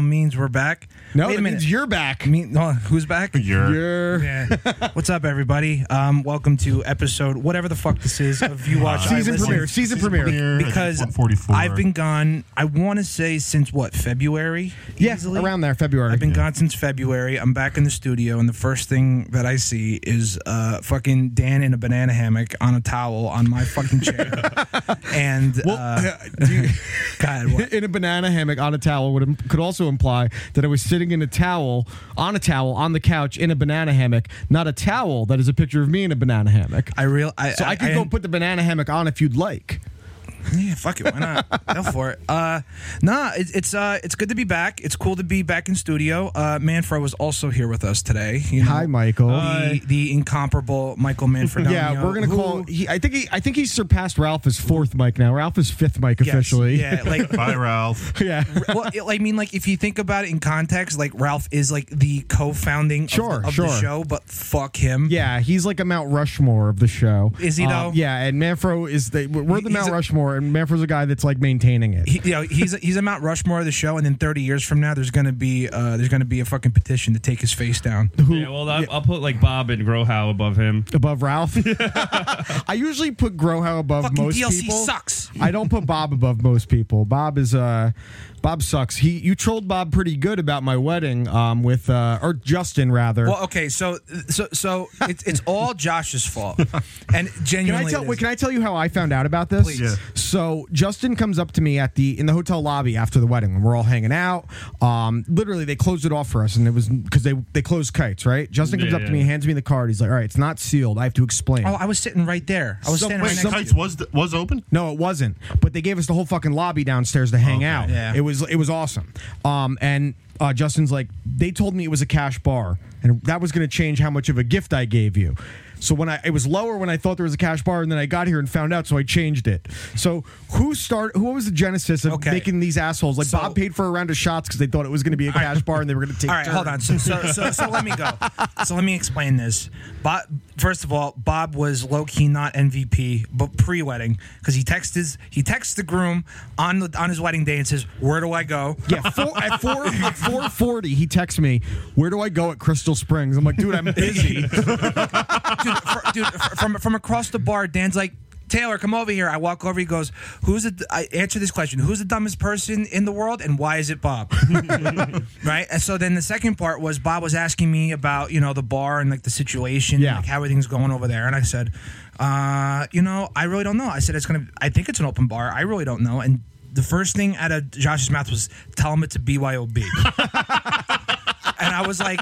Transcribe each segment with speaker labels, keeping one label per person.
Speaker 1: means we're back.
Speaker 2: No,
Speaker 1: Wait a
Speaker 2: it
Speaker 1: minute.
Speaker 2: means you're back.
Speaker 1: mean, oh, who's back?
Speaker 2: You're-
Speaker 1: Yeah. What's up, everybody? Um, welcome to episode whatever the fuck this is of You Watch I
Speaker 2: season
Speaker 1: Listen.
Speaker 2: premiere. Uh, Season, premiere.
Speaker 3: premiere, I think
Speaker 1: Because
Speaker 3: 144.
Speaker 1: I've been gone. I want to say since what February?
Speaker 2: Yeah,
Speaker 1: easily?
Speaker 2: around there, February.
Speaker 1: I've been gone since February. I'm back in the studio, and the first thing that I see is uh, fucking Dan in a banana hammock on a towel on my fucking chair. and uh,
Speaker 2: uh, do you-
Speaker 1: God, what?
Speaker 2: in a banana hammock on a towel would im- could also imply that I was sitting in a towel on a towel on the couch in a banana hammock, not a towel that is a picture of me in a banana hammock.
Speaker 1: I real I,
Speaker 2: so I, could go put the banana hammock on if you'd like.
Speaker 1: Yeah, fuck it. Why not? Go for it. Uh, nah, it, it's uh, it's good to be back. It's cool to be back in studio. Uh, Manfro was also here with us today. You know,
Speaker 2: Hi, Michael.
Speaker 1: The,
Speaker 2: Hi.
Speaker 1: the incomparable Michael Manfredonio.
Speaker 2: yeah, we're gonna
Speaker 1: who-
Speaker 2: call. He, I think he, I think he's surpassed Ralph as fourth mic now. Ralph is fifth mic
Speaker 1: Yes,
Speaker 2: officially.
Speaker 1: Yeah, like.
Speaker 3: Bye, Ralph.
Speaker 2: yeah.
Speaker 1: well, it- I mean, like if you think about it in context, like Ralph is like the co-founding of the-
Speaker 2: Sure,
Speaker 1: of, the
Speaker 2: sure.
Speaker 1: show, but fuck him.
Speaker 2: Yeah, he's like a Mount Rushmore of the show. Uh,
Speaker 1: Is he, though?
Speaker 2: yeah, and Manfro is the we're the
Speaker 1: He's
Speaker 2: Mount
Speaker 1: a-
Speaker 2: Rushmore, and Manfro's a guy that's like maintaining it.
Speaker 1: He, you know, he's he's a Mount Rushmore of the show, and then thirty years from now, there's gonna be uh, there's gonna be a fucking petition to take his face down.
Speaker 4: Yeah, well, I'll, I'll put like Bob and Grohow above him.
Speaker 2: above Ralph. I usually put Grohow above
Speaker 1: Fucking
Speaker 2: most
Speaker 1: DLC
Speaker 2: people.
Speaker 1: sucks.
Speaker 2: I don't put Bob above most people. Bob is uh Bob sucks. He you trolled Bob pretty good about my wedding um with uh or Justin rather.
Speaker 1: Well, okay, so so so it's it's all Josh's fault, and
Speaker 2: can
Speaker 1: genuinely,
Speaker 2: I
Speaker 1: it
Speaker 2: tell
Speaker 1: is.
Speaker 2: wait, can I tell you how I found out about this?
Speaker 1: Please.
Speaker 3: Yeah.
Speaker 2: So Justin comes up to me at the in the hotel lobby after the wedding when we're all hanging out. Um literally they closed it off for us and it was cuz they they closed kites, right? Justin comes
Speaker 4: Yeah,
Speaker 2: up to
Speaker 4: yeah.
Speaker 2: me, hands me the card. He's like, "All right, it's not sealed. I have to explain."
Speaker 1: Oh, I was sitting right there. I was
Speaker 2: Some-
Speaker 1: standing
Speaker 2: wait,
Speaker 1: right
Speaker 2: some-
Speaker 1: next
Speaker 3: Kites was was open.
Speaker 2: No, it wasn't. But they gave us the whole fucking lobby downstairs to hang
Speaker 3: Okay.
Speaker 2: out.
Speaker 1: Yeah.
Speaker 2: It was it was awesome. Um, and uh, Justin's like, they told me it was a cash bar, and that was going to change how much of a gift I gave you. So when I it was lower when I thought there was a cash bar, and then I got here and found out, so I changed it. So who start? Who was the genesis of
Speaker 1: Okay.
Speaker 2: making these assholes? Like
Speaker 1: So-
Speaker 2: Bob paid for a round of shots because they thought it was going to be a cash bar, and they were going to take.
Speaker 1: All right, hold on. So, so, so, so let me go. So let me explain this. Bob, first of all, Bob was low key not MVP, but pre wedding because he texts his, he texts the groom on the on his wedding day and says, "Where do I go?"
Speaker 2: Yeah, four, at four at four forty, he texts me, "Where do I go at Crystal Springs?" I'm like, "Dude, I'm busy."
Speaker 1: dude, fr- dude fr- from from across the bar, Dan's like. Taylor, come over here. I walk over. He goes, "Who's the? I answer this question. Who's the dumbest person in the world, and why is it Bob?" right. And so then the second part was Bob was asking me about you know the bar and like the situation,
Speaker 2: Yeah.
Speaker 1: like how everything's going over there, and I said, uh, "You know, I really don't know." I said, "It's gonna. I think it's an open bar. I really don't know." And the first thing out of Josh's mouth was, "Tell him it's a BYOB." And I was like,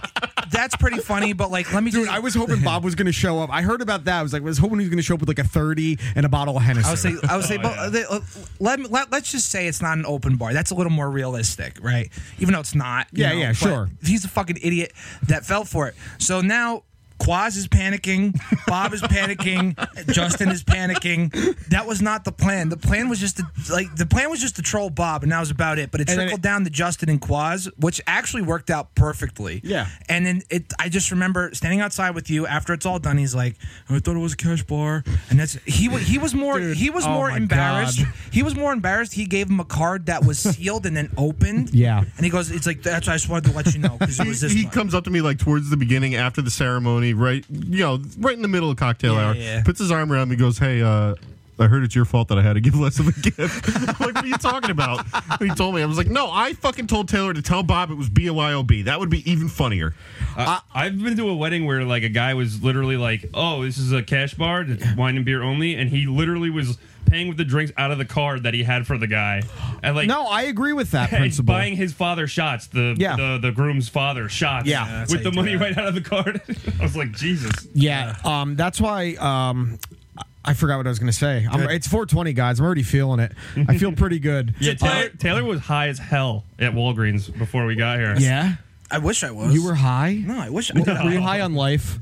Speaker 1: "That's pretty funny, but like, let me."
Speaker 2: Dude,
Speaker 1: just,
Speaker 2: I was hoping Bob was going to show up. I heard about that. I was like, I was hoping he was going to show up with like a thirty and a bottle of Hennessy.
Speaker 1: I would say, I would
Speaker 2: Oh,
Speaker 1: say, but uh, they- uh, let, me- let us just say it's not an open bar. That's a little more realistic, right? Even though it's not. you
Speaker 2: Yeah,
Speaker 1: know,
Speaker 2: yeah,
Speaker 1: but
Speaker 2: sure.
Speaker 1: He's a fucking idiot that fell for it. So now. Quaz is panicking. Bob is panicking. Justin is panicking. That was not the plan. The plan was just to like the plan was just to troll Bob, and that was about it. But it
Speaker 2: And then
Speaker 1: trickled
Speaker 2: it-
Speaker 1: down to Justin and Quaz, which actually worked out perfectly.
Speaker 2: Yeah.
Speaker 1: And then it, I just remember standing outside with you after it's all done. He's like, "I thought it was a cash bar," and that's he. wa- He was more.
Speaker 2: Dude,
Speaker 1: he was
Speaker 2: oh
Speaker 1: more
Speaker 2: my
Speaker 1: embarrassed.
Speaker 2: God.
Speaker 1: He was more embarrassed. He gave him a card that was sealed and then opened.
Speaker 2: Yeah.
Speaker 1: And he goes, "It's like that's. why I just wanted to let you know because it
Speaker 3: He,
Speaker 1: was this."
Speaker 3: he
Speaker 1: much."
Speaker 3: comes up to me like towards the beginning after the ceremony, right? You know, right in the middle of cocktail
Speaker 1: Yeah,
Speaker 3: hour.
Speaker 1: yeah.
Speaker 3: Puts his arm around me, goes, "Hey, uh, I heard it's your fault that I had to give less of a gift." I'm like, what are you talking about? And he told me, I was like, "No, I fucking told Taylor to tell Bob it was BYOB. That would be even funnier."
Speaker 2: Uh,
Speaker 4: I, I've been to a wedding where like a guy was literally like, "Oh, this is a cash bar, it's wine and beer only," and he literally was paying with the drinks out of the card that he had for the guy, and like.
Speaker 2: no, I agree with that
Speaker 4: and
Speaker 2: principle.
Speaker 4: buying his father shots, the,
Speaker 2: Yeah.
Speaker 4: the the groom's father shots,
Speaker 2: Yeah. Yeah,
Speaker 1: that's
Speaker 4: with
Speaker 1: how you
Speaker 4: the
Speaker 1: do
Speaker 4: money
Speaker 1: that.
Speaker 4: right out of the card. I was like, Jesus.
Speaker 2: yeah, um, that's why. Um, I forgot what I was going to say. I'm, it's 420, guys. I'm already feeling it. I feel pretty good.
Speaker 4: Yeah, Taylor, Taylor was high as hell at Walgreens before we got here.
Speaker 2: Uh, yeah.
Speaker 1: I wish I was.
Speaker 2: You were high.
Speaker 1: No, I wish I
Speaker 2: Were you
Speaker 1: was.
Speaker 2: high on life?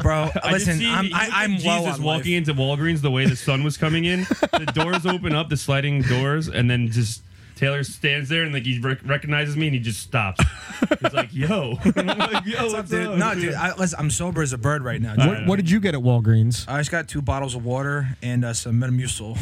Speaker 1: Bro,
Speaker 4: I just
Speaker 1: listen,
Speaker 4: see-
Speaker 1: I'm,
Speaker 4: you
Speaker 1: I,
Speaker 4: look at
Speaker 1: I'm
Speaker 4: Jesus
Speaker 1: low on life.
Speaker 4: walking into Walgreens the way the sun was coming in. the doors open up, the sliding doors, and then just Taylor stands there and like he rec- recognizes me and he just stops. He's like, "Yo, I'm like, yo, what's up,
Speaker 1: Dude, no, dude. I, listen, I'm sober as a bird right now.
Speaker 2: What, what did you get at Walgreens?
Speaker 1: I just got two bottles of water and uh, some Metamucil.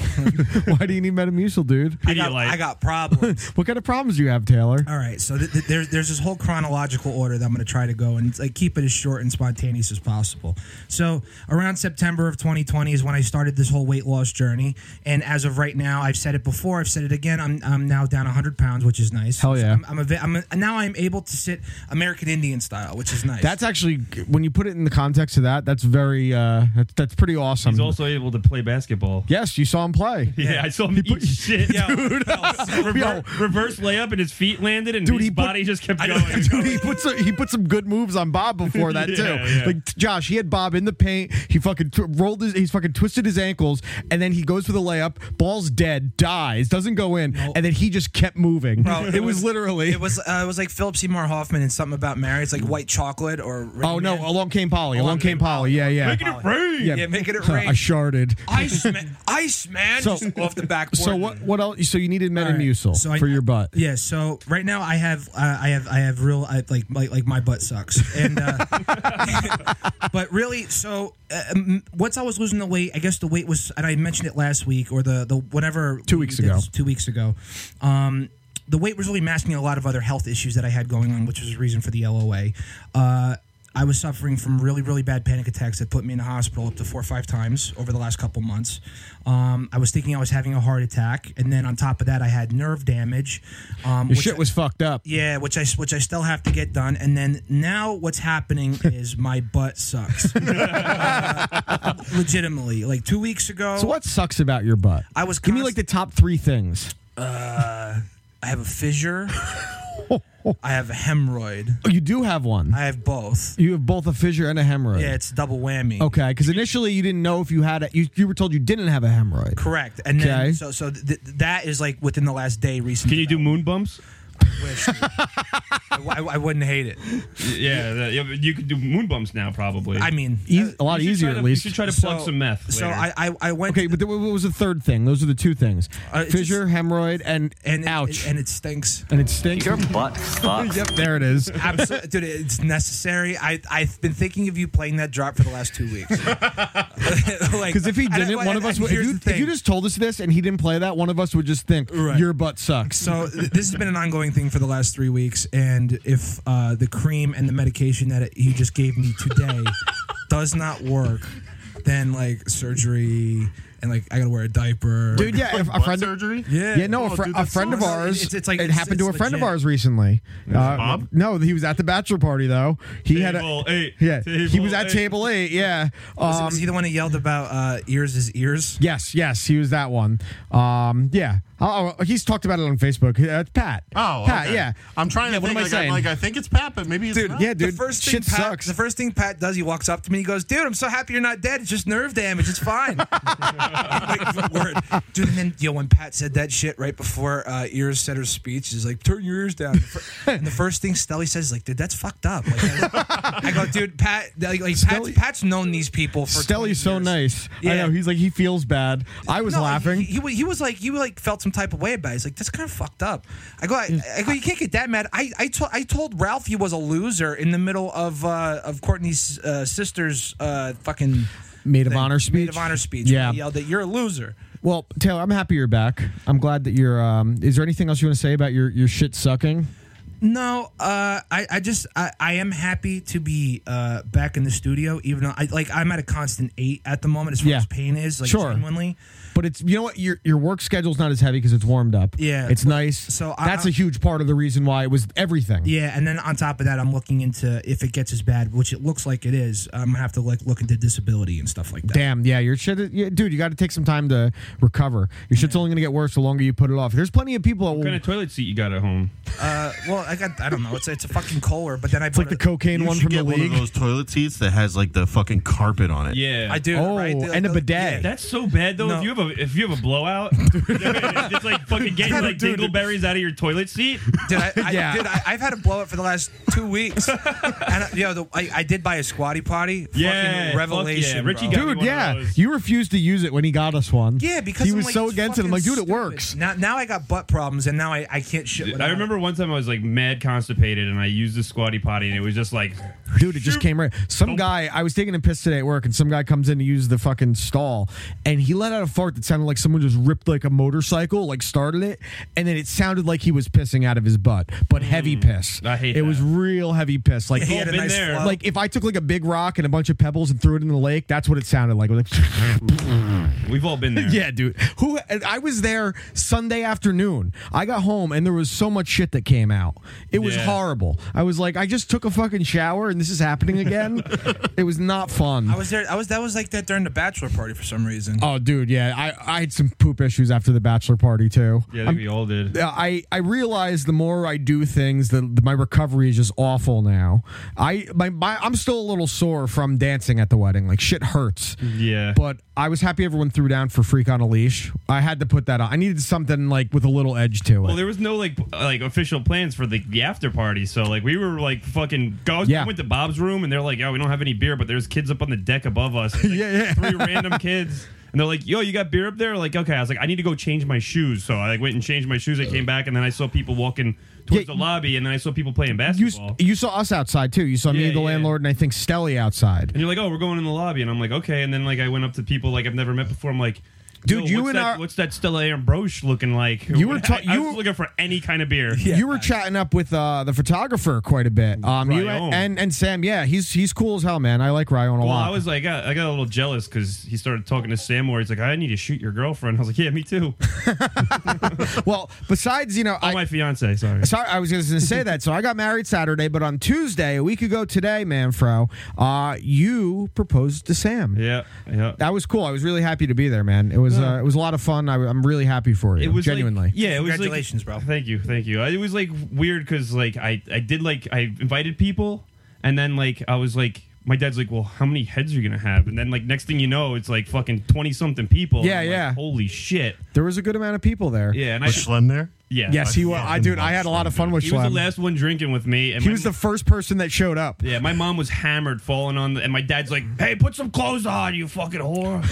Speaker 2: Why do you need Metamucil, dude?
Speaker 1: I, got,
Speaker 4: Pedialyte.
Speaker 1: I got problems.
Speaker 2: What kind of problems do you have, Taylor?
Speaker 1: All right, so th- th- there's there's this whole chronological order that I'm going to try to go and like keep it as short and spontaneous as possible. So around September of 2020 is when I started this whole weight loss journey, and as of right now, I've said it before, I've said it again. I'm, I'm now down 100 pounds, which is nice.
Speaker 2: Hell yeah.
Speaker 1: I'm, I'm, a, I'm a, now I'm able to sit American Indian style, which is nice.
Speaker 2: That's actually when you put it in the context of that, that's very uh, that's, that's pretty awesome.
Speaker 4: He's also able to play basketball.
Speaker 2: yes, you saw him play.
Speaker 4: Yeah, I saw him eat shit. Rever-
Speaker 2: Yo.
Speaker 4: reverse layup and his feet landed and
Speaker 2: Dude,
Speaker 4: his
Speaker 2: he put-
Speaker 4: body just kept going.
Speaker 2: Dude, he put some he put some good moves on Bob before that too.
Speaker 4: Yeah, yeah.
Speaker 2: Like Josh, he had Bob in the paint. He fucking tw- rolled his he's fucking twisted his ankles, and then he goes for the layup. Ball's dead, dies, doesn't go in, and then he just kept moving.
Speaker 1: Bro,
Speaker 2: it,
Speaker 1: it
Speaker 2: was,
Speaker 1: was-
Speaker 2: literally.
Speaker 1: It was uh, it was like Philip Seymour Hoffman and something about Mary. It's like white chocolate or Rain
Speaker 2: oh no!
Speaker 1: Man.
Speaker 2: Along came Polly. Along came Polly. Yeah, yeah.
Speaker 4: Making it rain.
Speaker 1: yeah, making it
Speaker 2: I
Speaker 1: rain.
Speaker 2: sharded.
Speaker 1: Iceman, Iceman,
Speaker 2: So-
Speaker 1: just off the backboard.
Speaker 2: So what? What else? So you needed
Speaker 1: All right,
Speaker 2: Metamucil
Speaker 1: so I-
Speaker 2: for your butt.
Speaker 1: Yeah. So right now I have uh, I have I have real I, like like like my butt sucks and uh, but really so uh, um, once I was losing the weight I guess the weight was and I mentioned it last week or the the whatever
Speaker 2: Two weeks
Speaker 1: we did
Speaker 2: ago.
Speaker 1: this two weeks ago. Um, the weight was really masking a lot of other health issues that I had going on, which was the reason for the LOA. Uh, I was suffering from really, really bad panic attacks that put me in the hospital up to four or five times over the last couple months. Um, I was thinking I was having a heart attack, and then on top of that, I had nerve damage. Um,
Speaker 2: Your
Speaker 1: which
Speaker 2: shit was fucked up.
Speaker 1: yeah, which I which I still have to get done. And then now what's happening is my butt sucks, Uh, legitimately. Like two weeks ago,
Speaker 2: So what sucks about your butt?
Speaker 1: I was
Speaker 2: give me
Speaker 1: const-
Speaker 2: like the top three things.
Speaker 1: I have a fissure. I have a hemorrhoid.
Speaker 2: Oh, you do have one.
Speaker 1: I have both.
Speaker 2: you have both a fissure and a hemorrhoid.
Speaker 1: Yeah, it's double whammy.
Speaker 2: Okay, because initially you didn't know if you had a, you, you were told you didn't have a hemorrhoid.
Speaker 1: Correct. And then
Speaker 2: Okay.
Speaker 1: so so th- th- that is like within the last day recently.
Speaker 4: Can you do moon bumps?
Speaker 1: I, I- I wouldn't hate it.
Speaker 4: Yeah, that- yeah, but you could do moon bumps now probably.
Speaker 1: I mean,
Speaker 2: Eas- E, a lot
Speaker 4: You should
Speaker 2: easier,
Speaker 4: try to-
Speaker 2: at least.
Speaker 4: You should try to plug
Speaker 1: so-
Speaker 4: some meth.
Speaker 1: So
Speaker 4: later.
Speaker 1: I, I I went
Speaker 2: okay,
Speaker 1: to-
Speaker 2: but th- what was the third thing? Those are the two things:
Speaker 1: Uh, it
Speaker 2: fissure, hemorrhoid, and,
Speaker 1: and it,
Speaker 2: ouch,
Speaker 1: and it stinks.
Speaker 2: and it stinks.
Speaker 5: Your butt sucks.
Speaker 2: yep, there it is.
Speaker 1: Absolutely, dude. It's necessary. I I've been thinking of you playing that drop for the last two weeks.
Speaker 2: Because
Speaker 1: Because
Speaker 2: if he didn't, one of us would. If you, if you just told us this and he didn't play that, one of us would just think
Speaker 1: Right.
Speaker 2: your butt sucks.
Speaker 1: So th- this has been an ongoing thing for the last three weeks, and if uh, the cream and the medication that it, he just gave me today does not work, then like surgery and like I gotta wear a diaper.
Speaker 2: Dude, yeah, if a
Speaker 3: Butt
Speaker 2: friend.
Speaker 3: surgery?
Speaker 1: Yeah.
Speaker 2: Yeah, no, a,
Speaker 3: Oh,
Speaker 2: fr-
Speaker 3: dude,
Speaker 2: a
Speaker 3: that
Speaker 2: friend of
Speaker 1: sucks.
Speaker 2: ours.
Speaker 1: It's- it's like-
Speaker 2: it
Speaker 1: it's-
Speaker 2: happened to a
Speaker 1: it's
Speaker 2: friend of
Speaker 1: legit.
Speaker 2: ours recently. Uh,
Speaker 3: Bob?
Speaker 2: No, he was at the bachelor party though. He had
Speaker 4: Table
Speaker 2: a,
Speaker 4: eight.
Speaker 2: Yeah, he
Speaker 4: Table
Speaker 2: was at
Speaker 4: eight.
Speaker 2: table eight. Yeah.
Speaker 1: Was,
Speaker 2: Um,
Speaker 1: was he the one who yelled about uh, ears is ears?
Speaker 2: yes, yes, he was that one. Um, yeah. Oh, oh, he's talked about it on Facebook. Uh, it's Pat.
Speaker 3: Oh,
Speaker 2: Pat.
Speaker 3: okay.
Speaker 2: Yeah.
Speaker 3: I'm trying
Speaker 2: Yeah,
Speaker 3: to
Speaker 2: what
Speaker 3: think.
Speaker 2: am I
Speaker 3: like,
Speaker 2: saying?
Speaker 3: like, I think it's Pat, but maybe it's
Speaker 1: Dude,
Speaker 3: not.
Speaker 2: yeah, dude,
Speaker 1: The first thing
Speaker 2: shit
Speaker 1: Pat,
Speaker 2: sucks.
Speaker 1: The first thing Pat does, he walks up to me and he goes, "Dude, I'm so happy you're not dead. It's just nerve damage. It's fine." like, word. Dude, and then you know when Pat said that shit right before uh, ears said her speech, is like, "Turn your ears down." The fir- and the first thing Stelly says is like, "Dude, that's fucked up." Like, I, I go, "Dude, Pat, like, like Pat's,
Speaker 2: Stelly-
Speaker 1: Pat's known these people for." 20
Speaker 2: Stelly's so
Speaker 1: years."
Speaker 2: nice. I
Speaker 1: Yeah.
Speaker 2: know. He's like he feels bad. I was
Speaker 1: No,
Speaker 2: laughing.
Speaker 1: He, he, wa- he was like, you like felt some type of way about. it. He's like, that's kind of fucked up. I go, I, I go, you can't get that mad. I I, to- I told Ralph he was a loser in the middle of uh, of Courtney's uh, sister's uh, fucking
Speaker 2: Maid of honor
Speaker 1: Maid
Speaker 2: speech?
Speaker 1: of honor speech.
Speaker 2: Yeah.
Speaker 1: Yeah, he yelled that you're a loser.
Speaker 2: well, Taylor, I'm happy you're back. I'm glad that you're. Um, is there anything else you want to say about your your shit sucking?
Speaker 1: No, uh, I, I just I, I am happy to be uh, back in the studio, even though I like I'm at a constant eight at the moment as far
Speaker 2: Yeah.
Speaker 1: as pain is, like
Speaker 2: Sure.
Speaker 1: genuinely.
Speaker 2: But it's you know what your your work schedule's not as heavy because it's warmed up.
Speaker 1: Yeah.
Speaker 2: it's nice.
Speaker 1: So I-
Speaker 2: that's a
Speaker 1: I-
Speaker 2: huge part of the reason why it was everything.
Speaker 1: Yeah, and then on top of that, I'm looking into if it gets as bad, which it looks like it is. I'm gonna have to like look into disability and stuff like that.
Speaker 2: Damn, yeah, your shit, is- yeah, dude. You got to take some time to recover. Your shit's only gonna get worse the longer you put it off. There's plenty of people that will
Speaker 4: what kind of toilet seat you got at home?
Speaker 1: Uh, well, I got I don't know. It's it's a fucking Kohler, but then I it's
Speaker 2: like the cocaine
Speaker 3: You
Speaker 2: one
Speaker 3: should
Speaker 2: from the
Speaker 3: get one
Speaker 2: league.
Speaker 3: of those toilet seats that has like the fucking carpet on it.
Speaker 4: Yeah,
Speaker 1: I do.
Speaker 2: Oh,
Speaker 1: right? The-
Speaker 2: and a
Speaker 1: the-
Speaker 2: bidet.
Speaker 1: yeah.
Speaker 4: That's so bad though.
Speaker 1: No.
Speaker 4: If you have a have a if you have a blowout, it's like fucking getting like
Speaker 2: Dude.
Speaker 4: dingleberries out of your toilet seat.
Speaker 1: Dude, I, I,
Speaker 2: Yeah.
Speaker 1: dude, I, I've had a blowout for the last two weeks, and uh, yo, the, I, I did buy a squatty potty.
Speaker 4: Yeah,
Speaker 1: fucking
Speaker 4: fuck
Speaker 1: revelation,
Speaker 4: yeah. Richie
Speaker 1: bro.
Speaker 4: got-
Speaker 2: Dude,
Speaker 4: one of
Speaker 2: yeah,
Speaker 4: those.
Speaker 2: you refused to use it when he got us one.
Speaker 1: Yeah, because
Speaker 2: he
Speaker 1: I'm
Speaker 2: was
Speaker 1: like,
Speaker 2: so
Speaker 1: it's
Speaker 2: against it. I'm
Speaker 1: fucking
Speaker 2: like, dude, it
Speaker 1: stupid.
Speaker 2: works.
Speaker 1: Now, now I got butt problems, and now I, I can't shit.
Speaker 4: I
Speaker 1: without it.
Speaker 4: remember one time I was like mad constipated and I used the squatty potty and it was just like
Speaker 2: Dude, it just came right. Some guy, I was taking a piss today at work, and some guy comes in to use the fucking stall, and he let out a fart that sounded like someone just ripped like a motorcycle, like started it, and then it sounded like he was pissing out of his butt, but heavy piss.
Speaker 4: I hate
Speaker 2: it. was
Speaker 4: that.
Speaker 2: real heavy piss. Like,
Speaker 1: He
Speaker 4: Oh,
Speaker 1: had a
Speaker 4: been
Speaker 1: nice
Speaker 4: there.
Speaker 1: flow.
Speaker 2: like if I took like a big rock and a bunch of pebbles and threw it in the lake, that's what it sounded like. It was like
Speaker 4: we've all been there.
Speaker 2: yeah, dude. Who and I was there Sunday afternoon. I got home and there was so much shit that came out. It was
Speaker 4: Yeah.
Speaker 2: horrible. I was like, I just took a fucking shower and this is happening again. it was not fun.
Speaker 1: I was there. I was that was like that during the bachelor party for some reason.
Speaker 2: oh, dude, yeah. I, I had some poop issues after the bachelor party too.
Speaker 4: Yeah, I think
Speaker 2: I'm-
Speaker 4: we all did.
Speaker 2: Yeah, I I realize the more I do things, the, the- my recovery is just awful now. I my, my I'm still a little sore from dancing at the wedding. Like shit hurts.
Speaker 4: Yeah.
Speaker 2: But I was happy everyone threw down for Freak on a Leash. I had to put that on. I needed something like with a little edge to it.
Speaker 4: Well, there was no like p- uh, like official plans for the, the after party, so like we were like fucking. Go,
Speaker 2: Yeah.
Speaker 4: I went to Bob's room and they're like, "Yo, we don't have any beer," but there's kids up on the deck above us. And, like,
Speaker 2: Yeah, yeah.
Speaker 4: Three random kids, and they're like, "Yo, you got beer up there?" Like, okay. I was like, I need to go change my shoes, so I like went and changed my shoes. I came back and then I saw people walking towards
Speaker 2: Yeah.
Speaker 4: the lobby, and then I saw people playing
Speaker 2: you,
Speaker 4: basketball.
Speaker 2: you saw us outside too. You saw me,
Speaker 4: Yeah,
Speaker 2: the
Speaker 4: yeah.
Speaker 2: landlord, and I think Stelly outside.
Speaker 4: and you're like, "Oh, we're going in the lobby," and I'm like, "Okay." And then like I went up to people like I've never met before. I'm like.
Speaker 2: Dude,
Speaker 4: "Yo,
Speaker 2: you
Speaker 4: what's
Speaker 2: and
Speaker 4: that,
Speaker 2: our-
Speaker 4: what's that Stella Ambrosch looking like?
Speaker 2: You were ta-
Speaker 4: I- I
Speaker 2: you
Speaker 4: was
Speaker 2: were-
Speaker 4: looking for any kind of beer.
Speaker 2: you were chatting up with uh, the photographer quite a bit. Um, you
Speaker 4: Ryan.
Speaker 2: and, and and Sam, yeah, he's he's cool as hell, man. I like Ryan a
Speaker 4: Well,
Speaker 2: lot.
Speaker 4: I was like, I, I got a little jealous because he started talking to Sam where he's like, I need to shoot your girlfriend. I was like, yeah, me too.
Speaker 2: well, besides, you know,
Speaker 4: Oh,
Speaker 2: I,
Speaker 4: my fiance, sorry.
Speaker 2: Sorry, I was going to say that. So I got married Saturday, but on Tuesday, a week ago today, Manfro, uh, you proposed to Sam.
Speaker 4: Yeah, yeah.
Speaker 2: That was cool. I was really happy to be there, man. It was uh, it was a lot of fun. I, am really happy for you.
Speaker 4: It was like-
Speaker 2: genuinely.
Speaker 4: yeah, it was like-
Speaker 1: Congratulations, bro.
Speaker 4: Thank you, thank you. I- It was like weird because like I, I did like I invited people and then like I was like my dad's like, well, how many heads are you gonna have? And then like next thing you know, it's like fucking twenty something people.
Speaker 2: Yeah,
Speaker 4: And I'm like,
Speaker 2: yeah.
Speaker 4: Holy shit.
Speaker 2: there was a good amount of people there.
Speaker 4: Yeah, and I
Speaker 3: Was Schlem there?
Speaker 4: yeah.
Speaker 2: Yes, he was.
Speaker 3: Yeah,
Speaker 2: I dude, I had a lot of fun with
Speaker 4: He was the
Speaker 2: Schlemm.
Speaker 4: last one drinking with me. And
Speaker 2: He
Speaker 4: my-
Speaker 2: was the first person that showed up.
Speaker 4: Yeah, my mom was hammered, falling on, the, and my dad's like, "Hey, put some clothes on, you fucking whore."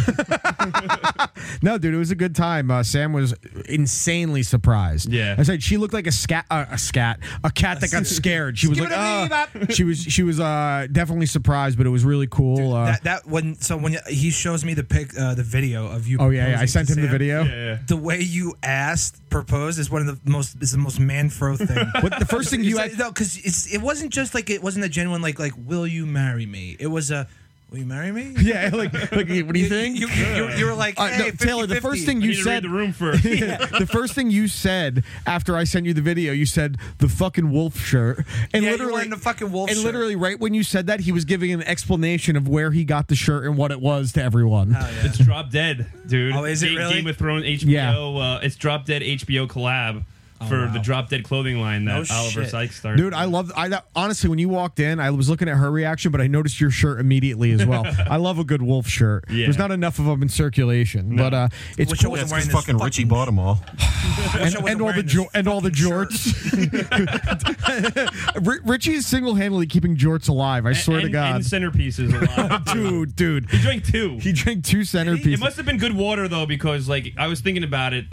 Speaker 2: No, dude, it was a good time. Uh, Sam was insanely surprised.
Speaker 4: Yeah.
Speaker 2: I said she looked like a scat, uh, a scat, a cat that got scared. She was like, "Ah." she was, she was uh, definitely surprised, but it was really cool. uh,
Speaker 1: that, that when so when he shows me the pic, uh, the video of you.
Speaker 2: oh yeah, yeah, I
Speaker 1: proposing
Speaker 2: sent
Speaker 1: to
Speaker 2: him the
Speaker 1: Sam,
Speaker 2: video.
Speaker 4: yeah.
Speaker 1: The way you asked, proposed is one of the most is the most manfro thing.
Speaker 2: But the first thing you
Speaker 1: It's like-
Speaker 2: had,
Speaker 1: no, because it's it wasn't just like it wasn't a genuine like like will you marry me? It was a will you marry me?
Speaker 2: yeah, like, like, what do you think?
Speaker 1: You, you, you, you were like,
Speaker 2: Uh,
Speaker 1: hey,
Speaker 2: no, Taylor, the
Speaker 1: 50-50.
Speaker 2: first thing
Speaker 4: I
Speaker 2: you
Speaker 4: need to read
Speaker 2: said,
Speaker 4: the room first.
Speaker 2: Yeah, the first thing you said after I sent you the video, you said the fucking wolf shirt, and
Speaker 1: Yeah, you were
Speaker 2: literally
Speaker 1: in the fucking wolf
Speaker 2: and
Speaker 1: shirt.
Speaker 2: literally right when you said that, he was giving an explanation of where he got the shirt and what it was to everyone.
Speaker 4: It's Drop Dead, dude.
Speaker 1: Oh, is it
Speaker 4: Game,
Speaker 1: really?
Speaker 4: Game of Thrones HBO. Uh, it's Drop Dead HBO collab for
Speaker 2: Oh,
Speaker 1: wow.
Speaker 4: the Drop Dead clothing line that
Speaker 1: No
Speaker 4: Oliver
Speaker 1: shit.
Speaker 4: Sykes started.
Speaker 2: Dude, I love. I that- honestly, when you walked in, I was looking at her reaction, but I noticed your shirt immediately as well. I love a good wolf shirt.
Speaker 4: Yeah.
Speaker 2: There's not enough of them in circulation, but uh, it's
Speaker 1: Which
Speaker 2: cool.
Speaker 1: always-
Speaker 3: That's
Speaker 1: Wearing
Speaker 3: because
Speaker 1: this
Speaker 3: fucking
Speaker 1: fucking-
Speaker 3: Richie bought them all.
Speaker 1: I wish I wasn't
Speaker 2: and all the
Speaker 1: wearing
Speaker 2: jo-
Speaker 1: this
Speaker 2: and all the
Speaker 1: fucking
Speaker 2: jorts.
Speaker 1: shirt.
Speaker 2: R- Richie is single-handedly keeping jorts alive. I swear
Speaker 4: and,
Speaker 2: to God,
Speaker 4: And centerpieces a lot.
Speaker 2: dude, dude.
Speaker 4: He drank two.
Speaker 2: He drank two centerpieces.
Speaker 4: It must have been good water though, because like I was thinking about it.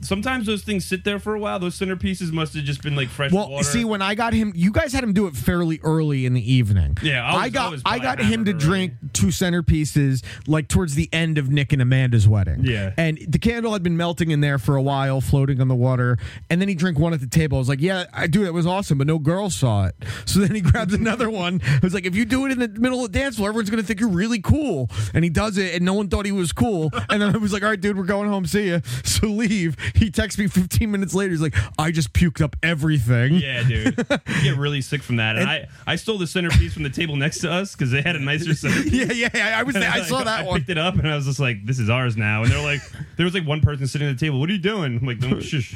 Speaker 4: Sometimes those things sit there for a while. Those centerpieces must have just been like fresh
Speaker 2: well,
Speaker 4: water.
Speaker 2: see, when I got him, you guys had him do it fairly early in the evening.
Speaker 4: Yeah, I was- I
Speaker 2: got
Speaker 4: was
Speaker 2: I,
Speaker 4: probably
Speaker 2: got him to
Speaker 4: hammered
Speaker 2: drink two centerpieces like towards the end of Nick and Amanda's wedding.
Speaker 4: Yeah.
Speaker 2: and the candle had been melting in there for a while, floating on the water, and then he drank one at the table. I was like, "Yeah, I dude, that was awesome," but no girl saw it. So then he grabs another one. I was like, "If you do it in the middle of the dance floor, everyone's gonna think you're really cool." And he does it, and no one thought he was cool. And then I was like, "All right, dude, we're going home. See ya." So leave. he texts me 15 minutes later. He's like, I just puked up everything.
Speaker 4: Yeah, dude. You get really sick from that. And, I, I stole the centerpiece from the table next to us because they had a nicer centerpiece.
Speaker 2: yeah, yeah. yeah, I was. there. I saw that one.
Speaker 4: picked it up and I was just like, "This is ours now." And they're like, "There was like one person sitting at the table. What are you doing?" I'm like, "No, shush."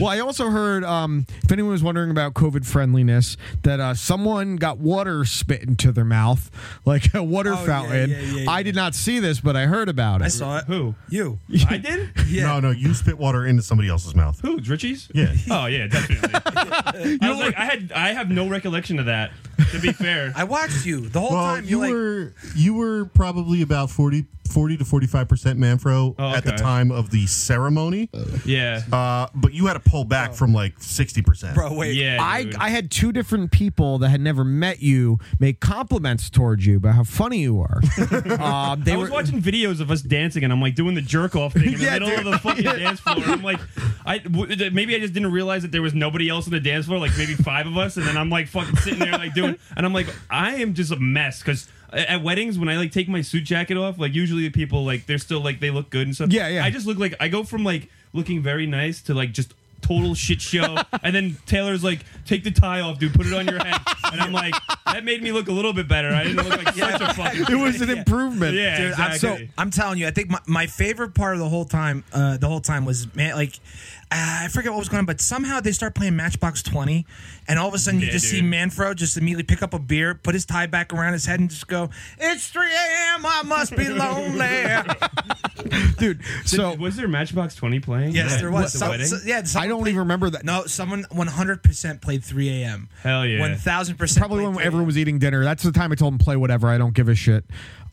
Speaker 2: well, I also heard, um, if anyone was wondering about COVID friendliness, that uh, someone got water spit into their mouth, like a water
Speaker 1: Oh, yeah,
Speaker 2: fountain.
Speaker 1: yeah, yeah,
Speaker 2: I
Speaker 1: yeah.
Speaker 2: did not see this, but I heard about it.
Speaker 1: I saw it.
Speaker 4: Who?
Speaker 1: You.
Speaker 4: I did.
Speaker 1: Yeah.
Speaker 3: No, no, you spit water into somebody else's mouth.
Speaker 4: Who? Dritchies?
Speaker 3: Yeah.
Speaker 4: Oh yeah, definitely. I was like, I had, I have no recollection of that. To be fair,
Speaker 1: I watched you the whole
Speaker 3: Well,
Speaker 1: time. You're
Speaker 3: you
Speaker 1: like,
Speaker 3: were you were probably about 40, 40 to forty five percent Manfro
Speaker 4: Oh,
Speaker 3: at the
Speaker 4: okay.
Speaker 3: time of the ceremony,
Speaker 4: yeah,
Speaker 3: uh, but you had to pull back from like sixty percent.
Speaker 1: bro, wait.
Speaker 4: yeah.
Speaker 2: I,
Speaker 4: dude.
Speaker 2: I had two different people that had never met you make compliments towards you about how funny you are. uh, they
Speaker 4: I
Speaker 2: were
Speaker 4: was watching videos of us dancing, and I'm like doing the jerk off thing in the
Speaker 2: Yeah,
Speaker 4: middle of the fucking dance floor. And I'm like, I w- th- maybe I just didn't realize that there was nobody else on the dance floor, like maybe five of us, and then I'm like fucking sitting there like doing, and I'm like, I am just a mess because. At weddings, when I like take my suit jacket off, like usually people like they're still like they look good and stuff.
Speaker 2: Yeah, yeah.
Speaker 4: I just look like I go from like looking very nice to like just total shit show. and then Taylor's like, "Take the tie off, dude. Put it on your head." And I'm like, that made me look a little bit better. I didn't look like such a fucking.
Speaker 2: it was an improvement.
Speaker 4: Yeah,
Speaker 1: Dude, I'm, so
Speaker 4: exactly.
Speaker 1: I'm telling you, I think my, my favorite part of the whole time, uh, the whole time was man, like uh, I forget what was going on, but somehow they start playing Matchbox Twenty, and all of a sudden you
Speaker 4: Yeah,
Speaker 1: just see
Speaker 4: dude.
Speaker 1: Manfro just immediately pick up a beer, put his tie back around his head, and just go, "It's 3 a.m. I must be lonely."
Speaker 2: Dude, so
Speaker 4: was there Matchbox Twenty playing?
Speaker 1: yes,
Speaker 4: At
Speaker 1: there was.
Speaker 4: the
Speaker 1: Some-
Speaker 4: wedding?
Speaker 1: so- yeah,
Speaker 2: I
Speaker 1: someone
Speaker 2: don't
Speaker 1: played-
Speaker 2: even remember that.
Speaker 1: No, someone 100% played 3 a.m.
Speaker 4: Hell yeah.
Speaker 1: 1,000%.
Speaker 2: probably
Speaker 1: played
Speaker 2: when
Speaker 1: 3
Speaker 2: everyone was eating dinner. That's the time I told him play whatever. I don't give a shit.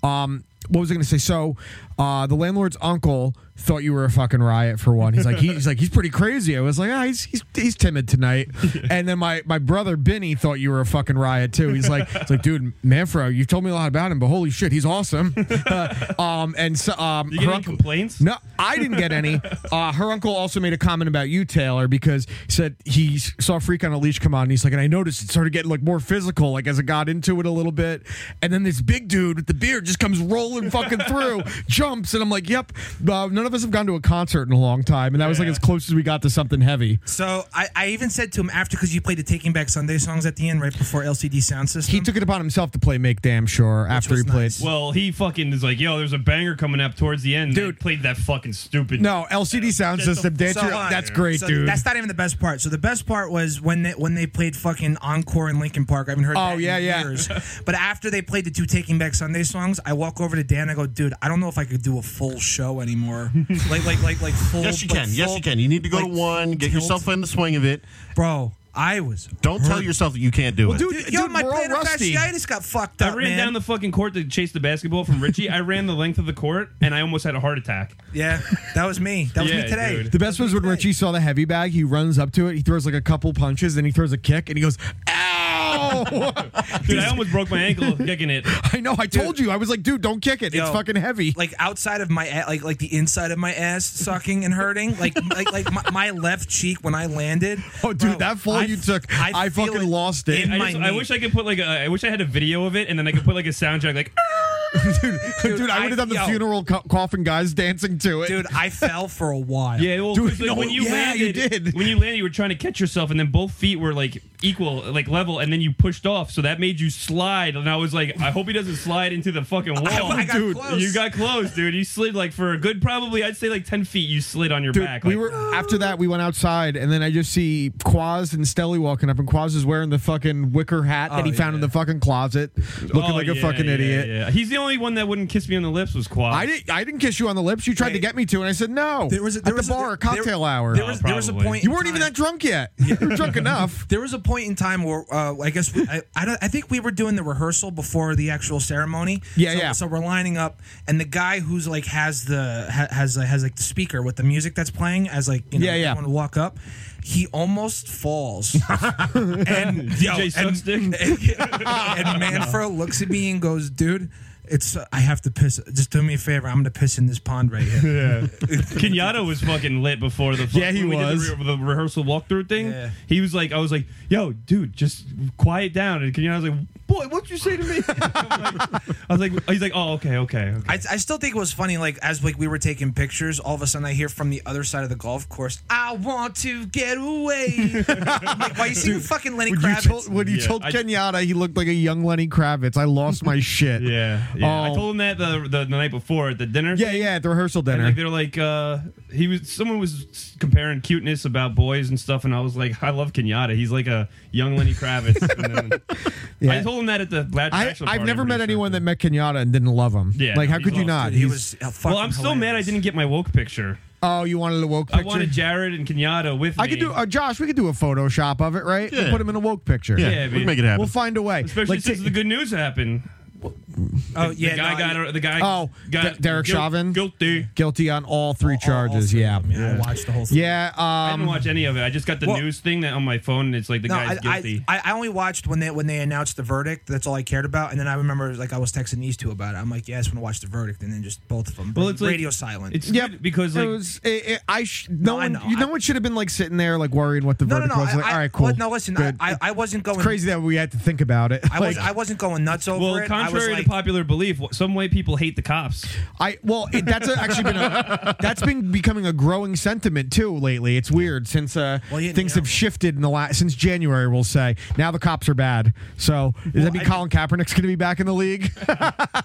Speaker 2: Um, what was I going to say? So, uh, the landlord's uncle thought you were a fucking riot for one. He's like, he- he's like, he's pretty crazy. I was like, ah, he's, he's he's timid tonight. And then my my brother Benny thought you were a fucking riot too. He's like, it's like, dude, Manfro, you've told me a lot about him, but holy shit, he's awesome. Uh, um, and so, um,
Speaker 4: You get
Speaker 2: her
Speaker 4: any
Speaker 2: uncle-
Speaker 4: complaints?
Speaker 2: no, I didn't get any. Uh, her uncle also made a comment about you, Taylor, because he said he s- saw Freak on a Leash come on, and he's like, and I noticed it started getting like more physical, like as I got into it a little bit, and then this big dude with the beard just comes rolling fucking through, jumps, and I'm like, yep. Uh, none of us have gone to a concert in a long time, and that was like
Speaker 4: Yeah.
Speaker 2: as close as we got to something heavy.
Speaker 1: So I, I even said to him after because you played the Taking Back Sunday songs at the end right before LCD Sound System.
Speaker 2: He took it upon himself to play "Make Damn Sure" after
Speaker 1: was
Speaker 2: he played.
Speaker 1: nice.
Speaker 4: Well, he fucking is like, yo, there's a banger coming up towards the end.
Speaker 2: Dude.
Speaker 4: They played that fucking stupid.
Speaker 2: No, LCD sound
Speaker 4: Get the
Speaker 2: system. Dance
Speaker 1: So
Speaker 2: Your-
Speaker 1: hold on.
Speaker 2: that's great,
Speaker 1: So
Speaker 2: dude.
Speaker 1: That's not even the best part. So the best part was when they when they played fucking encore in Lincoln Park. I haven't heard.
Speaker 2: Oh,
Speaker 1: that
Speaker 2: yeah,
Speaker 1: in
Speaker 2: yeah.
Speaker 1: Years. But after they played the two Taking Back Sunday songs, I walk over to Dan. I go, dude, I don't know if I could do a full show anymore. like like like like full.
Speaker 3: Yes, you
Speaker 1: like,
Speaker 3: can. Yes,
Speaker 1: full-
Speaker 3: you can. You need to go
Speaker 1: like,
Speaker 3: to one. Get
Speaker 1: tilt.
Speaker 3: yourself in the swing of it.
Speaker 1: bro. I was.
Speaker 3: Don't tell
Speaker 1: hurt.
Speaker 3: yourself that you can't do it.
Speaker 2: dude,
Speaker 1: Dude, yo, my
Speaker 2: we're all
Speaker 1: plantar
Speaker 2: rusty.
Speaker 1: fasciitis got fucked up,
Speaker 4: I ran
Speaker 1: man.
Speaker 4: down the fucking court to chase the basketball from Richie. I ran the length of the court and I almost had a heart attack.
Speaker 1: yeah, that was me. That was
Speaker 4: Yeah,
Speaker 1: me today.
Speaker 4: dude.
Speaker 2: The best was when Richie saw the heavy bag. He runs up to it. He throws like a couple punches. Then he throws a kick and he goes, "Ow!"
Speaker 4: Dude, I almost broke my ankle kicking it.
Speaker 2: I know. I told you. I was like, "Dude, don't kick it. it's
Speaker 1: Yo,
Speaker 2: fucking heavy."
Speaker 1: Like outside of my a- like like the inside of my ass sucking and hurting. Like like like my, my left cheek when I landed.
Speaker 2: oh, dude, that fall you took, I,
Speaker 1: feel
Speaker 2: fucking
Speaker 1: it
Speaker 2: lost it.
Speaker 1: in
Speaker 4: I,
Speaker 1: my
Speaker 4: just- I
Speaker 1: knee.
Speaker 4: wish I could put like a, I wish I had a video of it and then I could put like a soundtrack like
Speaker 2: dude, dude, I would have done the
Speaker 1: yo.
Speaker 2: funeral co- coffin guys dancing to it.
Speaker 1: Dude, I fell for a while.
Speaker 4: Yeah, well,
Speaker 2: Dude,
Speaker 4: 'cause, like,
Speaker 2: no,
Speaker 4: when you
Speaker 2: yeah, you
Speaker 4: landed,
Speaker 2: did.
Speaker 4: when you landed, you were trying to catch yourself, and then both feet were like equal, like level, and then you pushed off, so that made you slide. And I was like, I hope he doesn't slide into the fucking wall,
Speaker 1: I got
Speaker 4: dude.
Speaker 1: close.
Speaker 4: You got close, dude. You slid like for a good, probably I'd say like ten feet. You slid on your
Speaker 2: Dude,
Speaker 4: back.
Speaker 2: we
Speaker 4: like-
Speaker 2: were after that. We went outside, and then I just see Quaz and Stelly walking up, and Quaz is wearing the fucking wicker hat that
Speaker 1: Oh,
Speaker 2: he found in
Speaker 1: yeah.
Speaker 2: the fucking closet,
Speaker 4: Oh,
Speaker 2: looking like a
Speaker 4: yeah,
Speaker 2: fucking
Speaker 4: yeah,
Speaker 2: idiot.
Speaker 4: yeah. He's the only one that wouldn't kiss me on the lips. Was Quad.
Speaker 2: I didn't. I didn't kiss you on the lips. You tried to
Speaker 1: Wait.
Speaker 2: get me to, and I said no.
Speaker 1: There was a,
Speaker 2: at
Speaker 1: there
Speaker 2: the
Speaker 1: was a-
Speaker 2: bar,
Speaker 1: there-
Speaker 2: cocktail hour.
Speaker 1: There was, there was a
Speaker 4: probably.
Speaker 1: point.
Speaker 2: you
Speaker 1: in
Speaker 2: weren't even
Speaker 1: time-
Speaker 2: that drunk yet. you were drunk enough.
Speaker 1: There was a point in time where uh, I guess we, I I, don't, I think we were doing the rehearsal before the actual ceremony.
Speaker 2: Yeah,
Speaker 1: so,
Speaker 2: yeah.
Speaker 1: So we're lining up, and the guy who's like has the ha- has uh, has like the speaker with the music that's playing as like you know,
Speaker 2: Yeah, yeah.
Speaker 1: someone to walk up. He almost falls, and yo,
Speaker 4: DJ
Speaker 1: and,
Speaker 4: Suckstick?
Speaker 1: and Manfro looks at me and goes, "Dude." It's uh, I have to piss. Just do me a favor. I'm gonna piss in this pond right here.
Speaker 2: Yeah.
Speaker 4: Kenyatta was fucking lit before the
Speaker 2: Yeah, he
Speaker 4: when we did
Speaker 2: was.
Speaker 4: the, re- the rehearsal walkthrough thing.
Speaker 1: Yeah.
Speaker 4: He was like, I was like, yo, dude, just quiet down. And Kenyatta was like, boy, what'd you say to me? I'm like- I was like, he's like, oh, okay, okay, okay.
Speaker 1: I, I still think it was funny. Like as like we were taking pictures, all of a sudden I hear from the other side of the golf course, "I want to get away." I'm like, why you singing fucking Lenny
Speaker 2: When you
Speaker 1: Kravitz?
Speaker 2: told, when you
Speaker 4: Yeah,
Speaker 2: told
Speaker 4: I-
Speaker 2: Kenyatta he looked like a young Lenny Kravitz, I lost my shit.
Speaker 4: yeah, yeah. I
Speaker 2: Oh.
Speaker 4: told him that the, the, the night before at the dinner.
Speaker 2: Yeah,
Speaker 4: thing.
Speaker 2: yeah, at the rehearsal dinner.
Speaker 4: And like, they're like, uh, he was. Someone was comparing cuteness about boys and stuff, and I was like, I love Kenyatta. He's like a young Lenny Kravitz. and then, I told him that at the last.
Speaker 2: I,
Speaker 4: bachelor party,
Speaker 2: I've
Speaker 4: I'm
Speaker 2: never
Speaker 4: pretty
Speaker 2: met
Speaker 4: sure.
Speaker 2: anyone that met Kenyatta and didn't love him.
Speaker 4: Yeah,
Speaker 2: like
Speaker 4: no,
Speaker 2: how
Speaker 4: he
Speaker 2: could you
Speaker 4: loves
Speaker 2: not?
Speaker 4: it.
Speaker 1: He
Speaker 2: He's-
Speaker 1: was uh, fucking
Speaker 4: Well, I'm still mad I
Speaker 1: hilarious.
Speaker 4: didn't get my woke picture.
Speaker 2: Oh, you wanted a woke picture.
Speaker 4: I wanted Jared and Kenyatta with me.
Speaker 2: I could do uh, Josh. We could do a Photoshop of it, right? We'll
Speaker 3: Yeah.
Speaker 2: put him in a woke picture.
Speaker 3: Yeah,
Speaker 4: Yeah,
Speaker 3: we can
Speaker 4: but-
Speaker 3: make it happen.
Speaker 2: We'll find a way.
Speaker 4: Especially
Speaker 2: Like,
Speaker 4: since
Speaker 2: t-
Speaker 4: the good news happened.
Speaker 1: Oh yeah,
Speaker 4: the guy
Speaker 1: no,
Speaker 4: got
Speaker 1: I,
Speaker 4: the guy.
Speaker 2: Oh,
Speaker 4: got
Speaker 2: D- Derek
Speaker 4: guil-
Speaker 2: Chauvin?
Speaker 4: guilty.
Speaker 2: guilty on all
Speaker 1: all-
Speaker 2: three
Speaker 1: all
Speaker 2: charges.
Speaker 1: three
Speaker 2: yeah.
Speaker 1: of them, yeah, I watched the whole thing.
Speaker 2: Yeah,
Speaker 4: I didn't
Speaker 2: um,
Speaker 4: watch any of it. I just got the
Speaker 1: Well-
Speaker 4: news thing that on my phone, and it's like the
Speaker 1: No, I,
Speaker 4: guy's
Speaker 1: I,
Speaker 4: guilty.
Speaker 1: I I only watched when they when they announced the verdict. That's all I cared about. And then I remember like I was texting these two about it. I'm like, yeah, I just want to watch the verdict. And then just both of them.
Speaker 4: Well, it's like-
Speaker 1: radio silent.
Speaker 4: it's
Speaker 2: Yep.
Speaker 4: good because
Speaker 2: it
Speaker 4: like
Speaker 2: was. It, it, I sh-
Speaker 1: No,
Speaker 2: no,
Speaker 1: I
Speaker 2: one.
Speaker 1: know.
Speaker 2: you- no
Speaker 1: I-
Speaker 2: one should have been like sitting there like worrying what the
Speaker 1: no, no,
Speaker 2: verdict
Speaker 1: no.
Speaker 2: was.
Speaker 1: I,
Speaker 2: Like,
Speaker 1: I-
Speaker 2: all right, cool.
Speaker 1: well, no, listen, I,
Speaker 2: Good.
Speaker 1: I, I wasn't going
Speaker 2: crazy that we had to think about it.
Speaker 1: I
Speaker 2: like,
Speaker 1: was I wasn't going nuts over
Speaker 4: well,
Speaker 1: it. I was
Speaker 4: contrary
Speaker 1: like,
Speaker 4: to popular belief, wh- some white people hate the cops.
Speaker 2: I well, it, that's a, actually been a, that's been becoming a growing sentiment too lately. It's weird since uh,
Speaker 1: Well, yeah,
Speaker 2: things
Speaker 1: yeah.
Speaker 2: have shifted in the last since January. We'll say now the cops are bad. So does that mean
Speaker 1: I-
Speaker 2: Colin Kaepernick's going to be back in the league?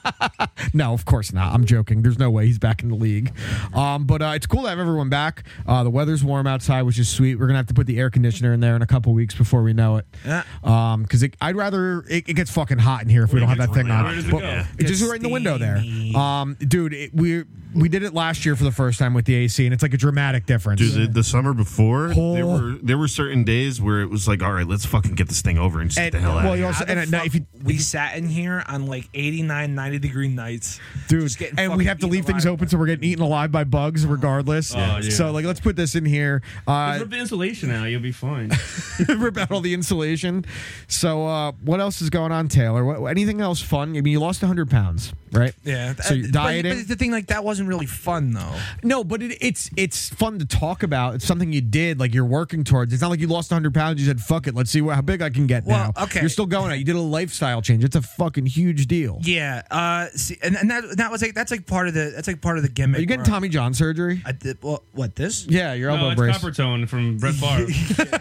Speaker 2: no, of course not. I'm joking. There's no way he's back in the league. Um, but uh, it's cool to have everyone back. Uh, the weather's warm outside, which is sweet. We're gonna have to put the air conditioner in there in a couple weeks before we know it.
Speaker 1: Yeah.
Speaker 2: Um, because I'd rather it, it gets fucking hot in here if we don't have that thing
Speaker 3: really
Speaker 2: on.
Speaker 3: hot.
Speaker 4: Where does it
Speaker 2: But-
Speaker 4: go?
Speaker 2: it's just right in the window there.
Speaker 1: Steamy.
Speaker 2: Um, dude, it, we we did it last year for the first time with the AC, and it's like a dramatic difference.
Speaker 3: Dude, the, the summer before, there
Speaker 2: Whole-
Speaker 3: were there were certain days where it was like, all right, let's fucking get this thing over and just
Speaker 2: And-
Speaker 3: get the hell out.
Speaker 2: well,
Speaker 3: of
Speaker 2: you
Speaker 3: here.
Speaker 2: also-
Speaker 1: how the
Speaker 2: and at night,
Speaker 1: fuck
Speaker 2: if you-
Speaker 1: we sat in here on like 89, 90 degree nights,
Speaker 2: dude,
Speaker 1: just getting
Speaker 2: and we
Speaker 1: fucking
Speaker 2: have to
Speaker 1: eaten
Speaker 2: leave things
Speaker 1: alive.
Speaker 2: open, so we're getting eaten alive by bugs regardless.
Speaker 4: Oh, yeah.
Speaker 2: So like, let's put this in here.
Speaker 4: Just
Speaker 2: Uh,
Speaker 4: Rip the insulation out, you'll be fine.
Speaker 2: rip out all the insulation. So uh, what else is going on, Taylor? What, anything else fun? I mean, you lost hundred pounds, right?
Speaker 1: Yeah.
Speaker 2: So you're
Speaker 1: But-
Speaker 2: dieting.
Speaker 1: But the thing like that wasn't really fun though.
Speaker 2: No, but it, it's it's fun to talk about. It's something you did, like you're working towards. It's not like you lost 100 pounds. You said, "Fuck it, let's see what, how big I can get."
Speaker 1: Well,
Speaker 2: now,
Speaker 1: okay.
Speaker 2: you're still going out. You did a lifestyle change. It's a fucking huge deal.
Speaker 1: Yeah. Uh. See, and, and that that was like that's like part of the that's like part of the gimmick.
Speaker 2: Are you getting
Speaker 1: where-
Speaker 2: Tommy John surgery?
Speaker 1: I did, well, what this?
Speaker 2: yeah, your elbow
Speaker 4: no, it's
Speaker 2: brace.
Speaker 4: copper tone from Brett Favre.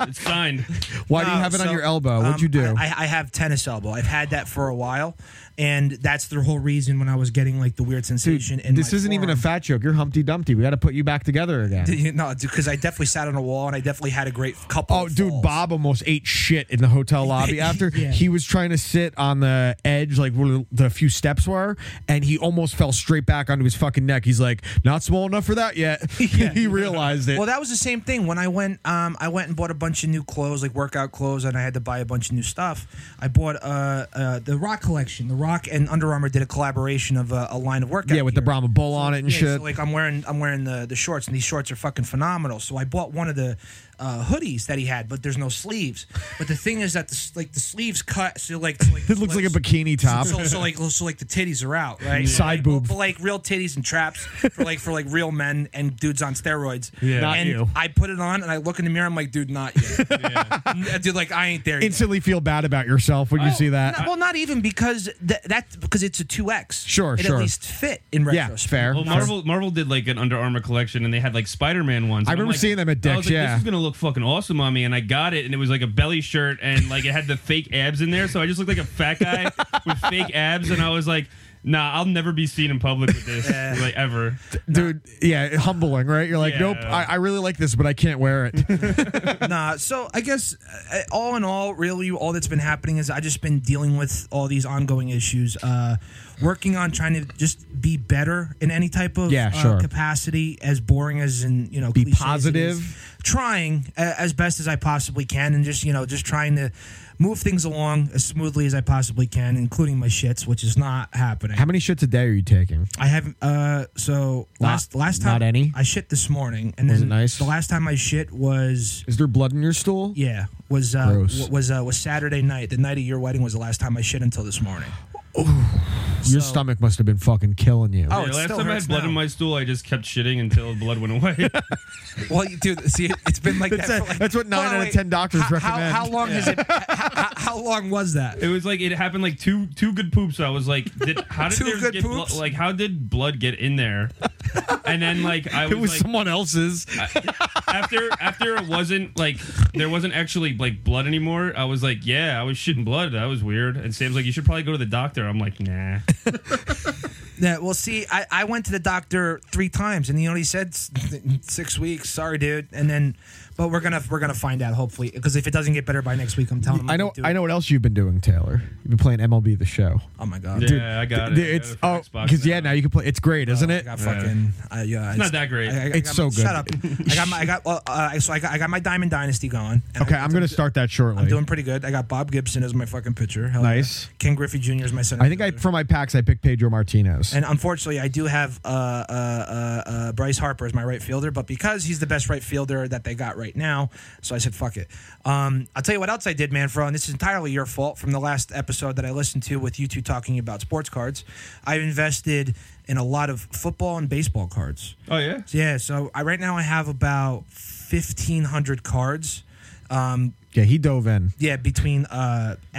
Speaker 4: it's signed.
Speaker 2: Why do you
Speaker 1: No,
Speaker 2: have it on
Speaker 1: so,
Speaker 2: your elbow? What'd
Speaker 1: um,
Speaker 2: you do?
Speaker 1: I, I have tennis elbow. I've had that for a while, and that's the whole reason when I was getting like the weird sensation. in
Speaker 2: this
Speaker 1: my
Speaker 2: isn't even a
Speaker 1: forearm.
Speaker 2: fat joke. You're Humpty Dumpty. We got to put you back together again.
Speaker 1: You know, because I definitely sat on a wall and I definitely had a great couple.
Speaker 2: Oh,
Speaker 1: of
Speaker 2: dude,
Speaker 1: falls.
Speaker 2: Bob almost ate shit in the hotel lobby after
Speaker 1: Yeah.
Speaker 2: he was trying to sit on the edge, like where the few steps were, and he almost fell straight back onto his fucking neck. He's like, not small enough for that yet. he realized it.
Speaker 1: Well, that was the same thing when I went. Um, I went and bought a bunch of new clothes, like workout clothes, and I had to buy a bunch of new stuff. I bought uh, uh the Rock collection. The Rock and Under Armour did a collaboration of a, a line of workout.
Speaker 2: yeah, with the
Speaker 1: gear.
Speaker 2: Brahma bull on it and
Speaker 1: Yeah,
Speaker 2: shit.
Speaker 1: So like I'm wearing I'm wearing the the shorts and these shorts are fucking phenomenal. So I bought one of the uh, hoodies that he had, but there's no sleeves. But the thing is that the, s- like the sleeves cut, so like, so, like
Speaker 2: It looks like a bikini top.
Speaker 1: So, so like so like the titties are out, right?
Speaker 2: Side
Speaker 1: Like,
Speaker 2: boob.
Speaker 1: but like real titties and traps for like for like real men and dudes on steroids.
Speaker 2: Yeah. Not
Speaker 1: and
Speaker 2: you.
Speaker 1: I put it on and I look in the mirror. I'm like, dude, not yet. Dude, like I ain't there. yet.
Speaker 2: Instantly feel bad about yourself when you see that.
Speaker 1: No, well, not even because th- that's because it's a two X.
Speaker 2: Sure,
Speaker 1: it
Speaker 2: sure.
Speaker 1: At least fit in
Speaker 2: yeah,
Speaker 1: retrospect.
Speaker 2: fair.
Speaker 4: Well,
Speaker 2: fair.
Speaker 4: Marvel Marvel did like an Under Armour collection, and they had like Spider Man ones.
Speaker 2: I
Speaker 4: And I'm
Speaker 2: remember
Speaker 4: like-
Speaker 2: seeing them at
Speaker 4: I
Speaker 2: Dick's,
Speaker 4: was like,
Speaker 2: yeah.
Speaker 4: this is gonna look fucking awesome on me, and I got it, and it was like a belly shirt, and like it had the fake abs in there, so I just looked like a fat guy with fake abs, and I was like, nah, I'll never be seen in public with this, like ever.
Speaker 2: Dude, yeah, humbling, right? You're like,
Speaker 4: Yeah.
Speaker 2: nope, I, I really like this, but I can't wear it.
Speaker 1: nah. So I guess uh, all in all, really, all that's been happening is I just been dealing with all these ongoing issues, uh, working on trying to just be better in any type of
Speaker 2: Yeah,
Speaker 1: uh,
Speaker 2: sure.
Speaker 1: capacity, as boring as and you know, be
Speaker 2: positive.
Speaker 1: trying uh, as best as I possibly can, and just you know, just trying to move things along as smoothly as I possibly can, including my shits, which is not happening.
Speaker 2: How many shits a day are you taking?
Speaker 1: I haven't. Uh, so last last time
Speaker 2: not any?
Speaker 1: I shit this morning, and
Speaker 2: Was
Speaker 1: then
Speaker 2: it nice?
Speaker 1: the last time I shit was.
Speaker 2: Is there blood in your stool?
Speaker 1: Yeah, was uh,
Speaker 2: Gross.
Speaker 1: w- was uh, was Saturday night. The night of your wedding was the last time I shit until this morning. So-
Speaker 2: Your stomach must have been fucking killing you.
Speaker 1: Oh,
Speaker 4: Yeah,
Speaker 1: it
Speaker 4: last
Speaker 1: still
Speaker 4: time I
Speaker 1: hurts
Speaker 4: had blood
Speaker 1: now.
Speaker 4: in my stool, I just kept shitting until the blood went away.
Speaker 1: Well, you, dude, see, it's been like
Speaker 2: That's
Speaker 1: that.
Speaker 2: it.
Speaker 1: for like-
Speaker 2: That's what nine
Speaker 1: Hold on,
Speaker 2: out of
Speaker 1: wait.
Speaker 2: 10 doctors
Speaker 1: How- how-
Speaker 2: recommend.
Speaker 1: How, long is it? How, how- how long was that?
Speaker 4: it was like it happened like two two good poops. I was like, did, how did
Speaker 1: Two
Speaker 4: there
Speaker 1: good
Speaker 4: get blo-
Speaker 1: poops?
Speaker 4: like how did blood get in there? And then like I was,
Speaker 2: it was
Speaker 4: like,
Speaker 2: someone else's.
Speaker 4: after after it wasn't like there wasn't actually like blood anymore. I was like, yeah, I was shitting blood. That was weird. And Sam's like, you should probably go to the doctor. I'm like, nah.
Speaker 1: Yeah, well, see, I, I went to the doctor three times, and he only said s- six weeks. Sorry, dude. And then, but we're gonna we're gonna find out hopefully because if it doesn't get better by next week, I'm telling him.
Speaker 2: I
Speaker 1: I'm
Speaker 2: know.
Speaker 1: gonna do
Speaker 2: I
Speaker 1: it.
Speaker 2: know what else you've been doing, Taylor. You've been playing MLB the Show.
Speaker 1: Oh my god,
Speaker 4: Yeah,
Speaker 1: dude.
Speaker 4: I got
Speaker 2: Dude,
Speaker 4: it. I
Speaker 2: It's
Speaker 4: got
Speaker 2: oh,
Speaker 4: it for Xbox
Speaker 2: because yeah, now you can play. It's great, isn't
Speaker 1: Oh, I
Speaker 2: it?
Speaker 1: got fucking. I- yeah, it's
Speaker 4: not that great.
Speaker 1: I- I- I
Speaker 2: It's
Speaker 1: got
Speaker 2: so
Speaker 1: my-
Speaker 2: good.
Speaker 1: Shut up. I got my. I got. Well, uh, so I got. I got my Diamond Dynasty going. and
Speaker 2: Okay,
Speaker 1: I,
Speaker 2: I'm gonna start that shortly.
Speaker 1: am doing pretty good. I got Bob Gibson as my fucking pitcher. Hell
Speaker 2: Nice.
Speaker 1: Yeah. Ken Griffey Jr. is my center.
Speaker 2: I think I
Speaker 1: fielder.
Speaker 2: for my packs I picked Pedro Martinez.
Speaker 1: And unfortunately, I do have uh, uh, uh, uh, Bryce Harper as my right fielder, but because he's the best right fielder that they got right now, so I said, fuck it. Um, I'll tell you what else I did, Manfro, and this is entirely your fault from the last episode that I listened to with you two talking about sports cards. I've invested in a lot of football and baseball cards.
Speaker 4: Oh yeah.
Speaker 1: Yeah, so I right now I have about 1,500 cards. Um,
Speaker 2: yeah, he dove in.
Speaker 1: yeah, between uh, uh,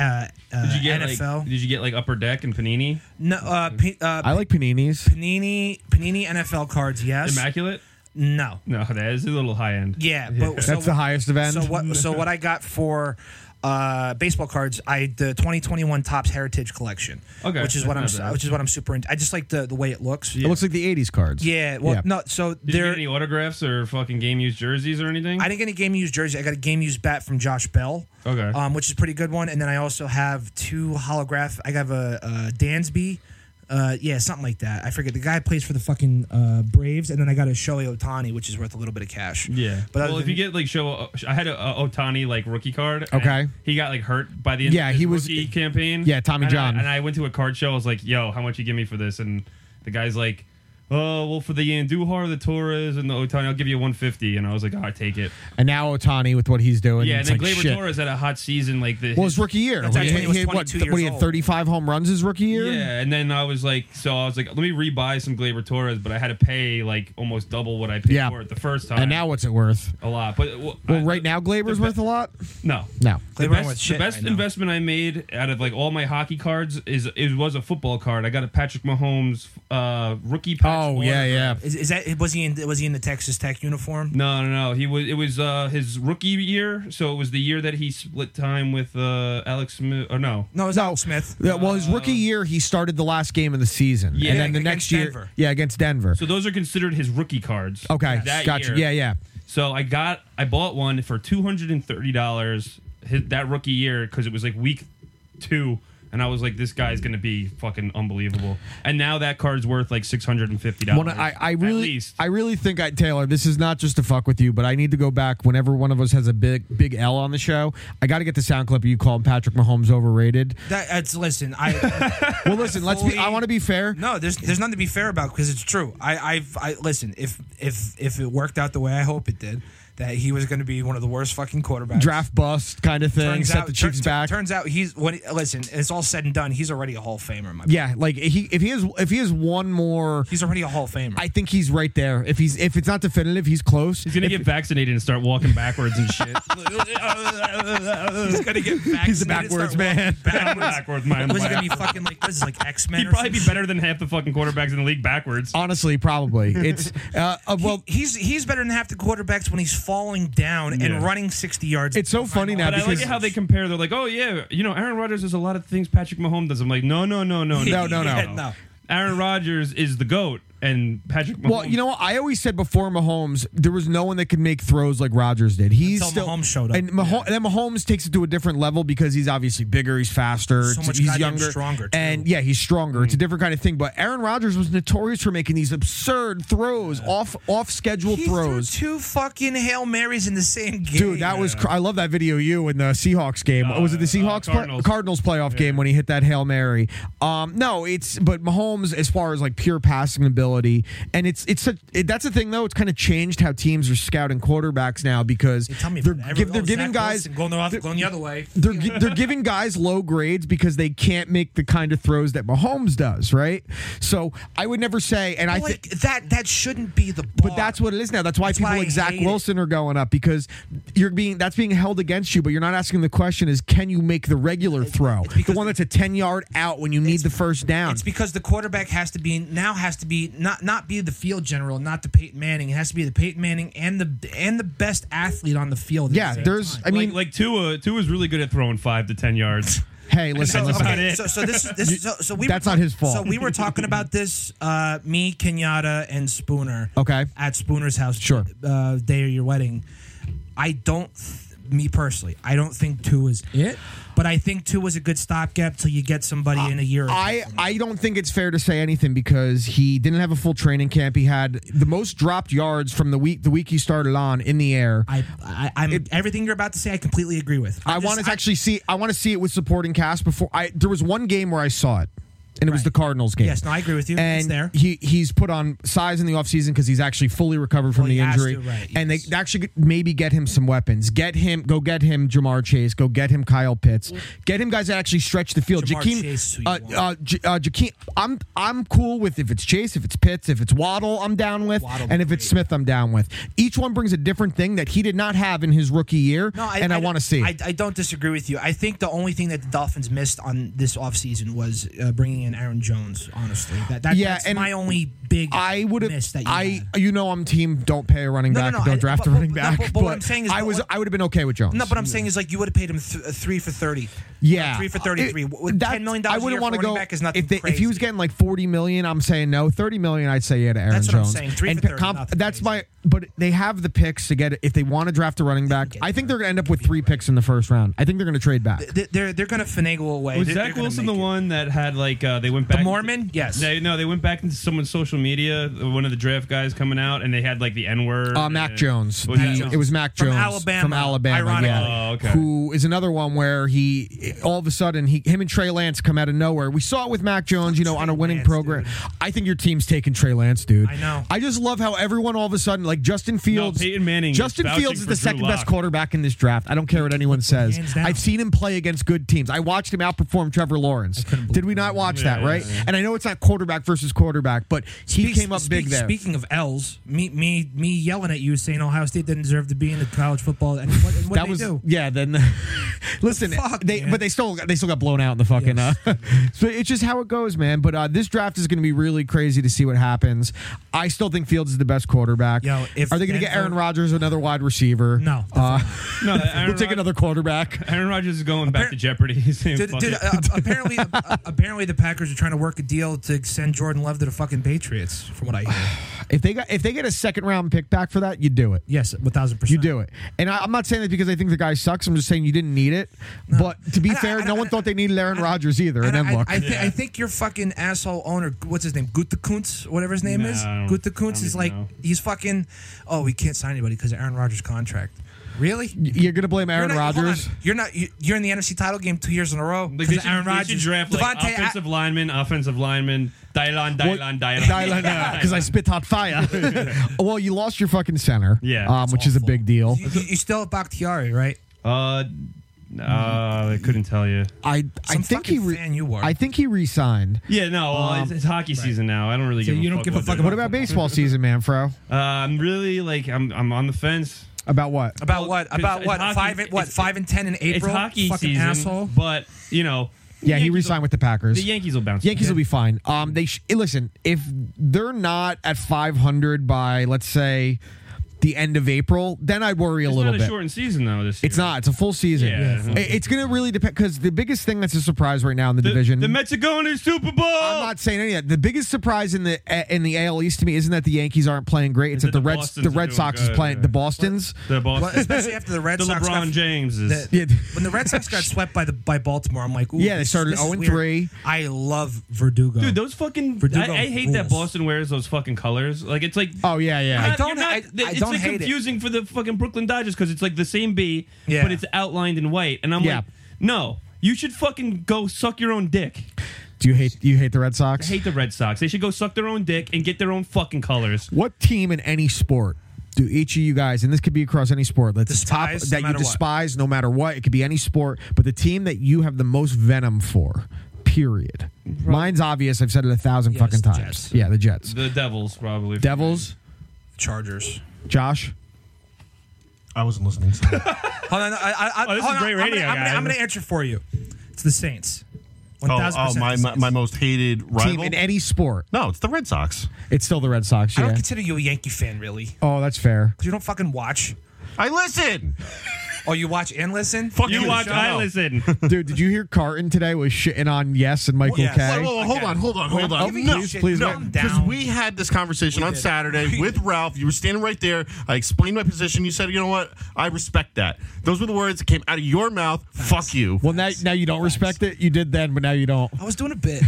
Speaker 1: uh,
Speaker 4: Did you get
Speaker 1: NFL.
Speaker 4: like? Did you get like upper deck and panini?
Speaker 1: no, uh, P- uh,
Speaker 2: I like paninis.
Speaker 1: Panini, Panini NFL cards, yes.
Speaker 4: Immaculate?
Speaker 1: No.
Speaker 4: No, that is a little high end.
Speaker 1: Yeah, but so,
Speaker 2: That's the highest event.
Speaker 1: So what? So what I got for uh, baseball cards? I the 2021 Topps Heritage Collection.
Speaker 4: Okay,
Speaker 1: which is
Speaker 4: that's
Speaker 1: what I'm.
Speaker 4: not bad.
Speaker 1: Which is what I'm super into. I just like the the way it looks.
Speaker 2: It looks like the '80s cards.
Speaker 1: Yeah. Well, no. So
Speaker 4: Did you
Speaker 1: there.
Speaker 4: get any autographs or fucking game used jerseys or anything?
Speaker 1: I didn't get any game used jersey. I got a game used bat from Josh Bell.
Speaker 4: Okay.
Speaker 1: Um, which is a pretty good one. And then I also have two holograph. I have a, a Dansby. Uh, yeah, something like that. I forget. The guy plays for the fucking uh, Braves, and then I got a Shohei Otani, which is worth a little bit of cash.
Speaker 4: yeah.
Speaker 1: But
Speaker 4: well,
Speaker 1: other
Speaker 4: if you
Speaker 1: than-
Speaker 4: get like show, uh, I had a, a Otani like rookie card. and
Speaker 2: Okay.
Speaker 4: He got like hurt by the end.
Speaker 2: Yeah,
Speaker 4: of his
Speaker 2: he was-
Speaker 4: rookie campaign.
Speaker 2: Yeah, Tommy
Speaker 4: And I-
Speaker 2: John.
Speaker 4: and I went to a card show. I was like, "Yo, how much you give me for this?" And the guy's like, "Oh, well, for the Andujar, the Torres, and the Otani, I'll give you 150." And I was like, oh, "I take it."
Speaker 2: And now Otani with what he's doing.
Speaker 4: Yeah, and
Speaker 2: it's
Speaker 4: then
Speaker 2: like,
Speaker 4: Glaber
Speaker 2: shit.
Speaker 4: Torres had a hot season. Like the
Speaker 2: Well, his rookie year.
Speaker 1: That's
Speaker 2: He-
Speaker 1: actually when he was
Speaker 2: he had, what,
Speaker 1: 22
Speaker 2: th- what,
Speaker 1: years
Speaker 2: he had
Speaker 1: old.
Speaker 2: 35 home runs his rookie year.
Speaker 4: Yeah, and then I was like, so I was like, let me rebuy some Glaber Torres, but I had to pay like almost double what I paid
Speaker 2: Yeah.
Speaker 4: for it the first time.
Speaker 2: And now what's it worth?
Speaker 4: a lot, but well,
Speaker 2: Well, right now Glaber's worth a lot.
Speaker 4: no,
Speaker 2: No,
Speaker 1: They
Speaker 4: The
Speaker 1: went
Speaker 4: best,
Speaker 1: with
Speaker 4: the
Speaker 1: shit
Speaker 4: best
Speaker 1: right now.
Speaker 4: investment I made out of like all my hockey cards is it was a football card. I got a Patrick Mahomes uh, rookie. patch
Speaker 2: Oh yeah,
Speaker 4: autograph.
Speaker 2: yeah.
Speaker 1: Is, is that was he in was he in the Texas Tech uniform?
Speaker 4: No, no, no. He was. It was uh, his rookie year, so it was the year that he split time with uh, Alex Smith. Or no,
Speaker 1: No, it was Alex Smith.
Speaker 2: Yeah, well, his rookie year, he started the last game of the season,
Speaker 4: Yeah,
Speaker 2: and then the
Speaker 1: against
Speaker 2: next year,
Speaker 1: Denver.
Speaker 2: yeah, against Denver.
Speaker 4: so those are considered his rookie cards.
Speaker 2: okay,
Speaker 4: that
Speaker 2: gotcha.
Speaker 4: year.
Speaker 2: Yeah, yeah.
Speaker 4: So I got, I bought one for two hundred and thirty dollars that rookie year because it was like week two, and I was like, this guy's gonna be fucking unbelievable. And now that card's worth like six hundred and fifty dollars.
Speaker 2: One, I, I really,
Speaker 4: at least.
Speaker 2: I really think I Taylor. This is not just to fuck with you, but I need to go back whenever one of us has a big, big L on the show. I got to get the sound clip of you calling Patrick Mahomes overrated.
Speaker 1: That, that's listen. I
Speaker 2: Well, listen, let's be.
Speaker 1: Fully-
Speaker 2: I want to be fair.
Speaker 1: no, there's there's nothing to be fair about because it's true. I I've I listen. If if if it worked out the way I hope it did, that he was going to be one of the worst fucking quarterbacks.
Speaker 2: Draft bust kind of thing.
Speaker 1: Turns
Speaker 2: Set
Speaker 1: out-
Speaker 2: the Chiefs
Speaker 1: tur- tur-
Speaker 2: back.
Speaker 1: Turns out he's when listen. It's all said and done. He's already a Hall of Famer. My
Speaker 2: yeah, like he if he has if he has one more.
Speaker 1: he's already a Hall of Famer.
Speaker 2: I think he's right there. If he's if it's not definitive, he's close.
Speaker 4: He's gonna get vaccinated and start walking backwards and shit.
Speaker 1: he's going to get vaccinated.
Speaker 2: He's a backwards man.
Speaker 4: I'm backwards, man.
Speaker 1: Was he going to be fucking like this? Is like X Men?
Speaker 4: He'd probably be better than half the fucking quarterbacks in the league backwards.
Speaker 2: Honestly, probably it's uh, uh, well.
Speaker 1: he's he's better than half the quarterbacks when he's falling down
Speaker 4: Yeah.
Speaker 1: and running sixty yards.
Speaker 2: It's so funny now
Speaker 4: But I like
Speaker 2: because
Speaker 4: it how they compare. They're like, oh yeah, you know, Aaron Rodgers does a lot of things Patrick Mahomes does. I'm like, no, no, no, no,
Speaker 2: No, no, no.
Speaker 1: Yeah, no.
Speaker 4: Aaron Rodgers is the goat, and Patrick Mahomes.
Speaker 2: Well, you know what? I always said before Mahomes, there was no one that could make throws like Rodgers did. He's
Speaker 1: Until
Speaker 2: still
Speaker 1: Mahomes showed up.
Speaker 2: and, Mahomes, and then Mahomes takes it to a different level because he's obviously bigger, he's faster, it's-
Speaker 1: much
Speaker 2: he's
Speaker 1: goddamn
Speaker 2: younger,
Speaker 1: stronger, too. Mm.
Speaker 2: and yeah, he's stronger. It's a different kind of thing. But Aaron Rodgers was notorious for making these absurd throws, off off schedule
Speaker 1: He
Speaker 2: throws.
Speaker 1: threw two fucking hail marys in the same game.
Speaker 2: Dude, that was cr- I love that video you in the Seahawks game.
Speaker 4: Uh,
Speaker 2: was it the
Speaker 4: uh,
Speaker 2: Seahawks play-
Speaker 4: Cardinals.
Speaker 2: Cardinals playoff game when he hit that Hail Mary? Um no, it's but Mahomes as far as like pure passing ability. And it's it's a, it, that's the thing though. It's kind of changed how teams are scouting quarterbacks now because
Speaker 1: Hey, tell me
Speaker 2: they're,
Speaker 1: about it.
Speaker 2: give-
Speaker 1: Everyone-
Speaker 2: they're
Speaker 1: oh, Zach
Speaker 2: giving guys
Speaker 1: Wilson going the, off- going the other way.
Speaker 2: they're gi- they're giving guys low grades because they can't make the kind of throws that Mahomes does, right? So I would never say, and I think.
Speaker 1: like that that shouldn't be the bar.
Speaker 2: But that's what it is now. That's why
Speaker 1: That's
Speaker 2: people
Speaker 1: why I
Speaker 2: like Zach
Speaker 1: hate it.
Speaker 2: Wilson are going up because you're being that's being held against you. But you're not asking the question: is can you make the regular throw, the
Speaker 1: because-
Speaker 2: one that's a ten yard out when you need the first down?
Speaker 1: It's because the quarterback has to be now has to be not not be the field general, not the Peyton Manning. It has to be the Peyton Manning and the and the best athlete on the field. at
Speaker 2: yeah,
Speaker 1: the same
Speaker 2: there's.
Speaker 1: time.
Speaker 2: I mean,
Speaker 4: like, like Tua, Tua's really good at throwing five to ten yards.
Speaker 2: hey, listen,
Speaker 1: So,
Speaker 2: listen.
Speaker 4: about
Speaker 1: okay,
Speaker 4: it.
Speaker 1: so, so this is this. is- So, so we
Speaker 2: That's
Speaker 1: were,
Speaker 2: not his fault.
Speaker 1: So we were talking about this. Uh, me, Kenyatta, and Spooner.
Speaker 2: Okay.
Speaker 1: At Spooner's house.
Speaker 2: Sure.
Speaker 1: Uh, day of your wedding. I don't. Th- me personally, I don't think two is it. But I think two was a good stopgap till you get somebody in a year. or
Speaker 2: Uh, I, I don't think it's fair to say anything because he didn't have a full training camp. He had the most dropped yards from the week the week he started on in the air.
Speaker 1: I, I I'm everything you're about to say. I completely agree with.
Speaker 2: I
Speaker 1: just-
Speaker 2: want to actually see. I want to see it with supporting cast before. I there was one game where I saw it, and it was
Speaker 1: Right.
Speaker 2: the Cardinals game.
Speaker 1: Yes, no, I agree with you. It's
Speaker 2: And
Speaker 1: there.
Speaker 2: he he's put on size in the offseason because he's actually fully recovered from
Speaker 1: Well,
Speaker 2: the
Speaker 1: he has
Speaker 2: injury,
Speaker 1: to, right,
Speaker 2: and
Speaker 1: yes.
Speaker 2: they actually could maybe get him some weapons. Get him, go get him Jamar Chase, go get him Kyle Pitts, get him guys that actually stretch the field.
Speaker 1: Jamar
Speaker 2: Jakeem,
Speaker 1: Chase is who you
Speaker 2: uh,
Speaker 1: want.
Speaker 2: uh, J- uh, Jakeem, I'm I'm cool with if it's Chase, if it's Pitts, if it's Waddle, I'm down with,
Speaker 1: Waddle
Speaker 2: and if
Speaker 1: be
Speaker 2: it's Smith, I'm down with. Each one brings a different thing that he did not have in his rookie year,
Speaker 1: No,
Speaker 2: and I, want to
Speaker 1: to
Speaker 2: see. it.
Speaker 1: I, I don't disagree with you. I think the only thing that the Dolphins missed on this offseason was uh, bringing in Aaron Jones. Honestly, that, that
Speaker 2: Yeah,
Speaker 1: that's
Speaker 2: and
Speaker 1: my only big
Speaker 2: I would
Speaker 1: miss
Speaker 2: have.
Speaker 1: that you
Speaker 2: I
Speaker 1: had.
Speaker 2: you know I'm team. Don't pay a running
Speaker 1: No, no,
Speaker 2: back.
Speaker 1: no,
Speaker 2: don't
Speaker 1: I-
Speaker 2: draft
Speaker 1: but-
Speaker 2: a
Speaker 1: but-
Speaker 2: running
Speaker 1: but-
Speaker 2: back.
Speaker 1: but- but what I'm saying is-
Speaker 2: I was.
Speaker 1: what-
Speaker 2: I would have been okay with Jones.
Speaker 1: No, but I'm saying is like you would have paid him th- uh, three for thirty.
Speaker 2: yeah,
Speaker 1: Uh, three for thirty-three.
Speaker 2: It-
Speaker 1: With
Speaker 2: that-
Speaker 1: ten million
Speaker 2: I
Speaker 1: dollars,
Speaker 2: wouldn't
Speaker 1: want
Speaker 2: wanna
Speaker 1: to
Speaker 2: go
Speaker 1: Back is nothing
Speaker 2: if, they-
Speaker 1: crazy.
Speaker 2: if he was getting like 40 million. I'm saying no. 30 million. I'd say yeah to Aaron
Speaker 1: That's what I'm
Speaker 2: Jones.
Speaker 1: saying. Three
Speaker 2: and
Speaker 1: for 30,
Speaker 2: comp-
Speaker 1: nothing
Speaker 2: That's
Speaker 1: crazy.
Speaker 2: my. But they have the picks to get it if they want to draft a running back.
Speaker 1: get
Speaker 2: I think
Speaker 1: it.
Speaker 2: they're going to end up with three picks in the first round. I think they're going to trade back.
Speaker 1: They- they're they're going to finagle away.
Speaker 4: Was
Speaker 1: They're- they're
Speaker 4: Zach
Speaker 1: gonna
Speaker 4: Wilson the
Speaker 1: make it.
Speaker 4: one that had like uh, they went back?
Speaker 1: Mormon? Yes.
Speaker 4: They, no, they went back into someone's social media. One of the draft guys coming out, and they had like the N word.
Speaker 1: Um,
Speaker 2: Uh, Mac Jones.
Speaker 4: Was
Speaker 2: The-
Speaker 4: it Jones?
Speaker 2: It was Mac
Speaker 1: From
Speaker 2: Jones
Speaker 1: Alabama,
Speaker 2: From Alabama,
Speaker 1: ironically.
Speaker 2: yeah.
Speaker 4: Oh, okay.
Speaker 2: Who is another one where he all of a sudden he him and Trey Lance come out of nowhere. We saw it with Mac Jones, you know, on a
Speaker 1: Trey
Speaker 2: winning
Speaker 1: Lance,
Speaker 2: program. I think your team's taking Trey Lance, dude.
Speaker 1: I know.
Speaker 2: I just love how everyone all of a sudden like Justin Fields,
Speaker 4: Peyton Manning is
Speaker 2: Justin
Speaker 4: vouching
Speaker 2: Fields is
Speaker 4: for
Speaker 2: the
Speaker 4: Drew
Speaker 2: second best
Speaker 4: Lock.
Speaker 2: quarterback in this draft. I don't care what anyone says.
Speaker 1: hands down.
Speaker 2: I've seen him play against good teams. I watched him outperform Trevor Lawrence. Did we not watch that,
Speaker 4: Yeah,
Speaker 2: right?
Speaker 4: yeah, yeah.
Speaker 2: And I know it's not quarterback versus quarterback, but he
Speaker 1: Speak-
Speaker 2: came up
Speaker 1: speak-
Speaker 2: big there.
Speaker 1: Speaking of L's, me me me yelling at you saying Ohio State didn't deserve to be in the college football. And what, and what
Speaker 2: that
Speaker 1: they
Speaker 2: was
Speaker 1: do?
Speaker 2: yeah. Then listen,
Speaker 1: fuck,
Speaker 2: they
Speaker 1: man?
Speaker 2: but they still got- they still got blown out in the fucking.
Speaker 1: Yes.
Speaker 2: Uh, so it's just how it goes, man. But uh, this draft is going to be really crazy to see what happens. I still think Fields is the best quarterback.
Speaker 1: Yo, if
Speaker 2: are they going to get
Speaker 1: Denver-
Speaker 2: Aaron Rodgers another wide receiver?
Speaker 1: No,
Speaker 2: uh,
Speaker 4: No, Aaron,
Speaker 2: we'll take
Speaker 4: Rod-
Speaker 2: another quarterback.
Speaker 4: Aaron Rodgers is going back
Speaker 1: Appar-
Speaker 4: to Jeopardy. He's saying,
Speaker 1: Dude,
Speaker 4: "Fuck
Speaker 1: dude,
Speaker 4: it."
Speaker 1: uh, apparently, uh, apparently the Packers are trying to work a deal to send Jordan Love to the fucking Patriots, from what I hear.
Speaker 2: If they got if they get a second round pick back for that, you do it.
Speaker 1: yes, one thousand percent.
Speaker 2: You do it, and I, I'm not saying that because I think the guy sucks. I'm just saying you didn't need it. But to be
Speaker 1: And I-
Speaker 2: fair,
Speaker 1: and
Speaker 2: no
Speaker 1: I-
Speaker 2: one thought they needed Aaron Rodgers either. And,
Speaker 1: And
Speaker 2: then
Speaker 1: I,
Speaker 2: look,
Speaker 1: I, thi- I think your fucking asshole owner, what's his name, Gutekunst, whatever his name
Speaker 4: No,
Speaker 1: is.
Speaker 4: I don't- I
Speaker 1: Gutekunst
Speaker 4: don't
Speaker 1: is
Speaker 4: even
Speaker 1: like
Speaker 4: know.
Speaker 1: he's fucking. Oh, we can't sign anybody because of Aaron Rodgers' contract. Really?
Speaker 2: you're going to blame Aaron
Speaker 1: You're not- hold
Speaker 2: Rodgers.
Speaker 1: on. You're not. you- You're in the NFC title game two years in a row.
Speaker 4: Like,
Speaker 1: 'cause
Speaker 4: they
Speaker 1: of
Speaker 4: should,
Speaker 1: Aaron
Speaker 4: they should
Speaker 1: Rodgers,
Speaker 4: draft like
Speaker 1: Devontae uh, A-
Speaker 4: offensive lineman, offensive lineman, Dylan,
Speaker 2: Well,
Speaker 4: Dylan, Dylan,
Speaker 2: Dylan,
Speaker 1: uh,
Speaker 2: because I spit hot fire. well, you lost your fucking center,
Speaker 4: Yeah.
Speaker 2: um,
Speaker 4: That's
Speaker 2: which is a
Speaker 1: awful.
Speaker 2: big deal.
Speaker 1: You, you- you still at Bakhtiari, right?
Speaker 4: Uh, uh, I couldn't tell you.
Speaker 2: I I
Speaker 1: Some
Speaker 2: think he
Speaker 1: fucking
Speaker 2: re-
Speaker 1: fan you are.
Speaker 2: I think he resigned.
Speaker 4: Yeah, no, well, it's, it's hockey season now. I don't really give.
Speaker 1: Um, you
Speaker 4: a
Speaker 1: don't
Speaker 4: fuck
Speaker 1: give a fuck
Speaker 4: they're
Speaker 2: What
Speaker 1: What
Speaker 4: doing.
Speaker 2: about baseball season, Manfro?
Speaker 4: Uh, I'm really like I'm I'm on the fence.
Speaker 2: About what?
Speaker 1: About
Speaker 4: Well,
Speaker 1: what?
Speaker 4: 'cause
Speaker 1: About
Speaker 4: it's
Speaker 1: what?
Speaker 4: hockey-
Speaker 1: five? and- What?
Speaker 4: it's-
Speaker 1: Five and ten in April.
Speaker 4: It's hockey
Speaker 1: Fucking
Speaker 4: season,
Speaker 1: asshole.
Speaker 4: but you know. the
Speaker 2: Yeah, he
Speaker 4: Yankees
Speaker 2: resigned
Speaker 4: will-
Speaker 2: with the Packers.
Speaker 4: The Yankees will bounce.
Speaker 2: Yankees
Speaker 4: back.
Speaker 2: will be fine. Um, they sh- eh, listen if they're not at 500 by let's say the end of April, then I'd worry a
Speaker 4: It's
Speaker 2: little
Speaker 4: not a
Speaker 2: bit.
Speaker 4: shortened season though. This year.
Speaker 2: it's not. It's a full season.
Speaker 4: Yeah. Yeah.
Speaker 2: Eh, It's going to really depend because the biggest thing that's a surprise right now in the,
Speaker 4: The,
Speaker 2: division.
Speaker 4: the Mets are going to the Super Bowl.
Speaker 2: I'm not saying any of that. The biggest surprise in the uh, in the AL East to me isn't that the Yankees aren't playing great. It's that
Speaker 4: It's
Speaker 2: the,
Speaker 4: that the
Speaker 2: Red
Speaker 4: Bostons
Speaker 2: the
Speaker 4: are
Speaker 2: Red
Speaker 4: doing
Speaker 2: Sox is
Speaker 4: good,
Speaker 2: playing
Speaker 4: yeah.
Speaker 2: the Bostons.
Speaker 4: the Boston.
Speaker 1: Well, especially after the Red
Speaker 4: the
Speaker 1: Sox
Speaker 4: LeBron
Speaker 1: got-
Speaker 4: Jameses.
Speaker 1: the-
Speaker 2: Yeah.
Speaker 1: when the Red Sox got swept by the by Baltimore, I'm like, ooh,
Speaker 2: Yeah, they
Speaker 1: this-
Speaker 2: started
Speaker 1: this is
Speaker 2: 0-3.
Speaker 1: weird. I love Verdugo.
Speaker 4: Dude, those fucking.
Speaker 1: Verdugo
Speaker 4: I, I hate that
Speaker 1: rules.
Speaker 4: Boston wears those fucking colors. Like it's like.
Speaker 2: Oh yeah, yeah.
Speaker 1: I
Speaker 4: Not-
Speaker 1: don't-
Speaker 4: you're not-
Speaker 1: I-
Speaker 4: th-
Speaker 1: I
Speaker 4: it's
Speaker 1: don't
Speaker 4: like
Speaker 1: hate it.
Speaker 4: confusing for the fucking Brooklyn Dodgers because it's like the same B,
Speaker 1: Yeah.
Speaker 4: but it's outlined in white. And I'm
Speaker 2: Yeah.
Speaker 4: like, no, you should fucking go suck your own dick.
Speaker 2: Do you hate you hate the Red Sox?
Speaker 4: I hate the Red Sox. They should go suck their own dick and get their own fucking colors.
Speaker 2: what team in any sport do each of you guys, and this could be across any sport, that's
Speaker 1: Despise, no
Speaker 2: top that
Speaker 1: matter
Speaker 2: you
Speaker 1: what.
Speaker 2: despise no matter what. It could be any sport, but the team that you have the most venom for. Period. Mine's obvious. I've said it a thousand
Speaker 1: Yeah, it's
Speaker 2: fucking
Speaker 1: the
Speaker 2: times.
Speaker 1: Jets.
Speaker 2: Yeah, the Jets.
Speaker 4: The Devils, probably.
Speaker 2: Devils.
Speaker 1: Chargers.
Speaker 2: Josh.
Speaker 3: I wasn't listening. So.
Speaker 1: Hold on, I, I, I,
Speaker 4: Oh, this
Speaker 1: hold on,
Speaker 4: is great
Speaker 1: I'm gonna-
Speaker 4: radio,
Speaker 1: I'm gonna,
Speaker 4: guys.
Speaker 1: I'm gonna answer for you. It's the Saints.
Speaker 3: oh,
Speaker 1: 1000%
Speaker 3: oh, my,
Speaker 1: the
Speaker 3: my
Speaker 1: Saints.
Speaker 3: my most hated rival.
Speaker 2: Team in any sport.
Speaker 3: no, it's the Red Sox.
Speaker 2: It's still the Red Sox.
Speaker 1: I
Speaker 2: Yeah.
Speaker 1: don't consider you a Yankee fan, really, because
Speaker 2: oh, that's fair.
Speaker 1: you don't fucking watch.
Speaker 3: I listen.
Speaker 1: Oh, you watch and listen.
Speaker 3: Fuck
Speaker 4: You watch,
Speaker 3: shut
Speaker 4: I
Speaker 3: up.
Speaker 4: listen.
Speaker 2: Dude, did you hear Carton today was shitting on Yes and Michael
Speaker 1: Yes.
Speaker 2: K?
Speaker 3: Whoa, whoa, whoa, hold on, hold on, hold on.
Speaker 1: giving
Speaker 3: no,
Speaker 1: you shit.
Speaker 2: Oh, please,
Speaker 3: no,
Speaker 1: calm
Speaker 3: because
Speaker 1: down.
Speaker 3: we had this conversation on
Speaker 1: did.
Speaker 3: Saturday with Ralph. You were standing right there. I explained my position. You said, you know what? I respect that. Those were the words that came out of your mouth. Fuck you.
Speaker 2: Well, now, now you don't respect it. You did then, but now you don't.
Speaker 1: I was doing a bit.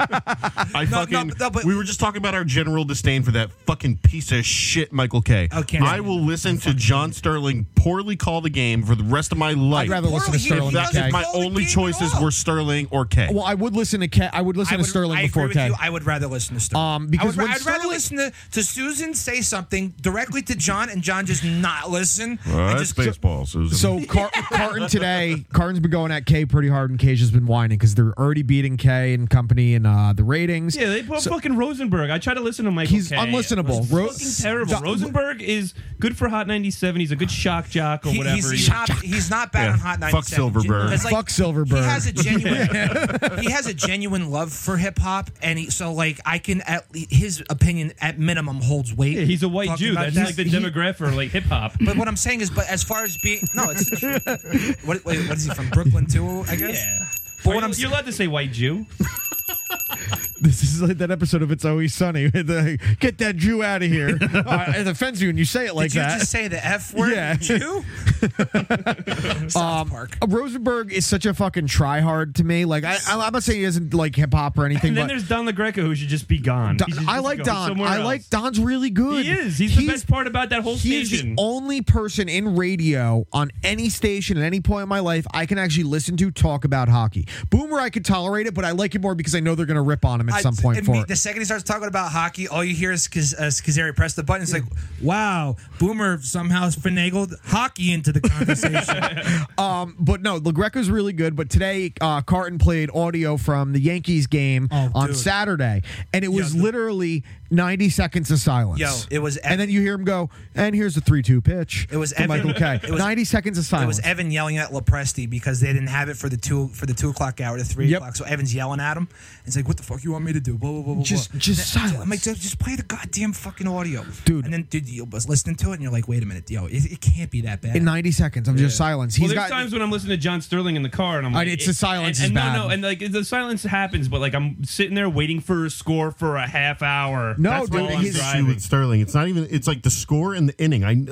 Speaker 3: I
Speaker 1: no,
Speaker 3: fucking.
Speaker 1: but- no, but-
Speaker 3: we were just talking about our general disdain for that fucking piece of shit, Michael K.
Speaker 1: Oh, can't-
Speaker 3: I will listen to John Sterling poorly call the game for the rest of my life.
Speaker 2: I'd rather listen to
Speaker 1: Poorly,
Speaker 2: Sterling.
Speaker 1: he
Speaker 2: than
Speaker 1: doesn't
Speaker 2: K.
Speaker 3: If my
Speaker 1: call the
Speaker 3: only
Speaker 1: game at
Speaker 3: choices
Speaker 1: all.
Speaker 3: were Sterling or K.
Speaker 2: Well, I would listen to K. I would listen
Speaker 1: I would-
Speaker 2: to Sterling
Speaker 1: I
Speaker 2: before
Speaker 1: agree
Speaker 2: K.
Speaker 1: With you. I would rather listen to Sterling.
Speaker 2: Um, because
Speaker 1: I would,
Speaker 2: when
Speaker 1: I'd rather
Speaker 2: Sterling-
Speaker 1: listen to, to Susan say something directly to John, and John just not listen.
Speaker 3: Well,
Speaker 1: and
Speaker 3: that's
Speaker 1: just
Speaker 3: baseball, Susan.
Speaker 2: So Car- Carton today, Carton's been going at K pretty hard, and Cage has been whining because they're already beating K and company in uh, the ratings.
Speaker 4: Yeah, they put fucking Rosenberg. I try to listen to Michael.
Speaker 2: He's
Speaker 4: Kay.
Speaker 2: unlistenable. Ro-
Speaker 4: Fucking terrible.
Speaker 2: Do-
Speaker 4: Rosenberg is good for Hot 97. He's a good shock jock or
Speaker 1: He-
Speaker 4: whatever.
Speaker 1: he's,
Speaker 4: he is.
Speaker 1: not, he's not bad
Speaker 3: Yeah,
Speaker 1: on Hot 97.
Speaker 3: fuck Silverberg.
Speaker 1: 'Cause,
Speaker 2: Fuck Silverberg.
Speaker 1: He has a genuine, he has a genuine love for hip hop, and he, so like I can at le- his opinion at minimum holds weight.
Speaker 4: Yeah, he's a white
Speaker 1: Talking
Speaker 4: Jew.
Speaker 1: about
Speaker 4: That's
Speaker 1: that.
Speaker 4: like the
Speaker 1: He-
Speaker 4: demographic for like hip hop.
Speaker 1: But what I'm saying is, but as far as being no, it's the truth. What, wait, what is he from Brooklyn too? I guess.
Speaker 4: Yeah.
Speaker 1: But
Speaker 4: Are
Speaker 1: what
Speaker 4: you-
Speaker 1: I'm
Speaker 4: you're allowed to say white Jew.
Speaker 2: This is like that episode of It's Always Sunny. The, Get that Jew out of here. uh, it offends you, and you say it like
Speaker 1: Did you
Speaker 2: that.
Speaker 1: just say the F word?
Speaker 2: Yeah.
Speaker 1: Jew? South Park.
Speaker 2: Uh, Rosenberg is such a fucking tryhard to me. Like I, I'm not saying he doesn't like hip hop or anything,
Speaker 4: And then
Speaker 2: but
Speaker 4: there's Don LaGreca who should just be gone. He
Speaker 2: Don,
Speaker 4: should just
Speaker 2: I like
Speaker 4: go
Speaker 2: Don.
Speaker 4: somewhere
Speaker 2: I
Speaker 4: else.
Speaker 2: like Don's really good.
Speaker 4: He is. He's, the best part about that whole
Speaker 2: He is
Speaker 4: station.
Speaker 2: the only person in radio on any station at any point in my life I can actually listen to talk about hockey. Boomer, I could tolerate it, but I like it more because I know they're going to rip on him at
Speaker 1: I-
Speaker 2: some point
Speaker 1: and
Speaker 2: for
Speaker 1: me-
Speaker 2: it.
Speaker 1: The second he starts talking about hockey, all you hear is Kaz- uh, Kazari press the button. It's like, wow, Boomer somehow finagled hockey into the conversation.
Speaker 2: Um, but no, LaGreca's really good. But today, uh, Carton played audio from the Yankees game
Speaker 1: Oh,
Speaker 2: on
Speaker 1: dude.
Speaker 2: Saturday, and it was
Speaker 1: the-
Speaker 2: literally 90 seconds of silence.
Speaker 1: Yo, it was
Speaker 2: and then you hear him go, and here's the 3 2 pitch.
Speaker 1: It was
Speaker 2: to
Speaker 1: epic.
Speaker 2: Michael K.
Speaker 1: It was-
Speaker 2: 90 seconds of
Speaker 1: it
Speaker 2: silence.
Speaker 1: was Evan yelling at Lepresti because they didn't have it for the two for the two o'clock hour to three
Speaker 2: Yep.
Speaker 1: o'clock. So Evan's yelling at him. He's like, "What the fuck you want me to do?" Blah blah blah. blah
Speaker 2: Just-
Speaker 1: blah.
Speaker 2: just
Speaker 1: And-
Speaker 2: silence.
Speaker 1: I'm like, just, just play the goddamn fucking audio,
Speaker 2: Dude.
Speaker 1: And then dude, you was listening to it and you're like, "Wait a minute, yo, it, it can't be that bad."
Speaker 2: In 90 seconds of just silence.
Speaker 4: Well,
Speaker 2: He's
Speaker 4: there's
Speaker 2: got.
Speaker 4: times when I'm listening to John Sterling in the car, and I'm like, eh,
Speaker 2: And it's the silence
Speaker 4: and,
Speaker 2: is
Speaker 4: and
Speaker 2: bad.
Speaker 4: No, no, and like the silence happens, but like I'm sitting there waiting for a score for a half hour.
Speaker 2: No,
Speaker 4: That's
Speaker 2: dude,
Speaker 4: while I'm
Speaker 2: he's-
Speaker 3: issue
Speaker 4: driving.
Speaker 3: with Sterling. It's not even. It's like the score and the inning. I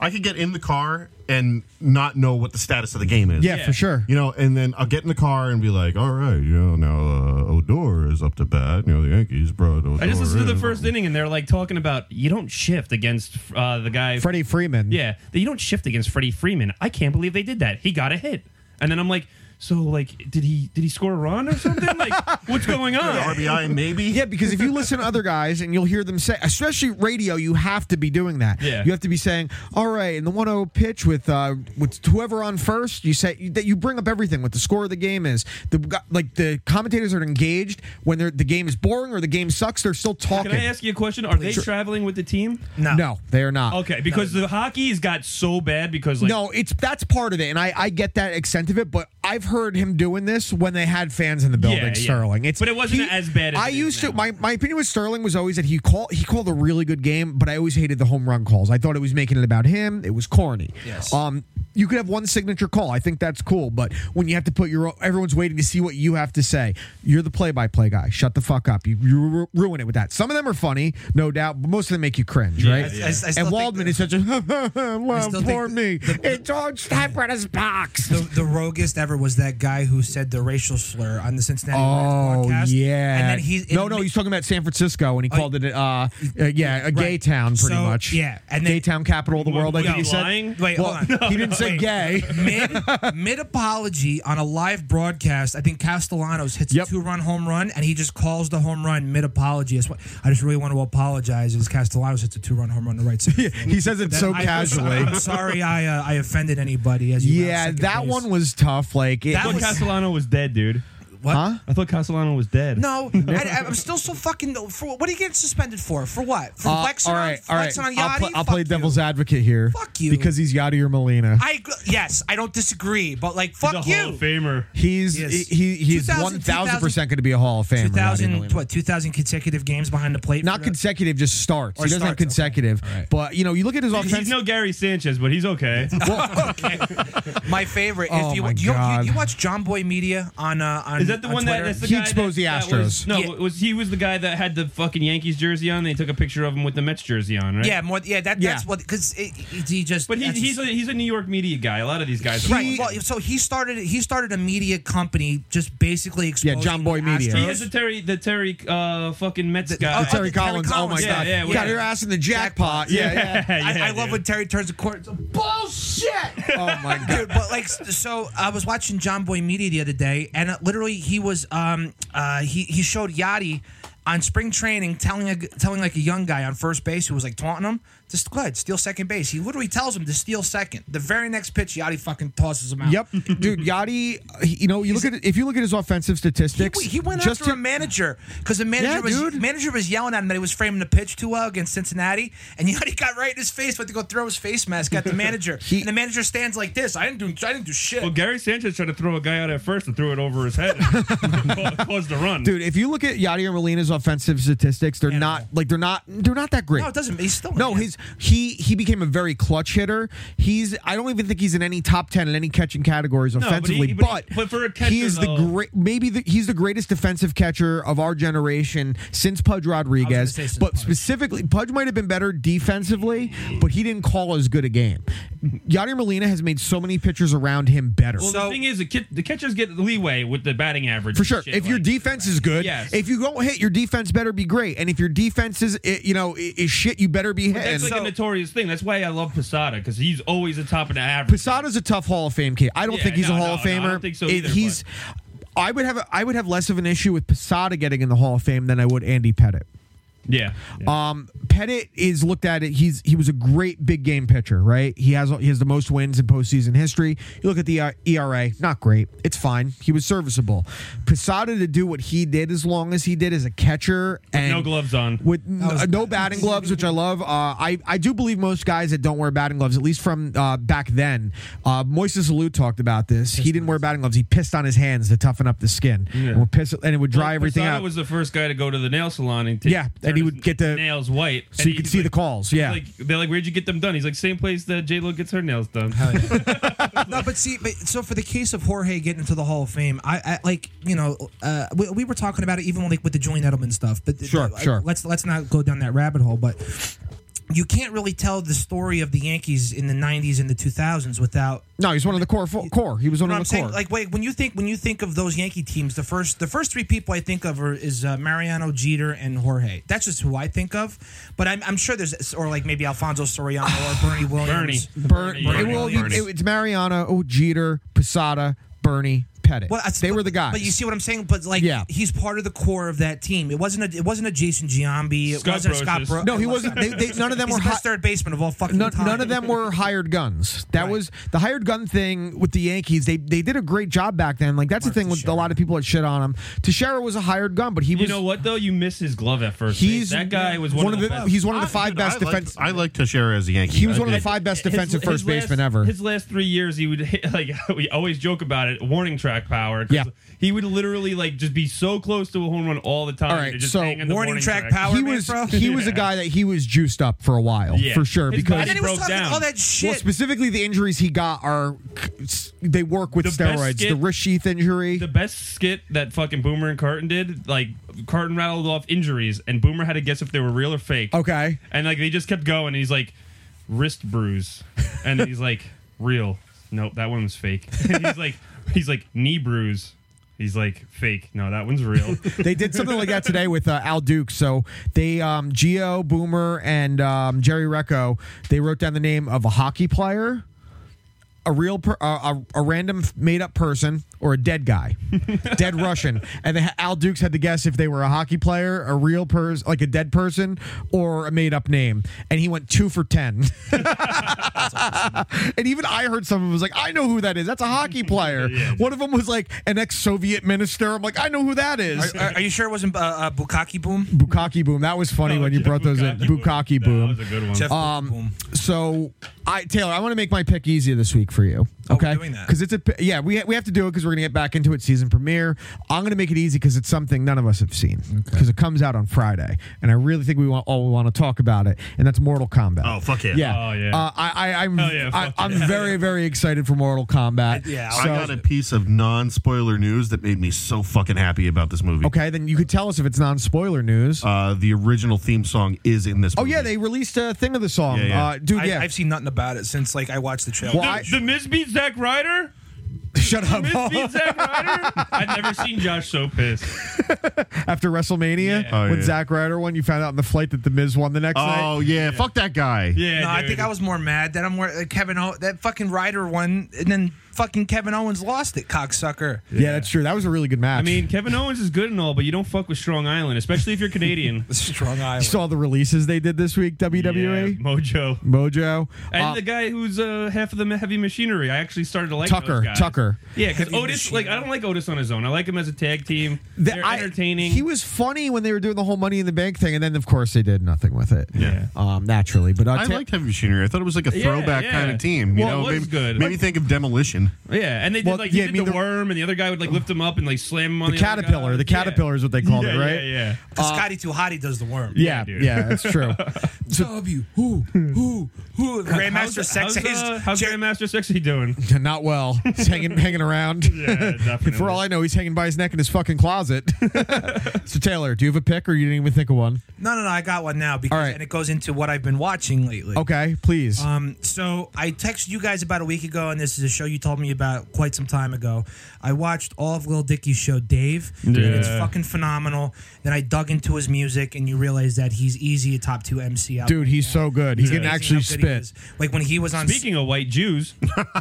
Speaker 3: I could get in the car and not know what the status of the game is.
Speaker 2: yeah, for sure.
Speaker 3: You know, and then I'll get in the car and be like, "All right, you know, now uh, Odor is up to bat. You know, the Yankees brought Odor."
Speaker 4: I just listened to the
Speaker 3: in.
Speaker 4: first inning, and they're like talking about you don't shift against uh, the guy.
Speaker 2: Freddie Freeman.
Speaker 4: Yeah, that you don't shift against Freddie Freeman. I can't believe they did that. He got a hit, and then I'm like, so like, did he did he score a run or something? Like, what's going on?
Speaker 3: RBI, maybe.
Speaker 2: Yeah, because if you listen to other guys and you'll hear them say, especially radio, you have to be doing that.
Speaker 4: Yeah.
Speaker 2: You have to be saying, all right, in the 1 0 pitch with uh, with whoever on first, you say that you bring up everything, what the score of the game is. The gu- Like the commentators are engaged when they're, the game is boring or the game sucks, they're still talking.
Speaker 4: Can I ask you a question? Are they traveling with the team?
Speaker 1: no,
Speaker 2: No, they are not.
Speaker 4: Okay, because the hockey's got so bad because like
Speaker 2: No, it's that's part of it, and I, I get that extent of it, but I've heard him doing this when they had fans in the building.
Speaker 4: yeah.
Speaker 2: Sterling, it's
Speaker 4: But it wasn't as bad as
Speaker 2: I
Speaker 4: it is
Speaker 2: used
Speaker 4: now.
Speaker 2: to. My my opinion with Sterling was always that he called he called a really good game, but I always hated the home run calls. I thought it was making it about him. It was corny.
Speaker 1: Yes.
Speaker 2: Um, you could have one signature call. I think that's cool, but when you have to put your everyone's waiting to see what you have to say, you're the play by play guy. Shut the fuck up. You, you ru- ruin it with that. Some of them are funny, no doubt, but most of them make you cringe,
Speaker 4: Yeah,
Speaker 2: right?
Speaker 1: I- I- I still
Speaker 2: and
Speaker 1: think
Speaker 2: Waldman
Speaker 1: that-
Speaker 2: is such a well,
Speaker 1: still think
Speaker 2: poor me. it's on Steinbrenner's box.
Speaker 1: The, the roguest ever was that guy who said the racial slur on the Cincinnati Reds
Speaker 2: Oh
Speaker 1: broadcast.
Speaker 2: yeah.
Speaker 1: and then he Oh,
Speaker 2: no, no, he's talking about San Francisco, and he called it, uh, uh, yeah, a gay
Speaker 1: right.
Speaker 2: town, pretty
Speaker 1: So,
Speaker 2: much.
Speaker 1: yeah, and
Speaker 2: gay
Speaker 1: then-
Speaker 2: town capital of the world. I
Speaker 4: What,
Speaker 2: think he
Speaker 4: you
Speaker 2: said.
Speaker 4: lying?
Speaker 1: Wait,
Speaker 2: Well,
Speaker 1: hold on.
Speaker 2: he didn't said gay.
Speaker 1: mid mid apology on a live broadcast. I think Castellanos hits
Speaker 2: Yep.
Speaker 1: a two run home run, and he just calls the home run mid apology. I just really want to apologize as Castellanos hits a two run home run to right center.
Speaker 2: He says it so
Speaker 1: I-
Speaker 2: casually.
Speaker 1: I'm sorry, I uh, I offended anybody. As you
Speaker 2: Yeah,
Speaker 1: round second
Speaker 2: that
Speaker 1: base.
Speaker 2: one was tough. Like, it
Speaker 1: That
Speaker 4: I thought
Speaker 1: was-
Speaker 4: Castellano was dead, dude.
Speaker 1: What?
Speaker 2: huh?
Speaker 4: I thought Castellano was dead.
Speaker 1: No, I, am still so fucking. For what are you getting suspended for? For what? For
Speaker 2: Uh,
Speaker 1: flexing, on, flexing on Yachty?
Speaker 2: I'll, pl- I'll
Speaker 1: Fuck
Speaker 2: play
Speaker 1: you.
Speaker 2: devil's advocate here.
Speaker 1: Fuck you.
Speaker 2: Because he's Yachty or Molina.
Speaker 1: I agree- yes, I don't disagree, but like,
Speaker 4: He's a
Speaker 1: fuck
Speaker 4: Hall
Speaker 1: you.
Speaker 4: of Famer.
Speaker 2: he's
Speaker 1: Yes.
Speaker 2: he, he's
Speaker 1: 2000,
Speaker 2: one thousand percent going to be a Hall of Famer. Yachty
Speaker 1: 2000
Speaker 2: Molina.
Speaker 1: what 2000 consecutive games behind the plate
Speaker 2: Not
Speaker 1: for the-
Speaker 2: consecutive, just starts.
Speaker 1: Or
Speaker 2: he doesn't have
Speaker 1: starts, okay.
Speaker 2: consecutive,
Speaker 1: All right.
Speaker 2: but you know, you look at his
Speaker 4: He's
Speaker 2: offense.
Speaker 4: no Gary Sanchez, but he's okay.
Speaker 1: my favorite
Speaker 2: Oh
Speaker 1: if you,
Speaker 2: my
Speaker 1: you, you
Speaker 2: God.
Speaker 1: you watch John Boy Media on uh, on
Speaker 4: Is that the
Speaker 1: on
Speaker 4: one that,
Speaker 1: Twitter?
Speaker 4: that's the
Speaker 2: He
Speaker 4: guy
Speaker 2: exposed the
Speaker 4: that, that was-
Speaker 2: Astros.
Speaker 4: no,
Speaker 1: Yeah.
Speaker 4: was he was the guy that had the fucking Yankees jersey on? They took a picture of him with the Mets jersey on, right?
Speaker 1: yeah more yeah that
Speaker 2: Yeah.
Speaker 1: that's what because he just
Speaker 4: but he,
Speaker 1: that's
Speaker 4: he's a, he's a New York media guy. A lot of these guys, are
Speaker 1: right well so he started he started a media company just basically exposing
Speaker 2: John Boy
Speaker 1: the
Speaker 2: Media.
Speaker 4: He
Speaker 1: Astros.
Speaker 4: has the Terry the Terry uh, fucking Mets guy.
Speaker 1: oh,
Speaker 2: Terry
Speaker 1: Terry
Speaker 2: Collins. Oh my
Speaker 1: Collins.
Speaker 2: God!
Speaker 4: Yeah, yeah,
Speaker 2: Got
Speaker 4: yeah.
Speaker 2: your ass in the jackpot. Yeah, yeah.
Speaker 1: I, I love
Speaker 4: dude.
Speaker 1: when Terry turns the court. It's a bullshit.
Speaker 2: oh my God!
Speaker 1: dude. But like, s- so I was watching John Boy Media the other day, and uh, literally he was um uh he he showed Yachty on spring training telling a g- telling like a young guy on first base who was like taunting him to go ahead steal second base. He literally tells him to steal second. The very next pitch, Yachty fucking tosses him out.
Speaker 2: Yep, dude. Yachty, uh, he- you know, you look at if you look at his offensive
Speaker 1: He,
Speaker 2: statistics.
Speaker 1: he went
Speaker 2: just
Speaker 1: after
Speaker 2: to-
Speaker 1: a manager because the manager
Speaker 2: Yeah,
Speaker 1: was
Speaker 2: dude.
Speaker 1: manager was yelling at him that he was framing the pitch too well against Cincinnati, and Yachty got right in his face, went to go throw his face mask at the manager, and the manager stands like this. I didn't do I didn't do shit.
Speaker 4: Well, Gary Sanchez tried to throw a guy out at first and threw it over his head, Ca- caused the run.
Speaker 2: dude. If you look at Yadier Molina's offensive statics, they're not like they're not they're not that great.
Speaker 1: no, it doesn't. He's still
Speaker 2: No,
Speaker 1: he's.
Speaker 2: his he he became a very clutch hitter. He's I don't even think he's in any top ten in any catching categories
Speaker 4: he-
Speaker 2: offensively.
Speaker 4: but
Speaker 2: but,
Speaker 4: he- but for a catcher,
Speaker 2: he is the
Speaker 4: though-
Speaker 2: great. Maybe the, he's the greatest defensive catcher of our generation since Pudge Rodriguez.
Speaker 1: say since
Speaker 2: but
Speaker 1: Pudge.
Speaker 2: specifically, Pudge might have been better defensively, but he didn't call as good a game. Yadier Molina has made so many pitchers around him better.
Speaker 4: Well,
Speaker 1: So-
Speaker 4: the thing is, the, kid, the catchers get leeway with the batting average.
Speaker 2: For
Speaker 4: and
Speaker 2: sure.
Speaker 4: shit,
Speaker 2: if your
Speaker 4: like-
Speaker 2: defense is good,
Speaker 4: Yes.
Speaker 2: if you don't hit, your defense better be great. And if your defense is, eh, you know, i- is shit, you better be hitting.
Speaker 4: that's like a notorious thing. That's why I love Posada because he's always the top of the average.
Speaker 2: Posada's a tough Hall of Fame kid. I don't
Speaker 4: Yeah,
Speaker 2: think he's
Speaker 4: no,
Speaker 2: a Hall of
Speaker 4: no, no, I
Speaker 2: Famer.
Speaker 4: don't think so
Speaker 2: It-
Speaker 4: either,
Speaker 2: he's. I would have a, I would have less of an issue with Posada getting in the Hall of Fame than I would Andy Pettit.
Speaker 4: yeah. Yeah.
Speaker 2: Um, Pettit is looked at it. He's he was a great big game pitcher, right? He has he has the most wins in postseason history. You look at the uh, ERA, not great. It's fine. He was serviceable. Posada to do what he did as long as he did as a catcher and
Speaker 4: no gloves on.
Speaker 2: with n- uh, no batting gloves, which I love. Uh, I I do believe most guys that don't wear batting gloves, at least from uh, back then. Uh, Moises Alou talked about this. He didn't wear batting gloves. He pissed on his hands to toughen up the skin, and, would piss, and it would dry
Speaker 4: Well,
Speaker 2: everything
Speaker 4: Posada
Speaker 2: out.
Speaker 4: was the first guy to go to the nail salon and take,
Speaker 2: Yeah, and
Speaker 4: turn
Speaker 2: he
Speaker 4: his
Speaker 2: would get the-
Speaker 4: nails white,
Speaker 2: so
Speaker 4: And
Speaker 2: you could
Speaker 4: he's
Speaker 2: see the
Speaker 4: like-
Speaker 2: calls. Yeah,
Speaker 4: Like they're like, where'd you get them done? He's like, same place that J Lo gets her nails done.
Speaker 1: no, Uh, but see, but, so for the case of Jorge getting into the Hall of Fame, I, I like you know uh, we, we were talking about it even like with the Julian Edelman stuff. But
Speaker 2: Sure,
Speaker 1: I-
Speaker 2: sure.
Speaker 1: Let's let's not go down that rabbit hole, but. You can't really tell the story of the Yankees in the '90s and the 2000s without.
Speaker 2: no, he's one of the core. Fo- core. He was one
Speaker 1: You know what I'm
Speaker 2: of the core.
Speaker 1: saying? Like, wait, when you think when you think of those Yankee teams, the first the first three people I think of are is uh, Mariano, Jeter, and Jorge. That's just who I think of. But I'm, I'm sure there's or like maybe Alfonso Soriano or Bernie
Speaker 4: Bernie,
Speaker 1: Williams.
Speaker 2: Bur-
Speaker 4: Bernie,
Speaker 2: it
Speaker 4: Bernie.
Speaker 2: will be-
Speaker 1: Bernie.
Speaker 2: it- it's Mariano, oh, Jeter, Posada, Bernie, Pettit.
Speaker 1: Well, I-
Speaker 2: they
Speaker 1: but-
Speaker 2: were the guys.
Speaker 1: But you see what I'm saying? But like,
Speaker 2: Yeah.
Speaker 1: he's part of the core of that team. It wasn't a it wasn't a Jason Giambi. It
Speaker 4: Scott
Speaker 1: wasn't a Scott
Speaker 4: Brosius.
Speaker 1: Bro.
Speaker 2: no, he wasn't. They, they, none of them
Speaker 1: He's
Speaker 2: were
Speaker 1: the best
Speaker 2: hi-
Speaker 1: third baseman of all fucking
Speaker 2: None,
Speaker 1: time.
Speaker 2: none of them were hired guns. That was the hired gun thing with the Yankees. They they did a great job back then. Like that's the thing with a lot of people that shit on him. Teixeira was a hired gun, but he
Speaker 4: You
Speaker 2: was
Speaker 4: know what though? You miss his glove at first. base.
Speaker 2: he's
Speaker 4: that guy was one, of the, best.
Speaker 2: he's one of the five
Speaker 3: Dude,
Speaker 2: best
Speaker 3: I liked-
Speaker 2: defense.
Speaker 3: I like Teixeira as a Yankee.
Speaker 2: he was
Speaker 3: I
Speaker 2: one of the
Speaker 3: did.
Speaker 2: five best
Speaker 4: His-
Speaker 2: defensive
Speaker 4: his
Speaker 2: first baseman
Speaker 4: last-
Speaker 2: ever.
Speaker 4: His last three years, he would hit, like we always joke about it. Warning track power. 'cause
Speaker 2: Yeah.
Speaker 4: he would literally like just be so close to a home run all the time.
Speaker 2: All right,
Speaker 4: to just
Speaker 2: so
Speaker 4: hang on the
Speaker 1: Warning track power.
Speaker 2: he
Speaker 1: man,
Speaker 2: was
Speaker 1: bro.
Speaker 2: he was a guy that he was juiced up for a while
Speaker 4: Yeah.
Speaker 2: for sure
Speaker 4: His
Speaker 2: because
Speaker 1: And then he was
Speaker 4: broke
Speaker 1: talking
Speaker 4: down.
Speaker 1: all that shit.
Speaker 2: Well, specifically the injuries he got are they work with
Speaker 4: The best
Speaker 2: steroids. the
Speaker 4: skit-
Speaker 2: wrist sheath injury.
Speaker 4: The best skit that fucking Boomer and Carton did, like Carton rattled off injuries, and Boomer had to guess if they were real or fake.
Speaker 2: okay.
Speaker 4: And like they just kept going, and he's like, wrist bruise, and then he's like, real. Nope, that one was fake. And he's like, he's like knee bruise. He's like fake. No, that one's real.
Speaker 2: they did something like that today with uh, Al Duke. So they, um, Geo Boomer and um, Jerry Recco, they wrote down the name of a hockey player, a real per, uh, a, a random made up person or a dead guy, dead Russian, and they, ha- Al Dukes had to guess if they were a hockey player, a real person, like a dead person, or a made up name, and he went two for ten. and even I heard some of them was like, I know who that is. That's a hockey player. One of them was like an ex Soviet minister. I'm like, I know who that is.
Speaker 1: Are, are- are you sure it wasn't uh, uh, Bukaki Boom?
Speaker 2: Bukaki boom. That was funny when you
Speaker 4: Jeff
Speaker 2: brought those in. Bukaki boom.
Speaker 4: That was a good one.
Speaker 1: Jeff Boom.
Speaker 2: Um, so I Taylor, I want to make my pick easier this week for you.
Speaker 1: we're
Speaker 2: Okay,
Speaker 1: doing that.
Speaker 2: because it's a pi- yeah we ha- we have to do it because we're gonna get back into it season premiere. I'm gonna make it easy because it's something none of us have seen because it comes out on Friday, and I really think we want all we want to talk about it, and that's Mortal Kombat.
Speaker 3: Oh, fuck yeah.
Speaker 2: Yeah,
Speaker 4: Oh, yeah.
Speaker 2: Uh, I, I I'm
Speaker 4: Hell yeah, fuck
Speaker 2: I, I'm
Speaker 4: yeah.
Speaker 2: very very excited for Mortal Kombat.
Speaker 1: yeah,
Speaker 3: I got a piece of non spoiler news that made me so fucking happy about this movie.
Speaker 2: Okay, then you could tell us if it's non spoiler news.
Speaker 3: Uh, the original theme song is in this
Speaker 2: oh
Speaker 3: movie.
Speaker 2: yeah, they released a thing of the song,
Speaker 3: Yeah, yeah.
Speaker 2: Uh, dude.
Speaker 1: I,
Speaker 2: yeah,
Speaker 1: I've seen nothing about it since like I watched the trailer.
Speaker 2: Well, I-
Speaker 4: the Miz beat Zack Ryder.
Speaker 2: shut up.
Speaker 4: Miz beat Zack Ryder. I've never seen Josh so pissed.
Speaker 2: after WrestleMania
Speaker 4: Yeah.
Speaker 3: Oh,
Speaker 2: when
Speaker 3: yeah.
Speaker 2: Zack Ryder won. You found out on the flight that the Miz won the next night.
Speaker 3: Oh, yeah. Fuck that guy.
Speaker 4: Yeah,
Speaker 1: no, I
Speaker 4: dude.
Speaker 1: think I was more mad that I'm where uh, Kevin o- that fucking Ryder won, and then fucking Kevin Owens lost it, cocksucker.
Speaker 2: Yeah. that's true. That was a really good match.
Speaker 4: I mean, Kevin Owens is good and all, but you don't fuck with Strong Island, especially if you're Canadian.
Speaker 1: Strong Island.
Speaker 2: you saw the releases they did this week. WWE
Speaker 4: Yeah, Mojo.
Speaker 2: Mojo
Speaker 4: And
Speaker 2: Uh,
Speaker 4: the guy who's uh, half of the heavy machinery, I actually started to like
Speaker 2: Tucker.
Speaker 4: those guys.
Speaker 2: Tucker.
Speaker 4: Yeah, because
Speaker 1: Heavy
Speaker 4: Otis, like, I don't like Otis on his own. I like him as a tag team.
Speaker 2: the-
Speaker 4: They're
Speaker 2: I-
Speaker 4: entertaining.
Speaker 2: he was funny when they were doing the whole Money in the Bank thing, and then of course they did nothing with it.
Speaker 4: Yeah.
Speaker 2: um, naturally. But uh,
Speaker 3: I
Speaker 2: Ta-
Speaker 3: liked Heavy Machinery. I thought it was like a
Speaker 4: Yeah,
Speaker 3: throwback
Speaker 4: yeah.
Speaker 3: kind of team. You
Speaker 4: Well,
Speaker 3: know,
Speaker 4: it was
Speaker 3: made,
Speaker 4: good.
Speaker 3: made me think of Demolition.
Speaker 4: yeah, and they did
Speaker 2: Well,
Speaker 4: like
Speaker 2: yeah,
Speaker 4: yeah,
Speaker 2: I
Speaker 4: did
Speaker 2: mean,
Speaker 4: the,
Speaker 2: the-
Speaker 4: worm, and the other guy would like lift him up and like slam him on
Speaker 2: the
Speaker 4: the, other
Speaker 2: caterpillar.
Speaker 4: guy.
Speaker 2: The caterpillar is what they called
Speaker 4: yeah.
Speaker 2: it,
Speaker 4: yeah,
Speaker 2: right?
Speaker 4: Yeah,
Speaker 1: Because Scotty Too Hot, he does the worm.
Speaker 2: uh, Yeah,
Speaker 4: dude.
Speaker 2: yeah, that's true.
Speaker 1: W who who who Grandmaster
Speaker 4: How's-
Speaker 1: Sex
Speaker 4: how's, uh,
Speaker 1: is
Speaker 4: how's
Speaker 1: Jer-
Speaker 4: Grandmaster Sexy doing?
Speaker 2: Not well. He's hanging hanging around.
Speaker 4: Yeah, definitely.
Speaker 2: For all I know, he's hanging by his neck in his fucking closet. so Taylor, do you have a pick, or you didn't even think of one?
Speaker 1: No, no, no. I got one now because
Speaker 2: All right.
Speaker 1: and it goes into what I've been watching lately.
Speaker 2: Okay, please.
Speaker 1: Um, so I texted you guys about a week ago, and this is a show you told me about quite some time ago. I watched all of Lil Dicky's show, Dave, and it's
Speaker 4: Yeah.
Speaker 1: fucking phenomenal. Then I dug into his music, and you realize that he's easy a top two MC out.
Speaker 2: Dude,
Speaker 1: there.
Speaker 2: he's so good. He's
Speaker 1: Amazing
Speaker 2: getting
Speaker 1: how
Speaker 2: actually
Speaker 1: good he
Speaker 2: spit.
Speaker 1: is. Like when he was on
Speaker 4: Speaking of white Jews,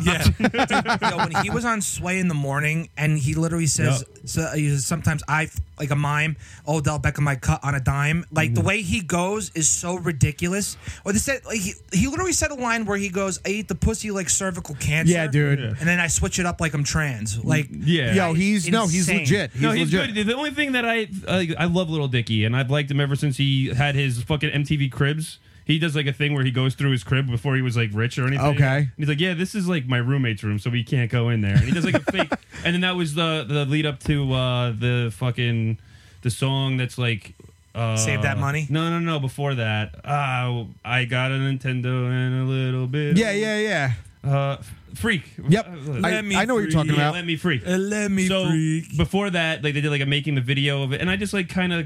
Speaker 1: yeah. Dude, yo, when he was on Sway in the morning, and he literally says, so, uh, he says, "Sometimes I f- like a mime, Odell Beckham, I cut on a dime." Like
Speaker 2: Mm-hmm.
Speaker 1: the way he goes is so ridiculous. Or they said like, he he literally said a line where he goes, "I eat the pussy like cervical cancer."
Speaker 2: Yeah, dude. Yeah.
Speaker 1: And then I switch it up like I'm trans. Like
Speaker 4: yeah,
Speaker 2: Yo, he's no, he's
Speaker 1: Insane.
Speaker 2: legit. He's,
Speaker 4: no, he's
Speaker 2: legit.
Speaker 4: good. The only thing that I uh, I love Little Dicky, and I've liked him ever since he had his fucking MTV Cribs. He does like a thing where he goes through his crib before he was like rich or anything.
Speaker 2: Okay.
Speaker 4: And he's like, yeah, this is like my roommate's room, so we can't go in there. And he does like a fake. And then that was the the lead up to uh, the fucking the song that's like. Uh,
Speaker 1: Save That Money?
Speaker 4: No, no, no. Before that, uh, I got a Nintendo and a little bit.
Speaker 2: Yeah, yeah, yeah.
Speaker 4: Uh, freak.
Speaker 2: Yep.
Speaker 4: Uh,
Speaker 2: I,
Speaker 1: Let me
Speaker 2: I know what you're
Speaker 1: free-
Speaker 2: talking
Speaker 4: yeah,
Speaker 2: about.
Speaker 4: Let me freak
Speaker 1: Uh, let me
Speaker 4: so
Speaker 1: freak.
Speaker 4: before that, like they did like a making the video of it, and I just like kind of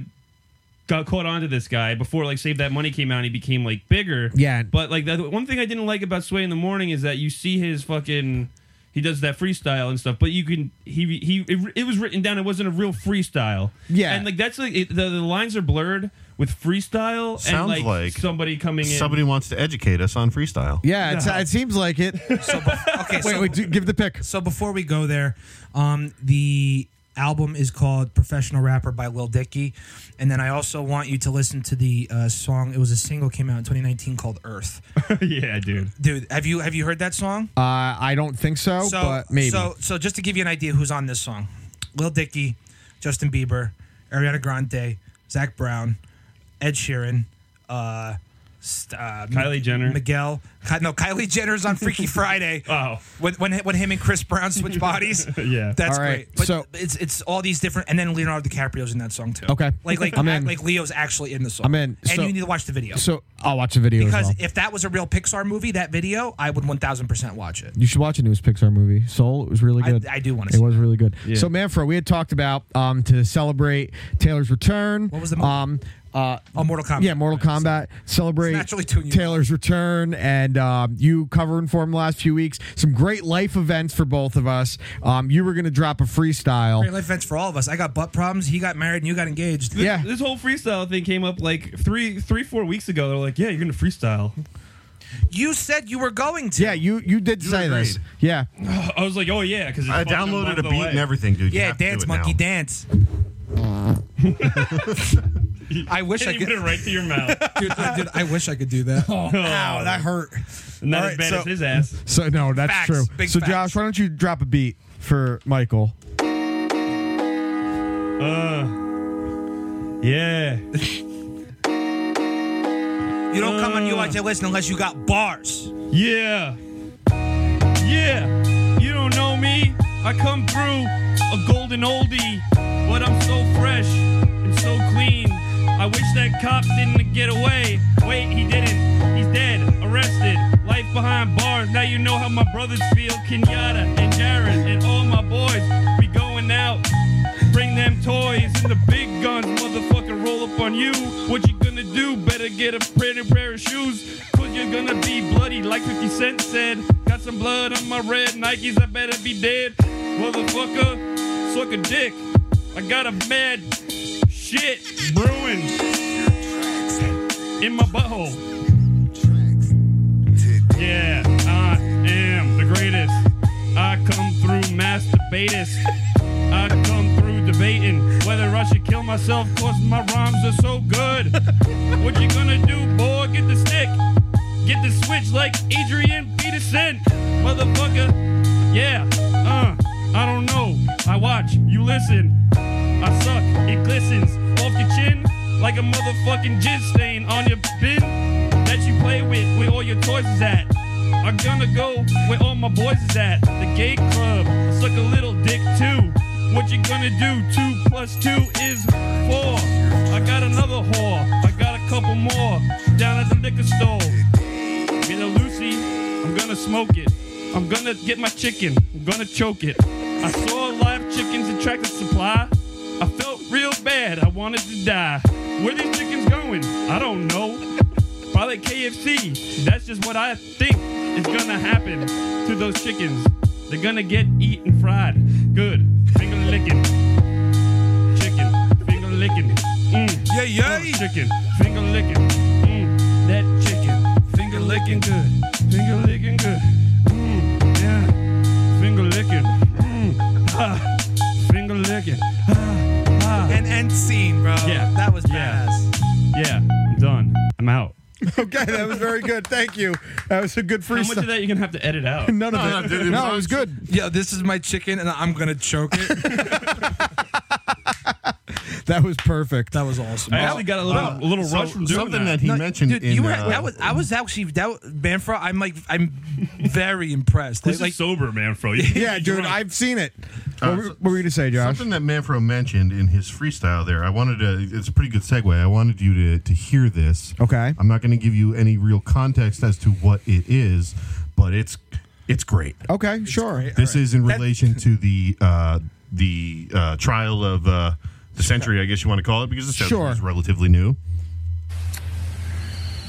Speaker 4: got caught on to this guy before like Save That Money came out and he became like bigger.
Speaker 2: Yeah.
Speaker 4: But like the one thing I didn't like about Sway in the morning is that you see his fucking he does that freestyle and stuff, but you can he he it, it was written down. It wasn't a real freestyle.
Speaker 2: Yeah.
Speaker 4: And like that's like it, the the lines are blurred with freestyle and
Speaker 3: Sounds
Speaker 4: like,
Speaker 3: like
Speaker 4: somebody coming in.
Speaker 3: Somebody wants to educate us on freestyle.
Speaker 2: yeah, it's, it seems like it.
Speaker 1: So bef- okay,
Speaker 2: wait,
Speaker 1: so
Speaker 2: wait, do, give the pick.
Speaker 1: So before we go there, um, the album is called "Professional Rapper" by Lil Dicky, and then I also want you to listen to the uh, song. It was a single came out in 2019 called "Earth."
Speaker 4: yeah, dude.
Speaker 1: Dude, have you have you heard that song?
Speaker 2: Uh, I don't think so, Oh, but maybe.
Speaker 1: So so just to give you an idea, who's on this song? Lil Dicky, Justin Bieber, Ariana Grande, Zach Brown, Ed Sheeran. Uh, st- uh,
Speaker 4: Kylie Jenner.
Speaker 1: Miguel, Ki- no, Kylie Jenner's on Freaky Friday.
Speaker 4: Wow.
Speaker 1: when, when when him and Chris Brown switch bodies.
Speaker 4: Yeah.
Speaker 1: that's
Speaker 2: All right,
Speaker 1: great. But
Speaker 2: so-
Speaker 1: it's it's all these different, and then Leonardo DiCaprio's in that song too.
Speaker 2: Okay.
Speaker 1: like like
Speaker 2: I'm in.
Speaker 1: like Leo's actually in the song.
Speaker 2: I'm in.
Speaker 1: and
Speaker 2: So-
Speaker 1: you need to watch the video
Speaker 2: so I'll watch the video
Speaker 1: because
Speaker 2: as well.
Speaker 1: if that was a real Pixar movie, that video, I would one thousand percent watch it.
Speaker 2: you should watch the newest Pixar movie, Soul. It was really
Speaker 1: I-
Speaker 2: good.
Speaker 1: I do wanna
Speaker 2: It
Speaker 1: see
Speaker 2: was really good.
Speaker 4: Yeah.
Speaker 2: So Manfro, we had talked about um, to celebrate Taylor's return. What
Speaker 1: was the movie?
Speaker 2: Um, uh,
Speaker 1: Oh, Mortal Kombat.
Speaker 2: Yeah, Mortal Kombat. Celebrate
Speaker 1: It's naturally tuning you.
Speaker 2: Taylor's return and um, you covering for him the last few weeks. Some great life events for both of us. Um, you were going to drop a freestyle.
Speaker 1: Great life events for all of us. I got butt problems. He got married and you got engaged.
Speaker 2: Yeah.
Speaker 4: This whole freestyle thing came up like three, three, four weeks ago. They're like, "Yeah, you're gonna freestyle."
Speaker 1: You said you were going to.
Speaker 2: Yeah, you you did say this.
Speaker 3: agreed.
Speaker 2: Yeah,
Speaker 4: I was like, oh yeah, because
Speaker 3: I downloaded a beat and everything, dude. You
Speaker 1: Yeah,
Speaker 3: have to do
Speaker 1: dance,
Speaker 3: it
Speaker 1: monkey,
Speaker 3: now.
Speaker 1: dance. I wish I
Speaker 4: Can't
Speaker 1: could.
Speaker 4: even put it right to your mouth.
Speaker 1: Dude, I- dude, I wish I could do that. Oh,
Speaker 4: wow,
Speaker 1: that hurt.
Speaker 4: Not
Speaker 1: All
Speaker 4: as
Speaker 1: right,
Speaker 4: bad
Speaker 1: so-
Speaker 4: as his ass.
Speaker 2: so no, that's
Speaker 1: Facts,
Speaker 2: true.
Speaker 1: big
Speaker 2: so
Speaker 1: facts.
Speaker 2: Josh, why don't you drop a beat for Michael?
Speaker 4: Uh, Yeah.
Speaker 1: You don't come on UIJ listen unless you got bars.
Speaker 4: Yeah. Yeah. You don't know me. I come through a golden oldie, but I'm so fresh and so clean. I wish that cop didn't get away. Wait, he didn't. He's dead, arrested, life behind bars. Now you know how my brothers feel. Kenyatta and Jared and all my boys be going out. Bring them toys and the big guns, motherfucker, roll up on you. What you gonna do? Better get a pretty pair of shoes. Cause you're gonna be bloody, like 50 Cent said. Got some blood on my red Nikes, I better be dead. Motherfucker, suck a dick. I got a mad shit brewing in my butthole. Yeah, I am the greatest. I come through masturbatist. I come through debating whether I should kill myself cause my rhymes are so good. what you gonna do, boy? Get the stick. Get the switch like Adrian Peterson. Motherfucker. Yeah, uh, I don't know. I watch, you listen. I suck, it glistens off your chin like a motherfucking jizz stain on your bin that you play with where all your toys is at. I'm gonna go where all my boys is at, the gay club. Suck a little dick too. What you gonna do? Two plus two is four. I got another whore. I got a couple more down at the liquor store. You know, Lucy, I'm gonna smoke it. I'm gonna get my chicken. I'm gonna choke it. I saw live chickens at Tractor Supply. I felt real bad. I wanted to die. Where these chickens going? I don't know. Probably KFC. That's just what I think is gonna happen to those chickens. They're gonna get eaten fried. Good. Finger licking. Chicken. Finger licking. Mm.
Speaker 1: Yeah, yeah.
Speaker 4: Oh, chicken, finger licking. Mm, that chicken, finger licking good. Finger licking good. Mm, yeah. Finger licking. Mm, ah, finger licking. Ah, ah.
Speaker 1: And end scene, bro.
Speaker 4: Yeah.
Speaker 1: That was
Speaker 4: Yeah.
Speaker 1: badass.
Speaker 4: Yeah, I'm done. I'm out.
Speaker 2: Okay, that was very good. Thank you. That was a good
Speaker 4: How much of
Speaker 2: freestyle.
Speaker 4: that you're gonna have to edit out?
Speaker 2: None
Speaker 3: No,
Speaker 2: of
Speaker 3: no, dude,
Speaker 2: it.
Speaker 3: it
Speaker 2: No, it
Speaker 3: was-
Speaker 2: was good.
Speaker 1: Yo, this is my chicken, and I'm gonna choke it.
Speaker 2: That was perfect.
Speaker 1: that was awesome.
Speaker 4: I actually got a little, a little rush from doing
Speaker 3: something
Speaker 4: that.
Speaker 3: he
Speaker 1: No,
Speaker 3: mentioned
Speaker 1: dude,
Speaker 3: in
Speaker 1: you were,
Speaker 3: uh,
Speaker 1: that was I was actually that was- Manfro. I'm like I'm very impressed.
Speaker 4: This
Speaker 1: Like, like
Speaker 4: is sober, man, bro.
Speaker 2: Yeah, dude,
Speaker 4: I.
Speaker 2: I've seen it.
Speaker 3: Uh,
Speaker 2: what, were,
Speaker 3: so-
Speaker 2: what were you gonna say, Josh?
Speaker 3: Something that Manfro mentioned in his freestyle there, I wanted to. It's a pretty good segue. I wanted you to to hear this.
Speaker 2: Okay.
Speaker 3: I'm not going to give you any real context as to what it is, but it's it's great.
Speaker 2: Okay, sure.
Speaker 3: This is in relation to the uh, the uh, trial of uh, the century, I guess you want to call it, because the century
Speaker 2: Sure.
Speaker 3: is relatively new.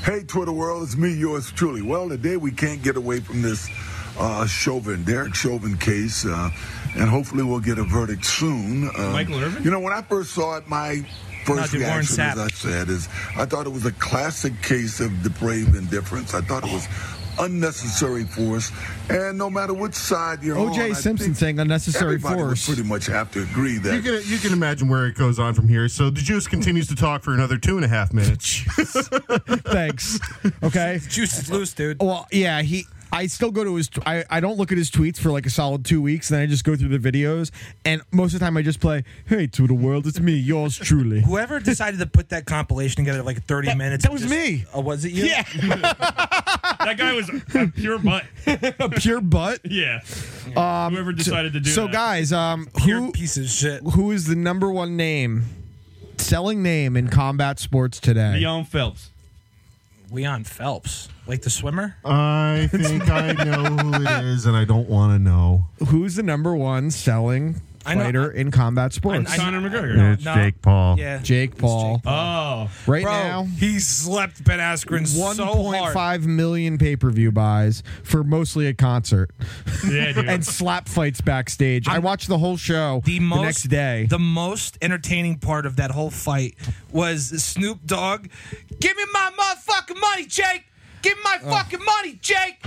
Speaker 5: Hey, Twitter world, it's me, yours truly. Well, today we can't get away from this uh, Chauvin, Derek Chauvin case, uh, and hopefully we'll get a verdict soon. Uh,
Speaker 4: Michael Irvin?
Speaker 5: You know, when I first saw it, my
Speaker 1: No,
Speaker 5: first
Speaker 1: dude, Warren
Speaker 5: reaction, as
Speaker 1: Sapp.
Speaker 5: I said, is I thought it was a classic case of depraved indifference. I thought it was unnecessary force, and no matter which side you're on,
Speaker 2: OJ
Speaker 5: I
Speaker 2: Simpson
Speaker 5: think
Speaker 2: saying unnecessary
Speaker 5: everybody would
Speaker 2: force.
Speaker 5: pretty much have to agree that
Speaker 3: You can you can imagine where it goes on from here. So the juice continues to talk for another two and a half minutes.
Speaker 2: Thanks. Okay.
Speaker 1: juice is loose, dude.
Speaker 2: Well, yeah, he. I still go to his. tw- I, I don't look at his tweets for like a solid two weeks, and then I just go through the videos. And most of the time, I just play, "Hey, to the world, it's me, yours truly."
Speaker 1: Whoever decided to put that compilation together like 30
Speaker 2: That-
Speaker 1: minutes.
Speaker 2: that
Speaker 1: it
Speaker 2: was
Speaker 1: just-
Speaker 2: me.
Speaker 1: Oh, was it you?
Speaker 2: Yeah,
Speaker 4: That guy was a pure butt.
Speaker 2: a pure butt.
Speaker 4: Yeah. Whoever decided to do
Speaker 2: Um, So,
Speaker 4: that.
Speaker 2: guys, um,
Speaker 1: Pure
Speaker 2: who
Speaker 1: piece of shit.
Speaker 2: who is the number one name, selling name in combat sports today?
Speaker 4: Leon Phelps.
Speaker 1: Leon Phelps, like the swimmer.
Speaker 3: I think I know who it is, and I don't want to know.
Speaker 2: Who's the number one selling
Speaker 1: I know-
Speaker 2: fighter in combat sports?
Speaker 1: I-
Speaker 4: Conor McGregor.
Speaker 1: No,
Speaker 3: It's
Speaker 1: no.
Speaker 3: Jake Paul.
Speaker 1: Yeah,
Speaker 2: Jake
Speaker 1: It's
Speaker 2: Paul.
Speaker 4: Oh.
Speaker 2: right
Speaker 1: Bro,
Speaker 2: now,
Speaker 1: he slept Ben Askren
Speaker 2: one
Speaker 1: so
Speaker 2: point
Speaker 1: hard.
Speaker 2: five million pay per view buys for mostly a concert
Speaker 4: Yeah, dude.
Speaker 2: and slap fights backstage. i
Speaker 1: I'm-
Speaker 2: watched the whole show the,
Speaker 1: The most
Speaker 2: next day.
Speaker 1: the most entertaining part of that whole fight was Snoop Dogg. Give me my motherfucking money, Jake. Give me my fucking money, Jake!